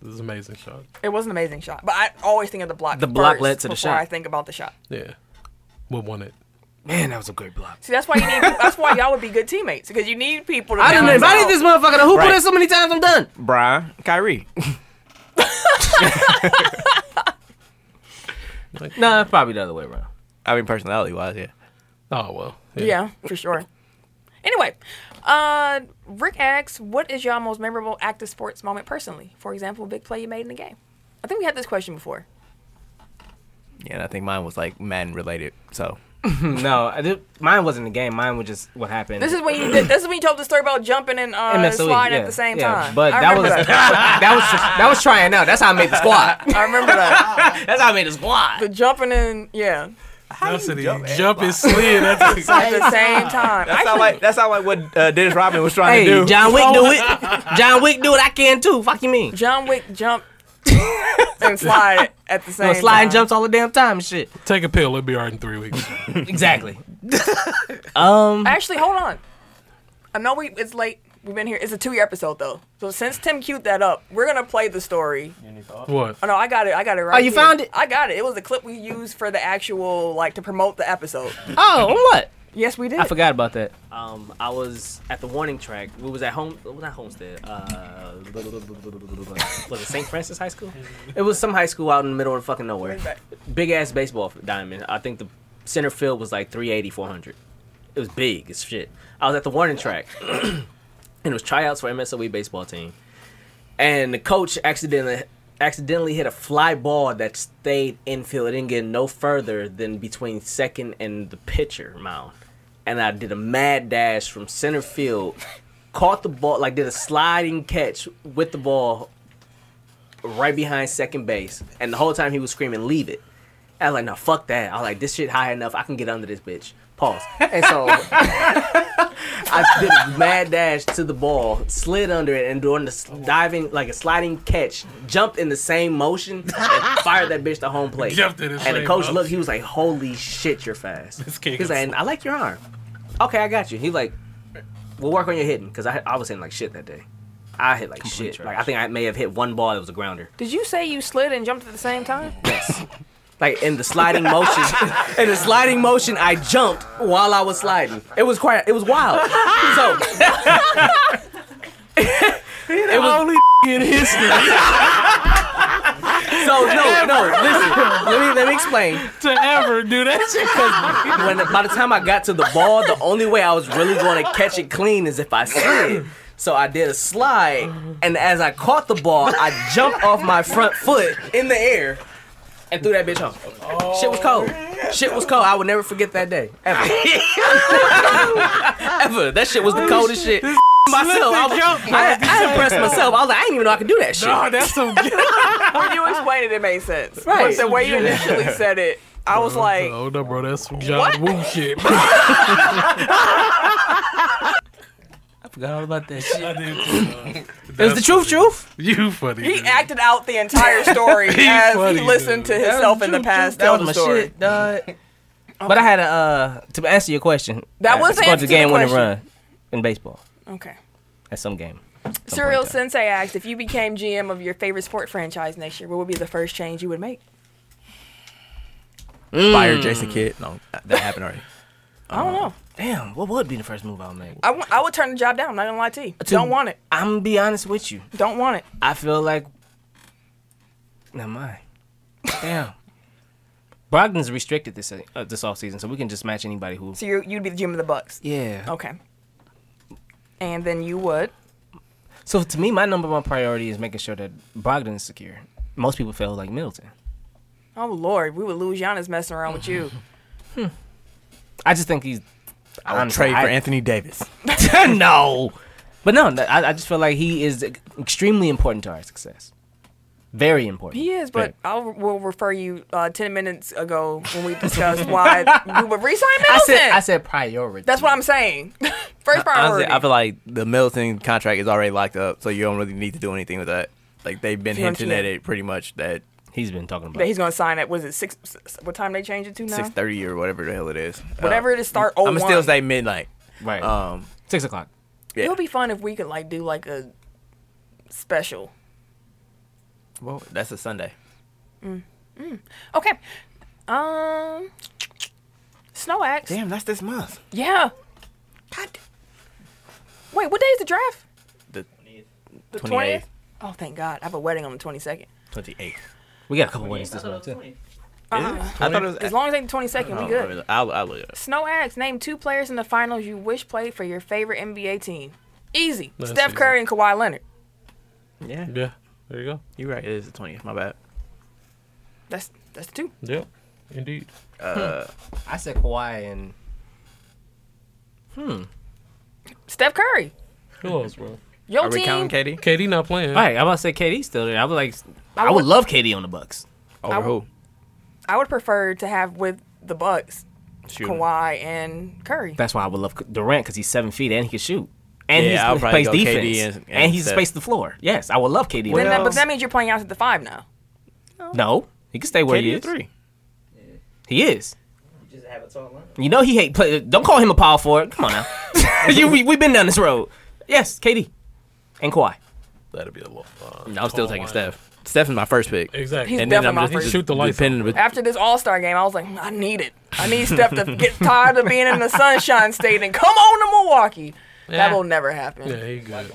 [SPEAKER 3] This is an amazing shot.
[SPEAKER 1] It was an amazing shot, but I always think of the block.
[SPEAKER 4] The block
[SPEAKER 1] first
[SPEAKER 4] led to the
[SPEAKER 1] before
[SPEAKER 4] shot.
[SPEAKER 1] I think about the shot.
[SPEAKER 3] Yeah. What won it?
[SPEAKER 4] Man, that was a great block.
[SPEAKER 1] See, that's why you need. that's why y'all would be good teammates because you need people to.
[SPEAKER 4] I done
[SPEAKER 1] balance
[SPEAKER 4] invited
[SPEAKER 1] out.
[SPEAKER 4] this motherfucker to hoop
[SPEAKER 2] Right.
[SPEAKER 4] on it so many times. I'm done.
[SPEAKER 2] Brian, Kyrie.
[SPEAKER 4] Nah, it's probably the other way around.
[SPEAKER 2] I mean, personality wise, yeah.
[SPEAKER 3] Oh well.
[SPEAKER 1] Yeah, for sure. Anyway, uh, Rick asks, "What is your most memorable active sports moment personally? For example, a big play you made in the game." I think we had this question before.
[SPEAKER 2] Yeah, and I think mine was like Madden related. So
[SPEAKER 4] Hmm, No, I did, mine wasn't the game. Mine was just what happened.
[SPEAKER 1] This is when you this is when you told the story about jumping and uh,
[SPEAKER 4] MSOE,
[SPEAKER 1] sliding
[SPEAKER 4] E, yeah,
[SPEAKER 1] at the same
[SPEAKER 4] yeah,
[SPEAKER 1] time.
[SPEAKER 4] But
[SPEAKER 1] I
[SPEAKER 4] that was
[SPEAKER 1] remember
[SPEAKER 4] that.
[SPEAKER 1] that.
[SPEAKER 4] was that was trying out. That's how I made the squad.
[SPEAKER 1] I remember that.
[SPEAKER 4] That's how I made the squad.
[SPEAKER 1] The jumping and yeah,
[SPEAKER 2] How
[SPEAKER 3] Y'all
[SPEAKER 2] you
[SPEAKER 3] said he
[SPEAKER 2] jump and
[SPEAKER 3] jump
[SPEAKER 2] block?
[SPEAKER 3] and slid at the same
[SPEAKER 1] at the same time.
[SPEAKER 2] That's not like that's not like what uh, Dennis Rodman was trying
[SPEAKER 4] Hey,
[SPEAKER 2] to do.
[SPEAKER 4] John Wick do it. John Wick do it. I can too. Fuck you mean?
[SPEAKER 1] John Wick jumped and slide at the same
[SPEAKER 4] Slide sliding
[SPEAKER 1] time.
[SPEAKER 4] jumps all the damn time and shit.
[SPEAKER 3] Take a pill, it'll be alright in three weeks.
[SPEAKER 4] Exactly. um.
[SPEAKER 1] Actually, hold on. I know we it's late. We've been here. It's a two-year episode though. So since Tim queued that up, we're gonna play the story.
[SPEAKER 3] What?
[SPEAKER 1] Oh no, I got it. I got it right.
[SPEAKER 4] you
[SPEAKER 1] here.
[SPEAKER 4] found it?
[SPEAKER 1] I got it. It was a clip we used for the actual like to promote the episode.
[SPEAKER 4] Oh, what?
[SPEAKER 1] Yes, we did.
[SPEAKER 4] I forgot about that. Um, I was at the warning track. We was at home. well, Not Homestead. Uh, was it St. Francis High School? It was some high school out in the middle of fucking nowhere. Big ass baseball diamond. I think the center field was like 380, 400. It was big as shit. I was at the warning track, and it was tryouts for MSOE E baseball team. And the coach accidentally accidentally hit a fly ball that stayed infield. It didn't get no further than between second and the pitcher mound. And I did a mad dash from center field, caught the ball, like did a sliding catch with the ball right behind second base. And the whole time he was screaming, leave it. I was like, no, fuck that. I was like, this shit high enough. I can get under this bitch. Pause. And so I did a mad dash to the ball, slid under it, and doing the s- diving, like a sliding catch, jumped in the same motion and fired that bitch to home plate.
[SPEAKER 3] Jumped in the
[SPEAKER 4] and the
[SPEAKER 3] same
[SPEAKER 4] coach
[SPEAKER 3] motion.
[SPEAKER 4] looked, he was like, holy shit, you're fast.
[SPEAKER 3] This kid
[SPEAKER 4] He's
[SPEAKER 3] can
[SPEAKER 4] like, "And I like your arm. Okay, I got you. He like, we'll work on your hitting because I, I was hitting like shit that day. I hit like shit. Like I think I may have hit one ball that was a grounder.
[SPEAKER 1] Did you say you slid and jumped at the same time?
[SPEAKER 4] Like in the sliding motion, in the sliding motion, I jumped while I was sliding. It was quite, it was wild. So it was only in history. so no, no, listen. Let me let me explain.
[SPEAKER 3] to ever do that shit.
[SPEAKER 4] Because when by the time I got to the ball, the only way I was really going to catch it clean is if I slid. So I did a slide, and as I caught the ball, I jumped off my front foot in the air and threw that bitch home. Shit was cold. Shit was cold. I would never forget that day. Ever. ever. That shit was the coldest shit. Myself, I, was, I, I impressed myself. I was like, I didn't even know I could do that shit.
[SPEAKER 3] Oh, that's some
[SPEAKER 1] when you explained it, it made sense.
[SPEAKER 4] Right.
[SPEAKER 1] But the way you initially said it, I was like,
[SPEAKER 3] Oh no, bro, that's some John Woo shit.
[SPEAKER 4] I forgot all about that shit.
[SPEAKER 3] it
[SPEAKER 4] It was the truth, truth.
[SPEAKER 3] You funny.
[SPEAKER 1] he
[SPEAKER 3] dude.
[SPEAKER 1] acted out the entire story as
[SPEAKER 3] funny,
[SPEAKER 1] he listened
[SPEAKER 3] dude.
[SPEAKER 1] to himself in the past tell the story.
[SPEAKER 4] shit, dog. But I had a uh, to answer your question.
[SPEAKER 1] That
[SPEAKER 4] I
[SPEAKER 1] was the
[SPEAKER 4] scored
[SPEAKER 1] answer to the
[SPEAKER 4] game winning
[SPEAKER 1] question.
[SPEAKER 4] run in baseball
[SPEAKER 1] Okay.
[SPEAKER 4] at some game. Some
[SPEAKER 1] Serial
[SPEAKER 4] point in time.
[SPEAKER 1] Sensei asked if you became GM of your favorite sport franchise next year, what would be the first change you would make? Mm.
[SPEAKER 2] Fire Jason Kidd. No, that happened already.
[SPEAKER 1] I don't
[SPEAKER 4] Uh-huh.
[SPEAKER 1] know.
[SPEAKER 4] Damn, what would be the first move I would make?
[SPEAKER 1] I wa- I would turn the job down. I'm not gonna lie to you. Don't want it.
[SPEAKER 4] I'm gonna be honest with you.
[SPEAKER 1] Don't want it.
[SPEAKER 4] I feel like. Never mind. Damn. Brogdon's restricted this uh, this offseason, so we can just match anybody who. Oh.
[SPEAKER 1] So you you'd be the GM of the Bucks.
[SPEAKER 4] Yeah.
[SPEAKER 1] Okay. And then you would.
[SPEAKER 4] So to me, my number one priority is making sure that Brogdon is secure. Most people feel like Middleton.
[SPEAKER 1] Oh Lord, we would lose Giannis messing around with you.
[SPEAKER 4] I just think he's.
[SPEAKER 2] I would
[SPEAKER 4] honestly,
[SPEAKER 2] trade for
[SPEAKER 4] I-
[SPEAKER 2] Anthony Davis.
[SPEAKER 4] no. But no, th- I, I just feel like he is ex- extremely important to our success. Very important.
[SPEAKER 1] He is, but
[SPEAKER 4] Very.
[SPEAKER 1] I will refer you uh, ten minutes ago when we discussed why we would resign
[SPEAKER 4] I
[SPEAKER 1] Middleton.
[SPEAKER 4] said I said priority.
[SPEAKER 1] That's what I'm saying. First priority.
[SPEAKER 2] Honestly, I feel like the Middleton contract is already locked up, so you don't really need to do anything with that. Like they've been
[SPEAKER 1] You don't
[SPEAKER 2] hinting
[SPEAKER 1] care.
[SPEAKER 2] at it pretty much that
[SPEAKER 4] he's been talking about.
[SPEAKER 1] that he's gonna sign at was it six? s- What time they changed it to now?
[SPEAKER 2] six thirty or whatever the hell it is.
[SPEAKER 1] Whatever it is, start oh one.
[SPEAKER 2] I'm gonna still say midnight.
[SPEAKER 4] right.
[SPEAKER 2] Um,
[SPEAKER 4] Six o'clock.
[SPEAKER 2] yeah.
[SPEAKER 1] It would be fun if we could like do like a special.
[SPEAKER 2] well, that's a Sunday.
[SPEAKER 1] Okay. Um. Snow Axe.
[SPEAKER 2] Damn, that's this month.
[SPEAKER 1] Yeah. God. d- Wait, what day is the draft?
[SPEAKER 2] The
[SPEAKER 1] The
[SPEAKER 2] 28th.
[SPEAKER 1] twentieth. Oh, thank God! I have a wedding on the twenty second.
[SPEAKER 2] twenty eighth.
[SPEAKER 4] We got a couple wins this
[SPEAKER 6] So
[SPEAKER 4] one
[SPEAKER 6] it was
[SPEAKER 4] too.
[SPEAKER 6] 20.
[SPEAKER 1] Uh-uh.
[SPEAKER 2] I thought it Oh, was.
[SPEAKER 1] As long as they the twenty second, we good.
[SPEAKER 2] I'll, I'll look it up.
[SPEAKER 1] Snow Axe, name two players in the finals you wish played for your favorite NBA team. Easy.
[SPEAKER 3] That's
[SPEAKER 1] Steph Curry and Kawhi Leonard.
[SPEAKER 2] Yeah,
[SPEAKER 3] Yeah, there you go.
[SPEAKER 2] you're right. It is the twentieth. My bad.
[SPEAKER 1] That's that's two.
[SPEAKER 3] Yep, indeed.
[SPEAKER 4] I said Kawhi and
[SPEAKER 1] Steph Curry.
[SPEAKER 3] Who else, bro?
[SPEAKER 1] Your
[SPEAKER 2] Are we
[SPEAKER 1] team.
[SPEAKER 2] counting Katie?
[SPEAKER 3] KD not playing.
[SPEAKER 4] All right, I'm about to say KD's still there. I was like, I, would
[SPEAKER 1] would-
[SPEAKER 4] love KD on the Bucks.
[SPEAKER 2] Over
[SPEAKER 1] I-
[SPEAKER 2] who?
[SPEAKER 1] I would prefer to have with the Bucks,
[SPEAKER 2] Shooting.
[SPEAKER 1] Kawhi and Curry.
[SPEAKER 4] That's why I would love Durant because he's seven feet and he can shoot. And
[SPEAKER 2] Yeah, I'll
[SPEAKER 4] he's, he
[SPEAKER 2] probably
[SPEAKER 4] plays
[SPEAKER 2] go
[SPEAKER 4] defense.
[SPEAKER 2] KD
[SPEAKER 4] and,
[SPEAKER 2] and- and
[SPEAKER 4] he's
[SPEAKER 2] Steph.
[SPEAKER 4] spaced the floor. Yes, I would love KD.
[SPEAKER 1] then that,
[SPEAKER 2] Well-
[SPEAKER 1] but that means you're playing out to the five now.
[SPEAKER 4] no, he can stay where he
[SPEAKER 2] KD
[SPEAKER 4] is.
[SPEAKER 2] at three.
[SPEAKER 4] He is.
[SPEAKER 7] You just have a tall line.
[SPEAKER 4] You know he hate. Play, don't call him a power forward. Come on now. you, we, we've been down this road. Yes, KD and Kawhi.
[SPEAKER 3] That'd be a little. Uh,
[SPEAKER 2] No, I'm still
[SPEAKER 3] tall
[SPEAKER 2] taking
[SPEAKER 3] line.
[SPEAKER 2] Steph. Steph is my first pick.
[SPEAKER 3] Exactly.
[SPEAKER 1] He's
[SPEAKER 2] And then I'm
[SPEAKER 1] definitely
[SPEAKER 2] just,
[SPEAKER 1] my first.
[SPEAKER 3] Shoot the lights
[SPEAKER 2] depending with-
[SPEAKER 1] After this All Star game, I was like, I need it. I need Steph to get tired of being in the Sunshine State and come on to Milwaukee. That
[SPEAKER 3] Yeah.
[SPEAKER 1] will never happen.
[SPEAKER 3] yeah, he good.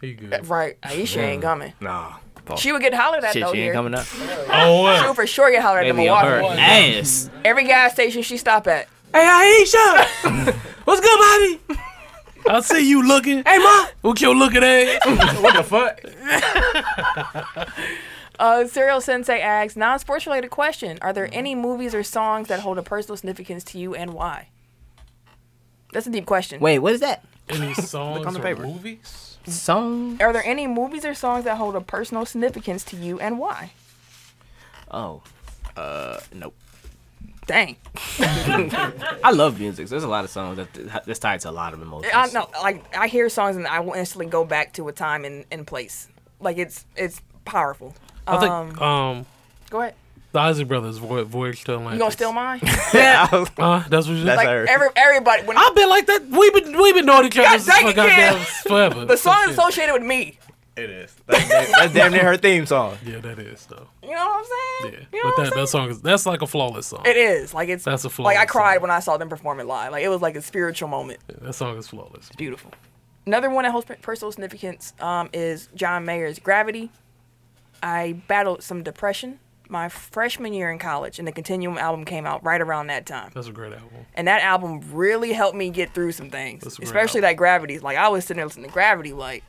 [SPEAKER 3] He good.
[SPEAKER 1] Right, Aisha ain't coming.
[SPEAKER 4] Nah.
[SPEAKER 1] She would get hollered at
[SPEAKER 2] Mm. Shit,
[SPEAKER 1] though
[SPEAKER 2] she ain't
[SPEAKER 1] here.
[SPEAKER 2] coming up.
[SPEAKER 3] Oh,
[SPEAKER 1] She'll
[SPEAKER 3] well.
[SPEAKER 1] for sure get hollered at in
[SPEAKER 4] Maybe on her
[SPEAKER 1] Milwaukee.
[SPEAKER 4] ass.
[SPEAKER 1] Every gas station she stop at.
[SPEAKER 4] Hey Aisha, what's good, mommy?
[SPEAKER 3] I see you looking.
[SPEAKER 4] Hey mom.
[SPEAKER 3] What you looking at?
[SPEAKER 2] what the fuck?
[SPEAKER 1] Uh, Serial Sensei asks non-sports related question: Are there any movies or songs that hold a personal significance to you, and why? That's a deep question.
[SPEAKER 4] Wait, what is that?
[SPEAKER 3] Any songs
[SPEAKER 2] on the
[SPEAKER 3] or
[SPEAKER 2] paper.
[SPEAKER 3] movies?
[SPEAKER 4] Song.
[SPEAKER 1] Are there any movies or songs that hold a personal significance to you, and why?
[SPEAKER 4] Oh,
[SPEAKER 2] Nope.
[SPEAKER 1] Dang,
[SPEAKER 4] I love music. So there's a lot of songs that that's tied to a lot of emotions.
[SPEAKER 1] I know. Like I hear songs and I will instantly go back to a time and, and place. Like it's it's powerful.
[SPEAKER 3] I think um
[SPEAKER 1] Go ahead.
[SPEAKER 3] the Isaac Brothers Voy- Voyage to Atlantis.
[SPEAKER 1] You gonna steal mine?
[SPEAKER 2] Yeah. I was-
[SPEAKER 3] Uh, that's what you.
[SPEAKER 2] That's
[SPEAKER 1] Like
[SPEAKER 2] her.
[SPEAKER 1] every everybody when
[SPEAKER 3] I've been like that. We've been we've been knowing each other
[SPEAKER 1] God
[SPEAKER 3] since
[SPEAKER 1] dang
[SPEAKER 3] for
[SPEAKER 1] it, kid.
[SPEAKER 3] goddamn forever.
[SPEAKER 1] the song is
[SPEAKER 3] Shit.
[SPEAKER 1] associated with me.
[SPEAKER 2] It is. That's, damn- that's damn near her theme song.
[SPEAKER 3] Yeah, that is though.
[SPEAKER 1] You know what I'm
[SPEAKER 3] Yeah,
[SPEAKER 1] saying? You know what
[SPEAKER 3] but
[SPEAKER 1] I'm
[SPEAKER 3] that that song is that's like a flawless song.
[SPEAKER 1] It is like it's
[SPEAKER 3] That's a
[SPEAKER 1] like I
[SPEAKER 3] flawless
[SPEAKER 1] cried
[SPEAKER 3] song.
[SPEAKER 1] when I saw them perform it live. Like it was like a spiritual moment.
[SPEAKER 3] That song is flawless.
[SPEAKER 1] Beautiful. Another one that holds per- personal significance um, is John Mayer's Gravity. I battled some depression my freshman year in college, and the Continuum album came out right around that time.
[SPEAKER 3] That's a great album.
[SPEAKER 1] And that album really helped me get through some things,
[SPEAKER 3] That's a great
[SPEAKER 1] especially
[SPEAKER 3] album.
[SPEAKER 1] like Gravity. Like I was sitting there listening to Gravity, like,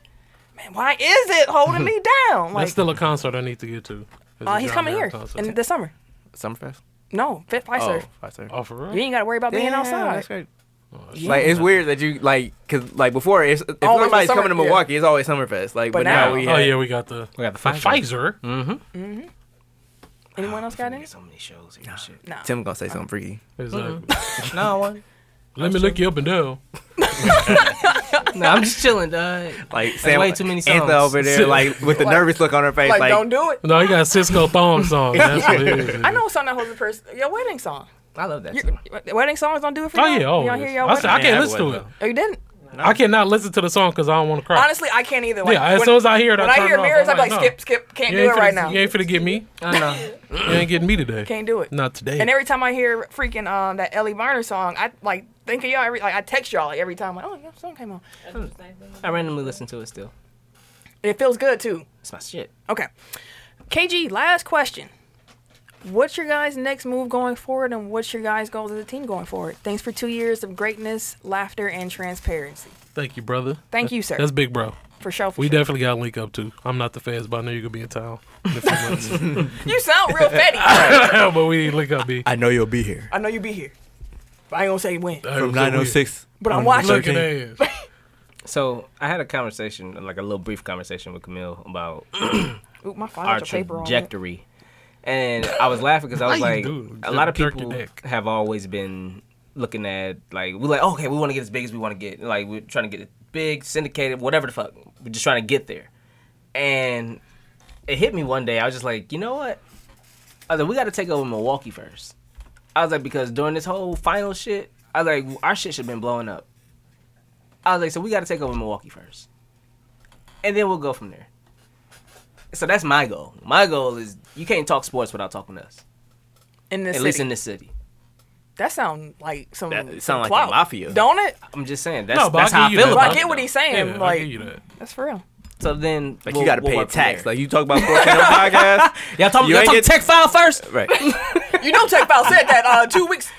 [SPEAKER 1] man, why is it holding me down? Like,
[SPEAKER 3] That's still a concert I need to get to. It's
[SPEAKER 1] uh,
[SPEAKER 3] a
[SPEAKER 1] he's
[SPEAKER 3] John
[SPEAKER 1] coming
[SPEAKER 3] Mayer
[SPEAKER 1] here
[SPEAKER 3] concert.
[SPEAKER 1] in the summer.
[SPEAKER 2] Summerfest?
[SPEAKER 1] No, Fit Fiserv.
[SPEAKER 2] I serve.
[SPEAKER 3] oh, for
[SPEAKER 1] You
[SPEAKER 3] real?
[SPEAKER 1] ain't got to worry about being outside.
[SPEAKER 2] That's great.
[SPEAKER 4] Oh,
[SPEAKER 2] Like it's weird that you like because like before it's if
[SPEAKER 1] Always
[SPEAKER 2] somebody's
[SPEAKER 1] summer-
[SPEAKER 2] coming to
[SPEAKER 1] yeah.
[SPEAKER 2] Milwaukee it's always Summerfest like but, now,
[SPEAKER 1] now-
[SPEAKER 2] we
[SPEAKER 3] oh
[SPEAKER 2] have-
[SPEAKER 3] yeah, we got the
[SPEAKER 4] we got the
[SPEAKER 3] the
[SPEAKER 4] fight.
[SPEAKER 3] Pfizer.
[SPEAKER 1] Anyone else got any?
[SPEAKER 4] So many shows here. and Shit.
[SPEAKER 1] No.
[SPEAKER 2] Tim gonna say something freaky
[SPEAKER 1] Mm-hmm.
[SPEAKER 3] Exactly.
[SPEAKER 4] No one.
[SPEAKER 3] Let me look you up and down.
[SPEAKER 4] No, I'm just chilling, dog.
[SPEAKER 2] like Sam
[SPEAKER 4] way too many songs.
[SPEAKER 2] Antha over there like with the nervous look on her face
[SPEAKER 1] Like,
[SPEAKER 2] like,
[SPEAKER 1] don't do it.
[SPEAKER 3] No, you got a Cisco Thong song. That's what it is.
[SPEAKER 1] I know a song that holds a person. Your wedding song.
[SPEAKER 4] I love that.
[SPEAKER 1] Your,
[SPEAKER 4] Song.
[SPEAKER 1] wedding songs don't do it for
[SPEAKER 3] Oh
[SPEAKER 1] you.
[SPEAKER 3] yeah, oh.
[SPEAKER 1] you don't hear
[SPEAKER 3] yes.
[SPEAKER 1] your
[SPEAKER 3] I, said-
[SPEAKER 1] wedding.
[SPEAKER 3] I can't
[SPEAKER 2] Yeah,
[SPEAKER 3] listen to
[SPEAKER 2] I
[SPEAKER 3] it.
[SPEAKER 1] Oh, you didn't.
[SPEAKER 3] I cannot listen to the song because I don't want to cry.
[SPEAKER 1] Honestly, I can't either. Like,
[SPEAKER 3] yeah, as soon as I hear it,
[SPEAKER 1] when
[SPEAKER 3] I
[SPEAKER 1] I
[SPEAKER 3] turn
[SPEAKER 1] hear
[SPEAKER 3] it off.
[SPEAKER 1] mirrors,
[SPEAKER 3] I'm
[SPEAKER 1] I'm like,
[SPEAKER 3] no.
[SPEAKER 1] skip, skip, can't
[SPEAKER 3] You
[SPEAKER 1] do
[SPEAKER 3] ain't
[SPEAKER 1] it right
[SPEAKER 3] finna-
[SPEAKER 1] now.
[SPEAKER 3] You ain't finna get me.
[SPEAKER 4] I know.
[SPEAKER 3] You ain't getting me today.
[SPEAKER 1] Can't do it.
[SPEAKER 3] Not today.
[SPEAKER 1] And every time I hear freaking um that Ellie Varner song, I like think of y'all every like I text y'all like every time like oh yeah song came on.
[SPEAKER 6] That's the same thing.
[SPEAKER 4] I randomly listen to it still.
[SPEAKER 1] And it feels good too.
[SPEAKER 4] It's my shit.
[SPEAKER 1] Okay, KG, last question. What's your guys' next move going forward, and what's your guys' goals as a team going forward? Thanks for two years of greatness, laughter, and transparency.
[SPEAKER 3] Thank you, brother.
[SPEAKER 1] Thank you, sir,
[SPEAKER 3] That's big, bro.
[SPEAKER 1] for sure. For
[SPEAKER 3] We
[SPEAKER 1] sure.
[SPEAKER 3] definitely got to link up too. I'm not the fans, but I know you're gonna be in town. in a few months.
[SPEAKER 1] You sound real petty.
[SPEAKER 3] but we need to link up, B.
[SPEAKER 2] I know you'll be here
[SPEAKER 1] I know you be here. But I ain't gonna say when.
[SPEAKER 2] from 906
[SPEAKER 1] But I'm
[SPEAKER 2] on
[SPEAKER 1] watching.
[SPEAKER 3] Look at
[SPEAKER 2] 13.
[SPEAKER 3] that.
[SPEAKER 4] So I had a conversation, like a little brief conversation with Camille about
[SPEAKER 1] Ooh, my
[SPEAKER 4] our
[SPEAKER 1] financial paper on. it.
[SPEAKER 4] trajectory, and I was laughing because I was
[SPEAKER 3] Why you
[SPEAKER 4] like,
[SPEAKER 3] do it?
[SPEAKER 4] a lot of
[SPEAKER 3] Jerk your
[SPEAKER 4] people
[SPEAKER 3] neck.
[SPEAKER 4] have always been looking at like we're like okay, we want to get as big as we want to get, like we're trying to get big, syndicated, whatever the fuck, we're just trying to get there, and it hit me one day. I was just like, you know what? I was like, we got to take over Milwaukee first. I was like, because during this whole final shit, I was like, our shit should have been blowing up. I was like, so we got to take over Milwaukee first, and then we'll go from there. So that's my goal. My goal is you can't talk sports without talking to us.
[SPEAKER 1] in
[SPEAKER 4] At
[SPEAKER 1] this
[SPEAKER 4] least
[SPEAKER 1] city.
[SPEAKER 4] in this city.
[SPEAKER 1] that sound like some.
[SPEAKER 2] That
[SPEAKER 1] some
[SPEAKER 2] sound like the
[SPEAKER 1] clout.
[SPEAKER 2] mafia.
[SPEAKER 1] Don't it?
[SPEAKER 4] I'm just saying that's
[SPEAKER 3] No, but
[SPEAKER 4] that's
[SPEAKER 3] I'll
[SPEAKER 4] how I
[SPEAKER 3] give you that.
[SPEAKER 4] feel
[SPEAKER 1] But
[SPEAKER 4] about
[SPEAKER 1] I
[SPEAKER 4] it.
[SPEAKER 1] get what he's
[SPEAKER 3] Yeah,
[SPEAKER 1] saying.
[SPEAKER 3] I
[SPEAKER 1] like
[SPEAKER 3] give you that.
[SPEAKER 1] that's for real.
[SPEAKER 4] So then
[SPEAKER 2] like
[SPEAKER 4] we'll-
[SPEAKER 2] you gotta
[SPEAKER 4] we'll
[SPEAKER 2] pay a
[SPEAKER 4] work from
[SPEAKER 2] tax
[SPEAKER 4] there.
[SPEAKER 2] like you talk about sports on the podcast
[SPEAKER 4] y'all talking
[SPEAKER 2] you
[SPEAKER 4] y'all
[SPEAKER 2] ain't
[SPEAKER 4] talking
[SPEAKER 2] get-
[SPEAKER 4] tech file first.
[SPEAKER 2] right
[SPEAKER 1] You know, Tech File said that uh, two weeks.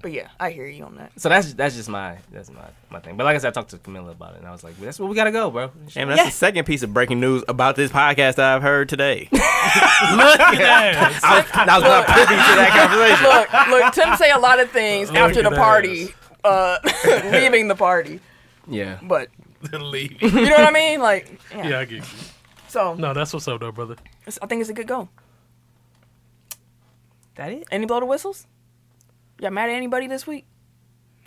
[SPEAKER 1] But yeah, I hear you on that.
[SPEAKER 4] So that's that's just my that's my my thing. But like I said, I talked to Camilla about it, and I was like, that's where we gotta go, bro.
[SPEAKER 2] and that's
[SPEAKER 1] Yeah.
[SPEAKER 2] the second piece of breaking news about this podcast that I've heard today
[SPEAKER 3] Yes.
[SPEAKER 2] I was, I was not privy to that conversation
[SPEAKER 1] Look, look. Tim say a lot of things
[SPEAKER 3] Look
[SPEAKER 1] after
[SPEAKER 3] at
[SPEAKER 1] the
[SPEAKER 3] that.
[SPEAKER 1] party, uh, leaving the party.
[SPEAKER 4] Yeah.
[SPEAKER 1] But
[SPEAKER 3] Leave.
[SPEAKER 1] you know what I mean? Like, yeah.
[SPEAKER 3] Yeah, I get you.
[SPEAKER 1] So
[SPEAKER 3] No, that's what's up, though, brother.
[SPEAKER 1] it's- I think it's a good go.
[SPEAKER 4] That it?
[SPEAKER 1] Any blow the whistles? Y'all mad at anybody this week?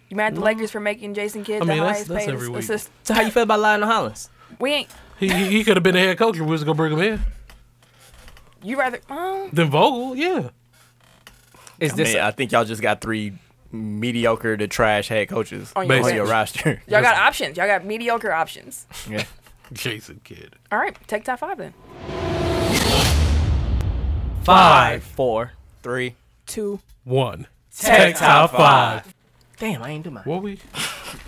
[SPEAKER 1] You mad at the Lakers for making Jason Kidd
[SPEAKER 3] I mean,
[SPEAKER 1] the
[SPEAKER 3] that's-
[SPEAKER 1] highest
[SPEAKER 3] that's
[SPEAKER 1] paid
[SPEAKER 3] every week.
[SPEAKER 1] assist?
[SPEAKER 4] So how you feel about Lionel Hollins?
[SPEAKER 1] We ain't.
[SPEAKER 3] He he, he could have been the head coach if we was gonna bring him in.
[SPEAKER 1] You rather? Um,
[SPEAKER 3] Then Vogel, yeah.
[SPEAKER 4] Is
[SPEAKER 2] I,
[SPEAKER 4] this
[SPEAKER 2] mean, uh, I think y'all just got three mediocre to trash head coaches
[SPEAKER 1] On
[SPEAKER 2] on
[SPEAKER 1] your
[SPEAKER 2] your,
[SPEAKER 3] Basically.
[SPEAKER 2] roster.
[SPEAKER 1] y'all got options. Y'all got mediocre options.
[SPEAKER 2] yeah.
[SPEAKER 3] Jason Kidd.
[SPEAKER 1] All right, take top five then.
[SPEAKER 4] five, four?
[SPEAKER 2] Three.
[SPEAKER 1] Two.
[SPEAKER 3] One.
[SPEAKER 4] Tech
[SPEAKER 2] top five.
[SPEAKER 4] Damn, I ain't do mine.
[SPEAKER 3] What we?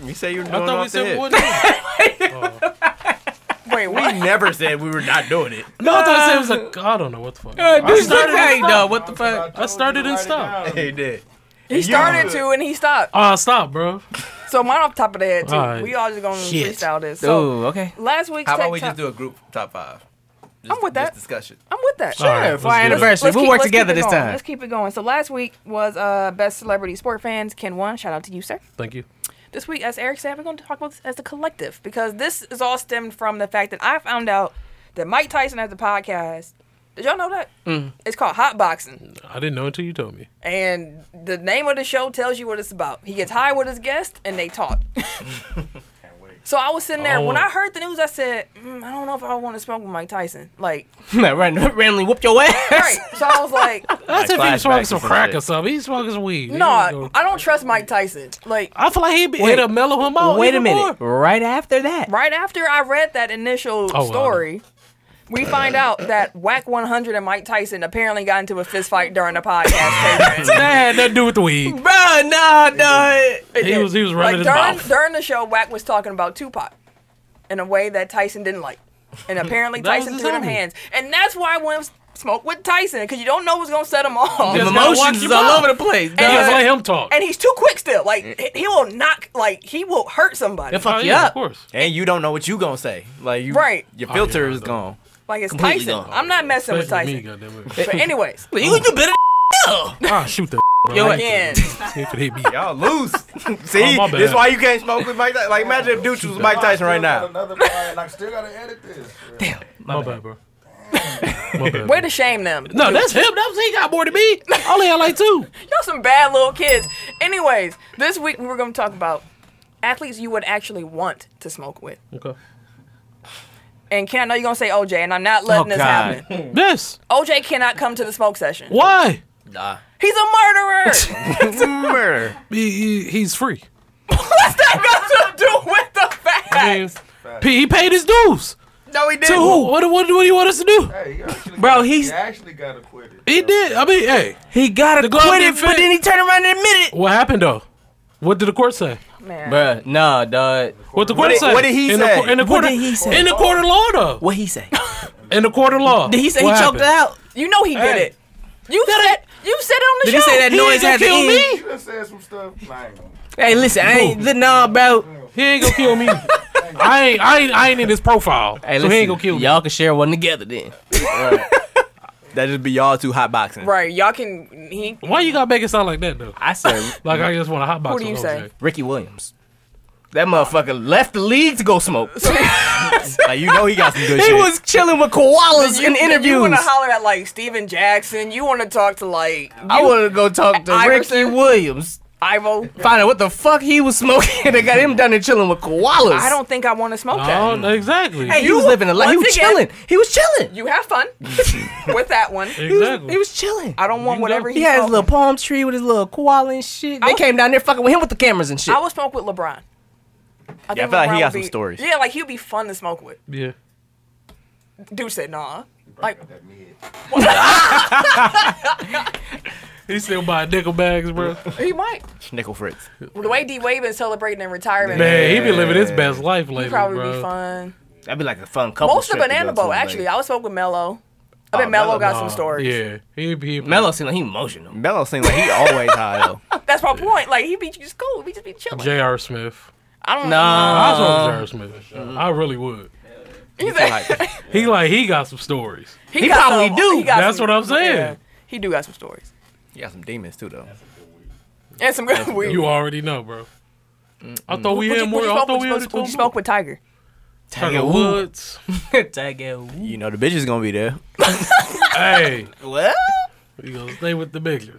[SPEAKER 2] You say you're doing
[SPEAKER 3] I thought
[SPEAKER 2] off
[SPEAKER 3] we
[SPEAKER 2] the
[SPEAKER 3] said
[SPEAKER 2] head.
[SPEAKER 3] one.
[SPEAKER 1] Wait, what?
[SPEAKER 2] We never said we were not doing it.
[SPEAKER 3] No, I thought I said it was like I don't know what the fuck.
[SPEAKER 4] Uh,
[SPEAKER 3] I started.
[SPEAKER 4] hey, dog, what the fuck?
[SPEAKER 5] told you,
[SPEAKER 3] started and
[SPEAKER 5] write it
[SPEAKER 3] stopped.
[SPEAKER 1] Um,
[SPEAKER 5] down.
[SPEAKER 2] They did.
[SPEAKER 1] He started to and he stopped.
[SPEAKER 3] Ah, stop, bro.
[SPEAKER 1] So mine off the top of the head too.
[SPEAKER 3] All right.
[SPEAKER 1] We all just gonna
[SPEAKER 4] Shit.
[SPEAKER 1] freestyle this. So
[SPEAKER 4] Oh, okay.
[SPEAKER 1] last week's
[SPEAKER 2] How
[SPEAKER 1] tech
[SPEAKER 2] about we
[SPEAKER 1] top,
[SPEAKER 2] just do a group top five?
[SPEAKER 1] I'm with that.
[SPEAKER 2] Just discussion.
[SPEAKER 1] I'm with that.
[SPEAKER 3] All right,
[SPEAKER 4] Sure,
[SPEAKER 3] let's
[SPEAKER 4] for our
[SPEAKER 3] do it.
[SPEAKER 4] anniversary. We'll
[SPEAKER 1] keep-
[SPEAKER 4] work
[SPEAKER 1] keep
[SPEAKER 4] together
[SPEAKER 1] it
[SPEAKER 4] this
[SPEAKER 1] going.
[SPEAKER 4] time.
[SPEAKER 1] Let's keep it going. So last week was uh best celebrity sport fans. Ken won. Shout out to you, sir.
[SPEAKER 3] Thank you.
[SPEAKER 1] This week, as Eric said, we're going to talk about this as a collective because this is all stemmed from the fact that I found out that Mike Tyson has a podcast. Did y'all know that?
[SPEAKER 4] Mm.
[SPEAKER 1] It's called Hot Boxing,
[SPEAKER 3] I didn't know until you told me.
[SPEAKER 1] and the name of the show tells you what it's about. He gets high with his guest, and they talk. so I was sitting there
[SPEAKER 3] Oh.
[SPEAKER 1] when I heard the news. I said, mm, I don't know if I want to smoke with Mike Tyson. Like,
[SPEAKER 4] No, ran- randomly whoop your ass.
[SPEAKER 1] right? So I was like,
[SPEAKER 3] That's if
[SPEAKER 2] flashbacks
[SPEAKER 3] he's smoking some
[SPEAKER 2] and
[SPEAKER 3] crack
[SPEAKER 2] shit.
[SPEAKER 3] or something. He's smoking some weed.
[SPEAKER 1] No,
[SPEAKER 3] He
[SPEAKER 1] I,
[SPEAKER 3] ain't
[SPEAKER 1] I don't trust Mike Tyson. Like,
[SPEAKER 3] I feel like he'd be,
[SPEAKER 4] Wait.
[SPEAKER 3] it'll mellow him out.
[SPEAKER 4] Wait a
[SPEAKER 3] even
[SPEAKER 4] minute.
[SPEAKER 3] more.
[SPEAKER 4] Right after that,
[SPEAKER 1] right after I read that initial
[SPEAKER 3] Oh, wow.
[SPEAKER 1] story, we find out that Whack 100 and Mike Tyson apparently got into a fist fight during the podcast.
[SPEAKER 3] That had nothing to do with the weed.
[SPEAKER 4] bro. No, no.
[SPEAKER 1] It
[SPEAKER 3] He
[SPEAKER 1] did.
[SPEAKER 3] was- he was
[SPEAKER 1] like,
[SPEAKER 3] running his
[SPEAKER 1] during,
[SPEAKER 3] mouth.
[SPEAKER 1] during the show, Whack was talking about Tupac in a way that Tyson didn't like, and apparently
[SPEAKER 3] That was
[SPEAKER 1] Tyson
[SPEAKER 3] his
[SPEAKER 1] threw them
[SPEAKER 3] homie.
[SPEAKER 1] hands, and that's why I went smoke with Tyson because you don't know what's gonna set him off.
[SPEAKER 3] Yeah.
[SPEAKER 4] The
[SPEAKER 3] Just gotta watch
[SPEAKER 4] emotions
[SPEAKER 3] your
[SPEAKER 4] is all
[SPEAKER 3] mouth.
[SPEAKER 4] over the place.
[SPEAKER 3] You
[SPEAKER 4] dog.
[SPEAKER 3] just let him talk.
[SPEAKER 1] And he's too quick still. Like he- he will knock. Like he will hurt somebody.
[SPEAKER 4] They'll fuck
[SPEAKER 3] Oh,
[SPEAKER 4] you
[SPEAKER 3] yeah, of
[SPEAKER 4] up.
[SPEAKER 3] course.
[SPEAKER 2] And you don't know what you gonna say. Like you,
[SPEAKER 1] Right.
[SPEAKER 2] Your
[SPEAKER 3] Oh,
[SPEAKER 2] filter
[SPEAKER 3] yeah,
[SPEAKER 2] is
[SPEAKER 3] I know.
[SPEAKER 2] gone.
[SPEAKER 1] Like it's
[SPEAKER 4] Completely
[SPEAKER 1] Tyson.
[SPEAKER 4] gone.
[SPEAKER 1] I'm not messing with
[SPEAKER 3] Especially me,
[SPEAKER 1] Tyson.
[SPEAKER 3] goddammit.
[SPEAKER 1] But anyways,
[SPEAKER 4] You, you better.
[SPEAKER 3] Ah, shoot that. bro.
[SPEAKER 4] Yo,
[SPEAKER 3] Like,
[SPEAKER 1] again,
[SPEAKER 3] he could hit me.
[SPEAKER 2] Y'all lose. See,
[SPEAKER 4] Oh,
[SPEAKER 3] my bad.
[SPEAKER 2] that's why you can't smoke with Mike. Tyson. Like imagine if Dooch was Mike Tyson right now.
[SPEAKER 5] Another one. Like, still gotta edit this. Damn.
[SPEAKER 3] My bad, bro. My bad.
[SPEAKER 1] way to shame them.
[SPEAKER 3] No, that's him. That was, he got more than me. I only had like two.
[SPEAKER 1] Y'all some bad little kids. Anyways, this week we were going to talk about athletes you would actually want to smoke with.
[SPEAKER 3] Okay.
[SPEAKER 1] And Ken, I know you're going to say OJ, and I'm not letting
[SPEAKER 4] Oh,
[SPEAKER 1] this
[SPEAKER 4] God.
[SPEAKER 1] happen.
[SPEAKER 3] Yes.
[SPEAKER 1] OJ cannot come to the smoke session.
[SPEAKER 3] Why?
[SPEAKER 1] He's a murderer.
[SPEAKER 2] Murder.
[SPEAKER 3] He, he, he's free.
[SPEAKER 1] What's that got to do with the facts?
[SPEAKER 3] I mean, he paid his dues.
[SPEAKER 2] No, he didn't.
[SPEAKER 3] To who? What, what, what do you want us to do?
[SPEAKER 5] Hey, he actually,
[SPEAKER 4] Bro,
[SPEAKER 5] he
[SPEAKER 4] he's
[SPEAKER 5] actually got acquitted.
[SPEAKER 3] He did. I mean, hey,
[SPEAKER 4] he gotta
[SPEAKER 3] glove
[SPEAKER 4] quit
[SPEAKER 3] didn't
[SPEAKER 4] it, but
[SPEAKER 3] fit.
[SPEAKER 4] then he turned around and admitted it.
[SPEAKER 3] what happened though? What did the court say?
[SPEAKER 1] Man.
[SPEAKER 4] Bruh, no, dog.
[SPEAKER 3] What the
[SPEAKER 2] What
[SPEAKER 3] court
[SPEAKER 2] did-
[SPEAKER 3] say?
[SPEAKER 2] what did he
[SPEAKER 3] in
[SPEAKER 2] say?
[SPEAKER 3] The, cour- in the
[SPEAKER 4] What
[SPEAKER 3] court,
[SPEAKER 4] did he say?
[SPEAKER 3] In the court of law though.
[SPEAKER 4] What he say?
[SPEAKER 3] In the court of law.
[SPEAKER 4] Did he say
[SPEAKER 3] What
[SPEAKER 4] he
[SPEAKER 3] happened?
[SPEAKER 4] choked out?
[SPEAKER 1] You know he did
[SPEAKER 3] Hey.
[SPEAKER 1] it. You said, you said it on the
[SPEAKER 4] Did he
[SPEAKER 1] show.
[SPEAKER 4] say that noise
[SPEAKER 3] gonna
[SPEAKER 4] had to
[SPEAKER 3] kill
[SPEAKER 4] end?
[SPEAKER 3] me.
[SPEAKER 5] He done said some stuff. Nah, I ain't gonna-
[SPEAKER 4] Hey, listen, I ain't li- nah, bro.
[SPEAKER 3] He ain't gonna kill me. I ain't, I ain't, I ain't in his profile.
[SPEAKER 4] Hey,
[SPEAKER 3] so
[SPEAKER 4] listen,
[SPEAKER 3] he ain't gonna kill me.
[SPEAKER 4] y'all can share one together then.
[SPEAKER 2] That just be y'all too hot boxing.
[SPEAKER 1] Right, y'all can. He,
[SPEAKER 3] Why you gotta make it sound like that though?
[SPEAKER 4] I said
[SPEAKER 3] Like I just want a hotbox.
[SPEAKER 1] Who do you
[SPEAKER 3] on
[SPEAKER 1] say?
[SPEAKER 3] OJ.
[SPEAKER 4] Ricky Williams. That motherfucker left the league to go smoke.
[SPEAKER 2] Like you know he got some good
[SPEAKER 4] he
[SPEAKER 2] shit.
[SPEAKER 4] was chilling with koalas in
[SPEAKER 1] You
[SPEAKER 4] interviews.
[SPEAKER 1] want to holler at like Steven Jackson. You want to talk to like
[SPEAKER 4] I want to go talk to Ricky
[SPEAKER 1] Iverson?
[SPEAKER 4] Williams.
[SPEAKER 1] Ivo.
[SPEAKER 4] Find out what the fuck he was smoking. they got him down there chilling with koalas.
[SPEAKER 1] I don't think I want to smoke that.
[SPEAKER 3] Oh, exactly.
[SPEAKER 4] Hey, he was living a life. He
[SPEAKER 1] once
[SPEAKER 4] was
[SPEAKER 1] again-
[SPEAKER 4] chilling. He was chilling.
[SPEAKER 1] You have fun with that one.
[SPEAKER 4] He was,
[SPEAKER 3] exactly.
[SPEAKER 4] he was chilling.
[SPEAKER 1] I don't want
[SPEAKER 3] You
[SPEAKER 1] whatever
[SPEAKER 3] know,
[SPEAKER 1] he
[SPEAKER 4] He had his
[SPEAKER 1] smoking.
[SPEAKER 4] little palm tree with his little koala and shit. They
[SPEAKER 1] was-
[SPEAKER 4] came down there fucking with him with the cameras and shit.
[SPEAKER 1] I would smoke with LeBron. I,
[SPEAKER 2] Yeah, I feel like he
[SPEAKER 1] LeBron
[SPEAKER 2] got
[SPEAKER 1] would
[SPEAKER 2] some stories.
[SPEAKER 1] Yeah, like he'd be fun to smoke with.
[SPEAKER 3] yeah.
[SPEAKER 1] Dude said, nah. Like,
[SPEAKER 5] That mid.
[SPEAKER 3] He still buying nickel bags, bro.
[SPEAKER 1] he might.
[SPEAKER 2] Nickel Fritz.
[SPEAKER 1] The way D Wade been celebrating in retirement,
[SPEAKER 3] Man, he been living his best life lately,
[SPEAKER 1] he'd probably
[SPEAKER 3] bro.
[SPEAKER 1] be fun.
[SPEAKER 4] That'd be like a fun couple.
[SPEAKER 1] Most of
[SPEAKER 4] trip to
[SPEAKER 1] Banana
[SPEAKER 4] go to,
[SPEAKER 1] Boat,
[SPEAKER 4] like-
[SPEAKER 1] actually. I would smoke with Mello. I bet
[SPEAKER 4] Oh,
[SPEAKER 1] Mello
[SPEAKER 4] Mello,
[SPEAKER 1] got
[SPEAKER 3] Ah,
[SPEAKER 1] some
[SPEAKER 3] Nah,
[SPEAKER 1] stories.
[SPEAKER 3] Uh, Yeah, he he.
[SPEAKER 4] Melo seemed like he emotional.
[SPEAKER 2] Mello seems like he always high though.
[SPEAKER 1] That's my point. Like, he'd be just cool. We'd just be chilling.
[SPEAKER 3] J.R. Smith.
[SPEAKER 1] I don't
[SPEAKER 3] I was
[SPEAKER 4] Nah,
[SPEAKER 3] on J.R. Smith. I really would.
[SPEAKER 1] He's a-
[SPEAKER 2] Like,
[SPEAKER 3] He like he got some stories.
[SPEAKER 1] he,
[SPEAKER 4] he
[SPEAKER 1] got
[SPEAKER 4] probably
[SPEAKER 1] some-
[SPEAKER 4] do.
[SPEAKER 1] he got
[SPEAKER 3] That's what I'm saying.
[SPEAKER 1] yeah. he do got some stories.
[SPEAKER 2] he got some demons too though.
[SPEAKER 1] And some good weird.
[SPEAKER 3] You already know, bro. I thought we
[SPEAKER 1] would you,
[SPEAKER 3] had more.
[SPEAKER 1] would you
[SPEAKER 3] I
[SPEAKER 1] smoke,
[SPEAKER 3] thought
[SPEAKER 1] would
[SPEAKER 3] we
[SPEAKER 1] you
[SPEAKER 3] had
[SPEAKER 1] smoke- would you smoke with Tiger?
[SPEAKER 3] Tiger Woods.
[SPEAKER 4] Tiger Woods.
[SPEAKER 2] You know the bitch is gonna be there.
[SPEAKER 3] hey,
[SPEAKER 4] Well,
[SPEAKER 3] we gonna stay with the bigger.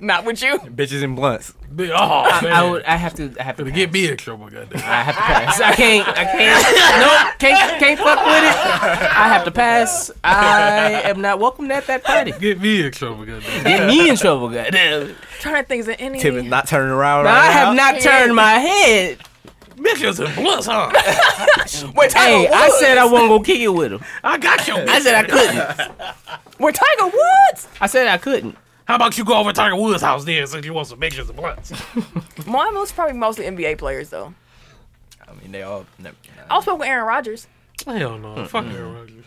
[SPEAKER 1] Not with you.
[SPEAKER 2] Bitches and blunts.
[SPEAKER 3] Be- Oh, man.
[SPEAKER 4] I would. I have to. I have to
[SPEAKER 3] Gonna
[SPEAKER 4] pass.
[SPEAKER 3] get me in trouble, goddamn.
[SPEAKER 4] I have to pass. I can't. I can't. Nope. Can't. Can't fuck with it. I have to pass. I am not welcome at that party.
[SPEAKER 3] Get me in trouble, goddamn.
[SPEAKER 4] Get me in trouble, goddamn.
[SPEAKER 1] trying to think of any.
[SPEAKER 2] Tim is not turning around.
[SPEAKER 4] Now,
[SPEAKER 2] right
[SPEAKER 4] I have
[SPEAKER 2] now.
[SPEAKER 4] not turned my head.
[SPEAKER 3] Bitches and blunts, huh?
[SPEAKER 1] Wait, Tiger
[SPEAKER 4] Hey,
[SPEAKER 1] Woods.
[SPEAKER 4] I said I wasn't gonna kick it with him.
[SPEAKER 3] I got you.
[SPEAKER 4] I said I couldn't.
[SPEAKER 1] We're Tiger Woods.
[SPEAKER 4] I said I couldn't.
[SPEAKER 3] How about you go over to Tiger Woods' house then since you want some bitches and blunts?
[SPEAKER 1] Mine was probably mostly NBA players though.
[SPEAKER 2] I mean, they all. Never,
[SPEAKER 1] I was with Aaron Rodgers.
[SPEAKER 3] Hell no. Fuck Aaron Rodgers.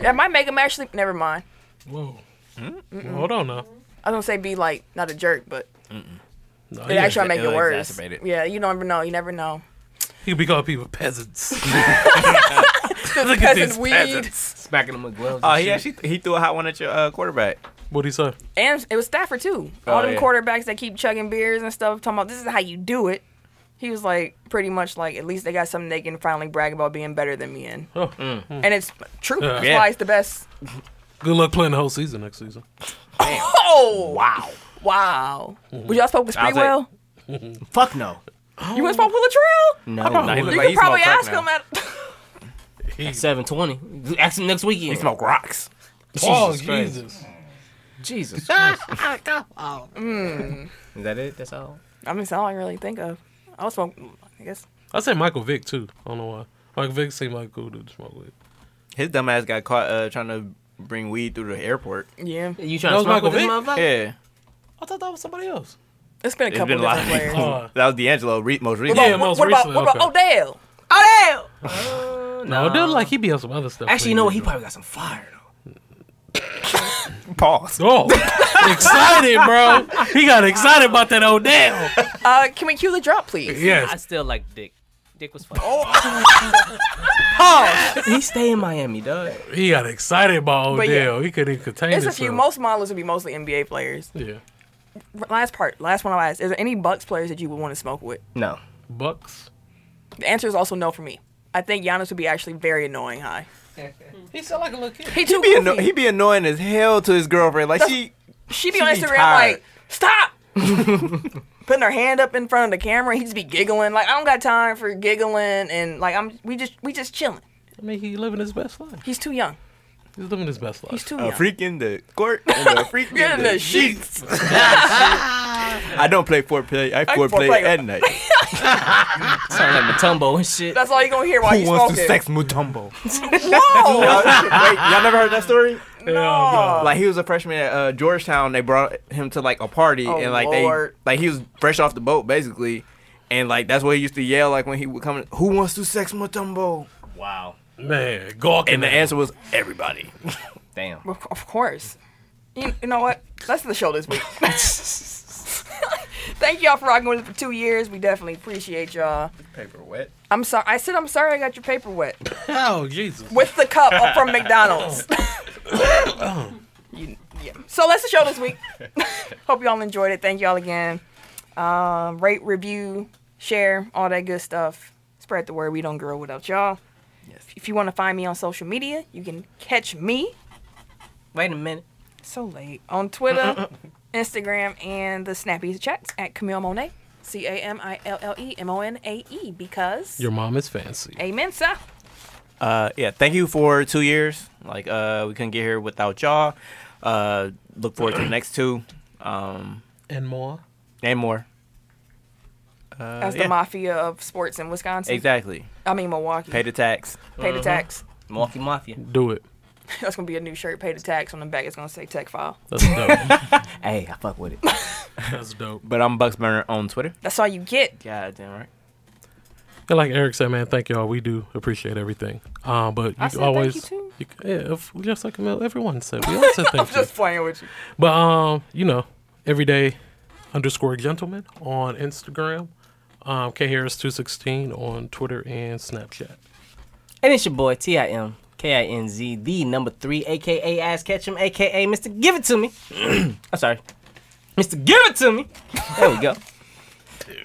[SPEAKER 1] That might make him actually. Never mind.
[SPEAKER 3] Whoa. Well, hold on now.
[SPEAKER 1] I was gonna say be like not a jerk, but
[SPEAKER 3] No,
[SPEAKER 1] it
[SPEAKER 3] yeah.
[SPEAKER 1] actually might make
[SPEAKER 2] it'll
[SPEAKER 1] it worse.
[SPEAKER 2] exacerbate it.
[SPEAKER 1] Yeah, you never know. You never know.
[SPEAKER 3] He be calling people peasants.
[SPEAKER 1] Look
[SPEAKER 3] at these peasants.
[SPEAKER 4] Smacking him with gloves.
[SPEAKER 2] Oh, he actually he threw a hot one at your uh, quarterback.
[SPEAKER 3] What'd he say?
[SPEAKER 1] And it was Stafford too. All
[SPEAKER 2] Oh,
[SPEAKER 1] them
[SPEAKER 2] yeah.
[SPEAKER 1] quarterbacks that keep chugging beers and stuff, talking about this is how you do it. He was like, pretty much like, at least they got something they can finally brag about being better than me in.
[SPEAKER 3] Oh.
[SPEAKER 1] And it's true. That's
[SPEAKER 2] Yeah.
[SPEAKER 1] why it's the best.
[SPEAKER 3] Good luck playing the whole season next season.
[SPEAKER 1] Oh wow, wow.
[SPEAKER 2] Mm-hmm.
[SPEAKER 1] Would y'all spoke with
[SPEAKER 2] I'll take-
[SPEAKER 1] Spreewell?
[SPEAKER 4] Fuck no.
[SPEAKER 1] You went spoke with Latrell?
[SPEAKER 4] No.
[SPEAKER 2] Nah, he
[SPEAKER 1] You
[SPEAKER 2] look
[SPEAKER 1] could
[SPEAKER 2] like he Oh. smoked
[SPEAKER 1] probably
[SPEAKER 2] crack
[SPEAKER 1] ask
[SPEAKER 2] now.
[SPEAKER 1] him at.
[SPEAKER 4] 720. Ask him next weekend.
[SPEAKER 2] He smoked rocks.
[SPEAKER 3] oh,
[SPEAKER 2] Christ.
[SPEAKER 3] Jesus.
[SPEAKER 4] Jesus.
[SPEAKER 2] Is that it?
[SPEAKER 4] That's all.
[SPEAKER 1] I mean, it's all I really think of. I was smoke. I guess
[SPEAKER 3] I say Michael Vick, too. I don't know why. Michael Vick seemed like a cool dude to smoke with.
[SPEAKER 2] His dumb ass got caught uh, trying to bring weed through the airport.
[SPEAKER 1] yeah.
[SPEAKER 4] You trying
[SPEAKER 3] That was
[SPEAKER 4] to smoke
[SPEAKER 3] Michael
[SPEAKER 4] with this
[SPEAKER 3] Vick?
[SPEAKER 4] motherfucker?
[SPEAKER 2] Yeah,
[SPEAKER 3] I thought that was somebody else. Uh,
[SPEAKER 1] It's been a
[SPEAKER 2] it's
[SPEAKER 1] couple
[SPEAKER 2] been a lot of
[SPEAKER 1] different players.
[SPEAKER 2] people. that was D'Angelo re- most recent.
[SPEAKER 3] Yeah,
[SPEAKER 1] what,
[SPEAKER 3] most
[SPEAKER 1] what about
[SPEAKER 3] recently,
[SPEAKER 1] what about Odell?
[SPEAKER 4] Oh, damn.
[SPEAKER 3] No, dude, like he be on some other stuff.
[SPEAKER 4] Actually, you know what? He probably got some fire, though.
[SPEAKER 2] Pause.
[SPEAKER 3] Oh, excited, bro. He got excited about that Odell.
[SPEAKER 1] Uh, can we cue the drop, please?
[SPEAKER 4] I
[SPEAKER 3] Yes.
[SPEAKER 4] still like Dick. Dick was fire. Oh. he stay in Miami, dog.
[SPEAKER 3] He got excited about
[SPEAKER 1] But yeah.
[SPEAKER 3] Odell. He couldn't even contain
[SPEAKER 1] It's a
[SPEAKER 3] himself.
[SPEAKER 1] few. Most modelers would be mostly NBA players.
[SPEAKER 3] yeah.
[SPEAKER 1] Last part, last one I'll ask. Is there any Bucks players that you would want to smoke with?
[SPEAKER 4] No.
[SPEAKER 3] Bucks.
[SPEAKER 1] The answer is also no for me. I think Giannis would be actually very annoying high.
[SPEAKER 3] He sound like a little kid.
[SPEAKER 1] He too
[SPEAKER 2] He be, anno-
[SPEAKER 1] goofy.
[SPEAKER 2] he be annoying as hell to his girlfriend. Like she,
[SPEAKER 1] she be
[SPEAKER 2] she
[SPEAKER 1] on
[SPEAKER 2] be
[SPEAKER 1] Instagram
[SPEAKER 2] tired.
[SPEAKER 1] like, stop! Putting her hand up in front of the camera, he just be giggling. Like I don't got time for giggling and like I'm we just we just chilling.
[SPEAKER 3] I mean, he living his best life.
[SPEAKER 1] He's too young.
[SPEAKER 3] He's living his best life.
[SPEAKER 1] He's too
[SPEAKER 2] a
[SPEAKER 1] young.
[SPEAKER 2] freak in uh, the court and a freak
[SPEAKER 1] Get
[SPEAKER 2] in the sheets. I don't play foreplay. I foreplay
[SPEAKER 1] foreplay.
[SPEAKER 2] at night.
[SPEAKER 4] Sound like Matumbo and shit.
[SPEAKER 1] That's all you're gonna hear while
[SPEAKER 2] Who
[SPEAKER 1] you
[SPEAKER 2] wants to
[SPEAKER 1] smoking.
[SPEAKER 2] sex Mutombo?
[SPEAKER 1] Whoa!
[SPEAKER 2] Wait, y'all never heard that story?
[SPEAKER 3] Hell no.
[SPEAKER 2] Like he was a freshman at uh, Georgetown. They brought him to like a party,
[SPEAKER 1] Oh,
[SPEAKER 2] and like
[SPEAKER 1] Lord.
[SPEAKER 2] they like he was fresh off the boat basically, and like that's what he used to yell like when he would come. in, Who wants to sex Mutombo?
[SPEAKER 4] Wow.
[SPEAKER 3] Man, gawking.
[SPEAKER 2] And the
[SPEAKER 3] at
[SPEAKER 2] answer was everybody.
[SPEAKER 4] Damn.
[SPEAKER 1] Of- Of course. You, you know what? That's the show this week. Thank y'all for rocking with us for two years. We definitely appreciate y'all.
[SPEAKER 2] Paper wet.
[SPEAKER 1] I'm sorry. I said I'm sorry. I got your paper wet
[SPEAKER 3] him. Oh, Jesus.
[SPEAKER 1] with the cup up from McDonald's. You- yeah. So that's the show this week. Hope y'all enjoyed it. Thank y'all again. Um, rate, review, share, all that good stuff. Spread the word. We don't grow without y'all. If you want to find me on social media, you can catch me
[SPEAKER 4] Wait a minute.
[SPEAKER 1] so late on Twitter, Instagram, and the Snappy Chats at Camille Monet, C A M I L L E M O N A E, because
[SPEAKER 3] Your mom is fancy.
[SPEAKER 1] amen, sir.
[SPEAKER 2] Uh, yeah, thank you for two years. Like, uh, we couldn't get here without y'all. Uh, look forward to the next two, um,
[SPEAKER 3] And more.
[SPEAKER 2] and more.
[SPEAKER 1] That's the
[SPEAKER 2] Uh, yeah.
[SPEAKER 1] mafia of sports in Wisconsin.
[SPEAKER 2] Exactly.
[SPEAKER 1] I mean Milwaukee.
[SPEAKER 2] Pay the Mm-hmm. tax.
[SPEAKER 1] Pay the tax.
[SPEAKER 4] Milwaukee Mafia.
[SPEAKER 3] Do it.
[SPEAKER 1] That's gonna be a new shirt. Pay the tax on the back. It's gonna say Tech File.
[SPEAKER 3] That's dope.
[SPEAKER 4] Hey, I fuck with it.
[SPEAKER 3] That's dope.
[SPEAKER 2] But I'm Bucks Burner on Twitter.
[SPEAKER 1] That's all you get.
[SPEAKER 2] God damn right.
[SPEAKER 3] And like Eric said, man, thank y'all. We do appreciate everything. Um, but you
[SPEAKER 1] I said thank
[SPEAKER 3] always,
[SPEAKER 1] you, too.
[SPEAKER 3] you c- yeah, if, just like Mel- everyone said, we all said
[SPEAKER 1] I'm
[SPEAKER 3] thank you.
[SPEAKER 1] just playing with you.
[SPEAKER 3] But um, you know, everyday underscore gentleman on Instagram, um, K Harris two sixteen on Twitter and Snapchat.
[SPEAKER 4] And it's your boy T I M K I N Z the number three, aka Ass Ketchum, aka Mr. Give It To Me. I'm sorry, Mr. Give It To Me. There we go.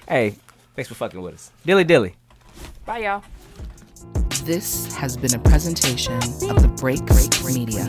[SPEAKER 4] hey, thanks for fucking with us, Dilly Dilly.
[SPEAKER 1] Bye, y'all.
[SPEAKER 8] This has been a presentation of the Break Break Media.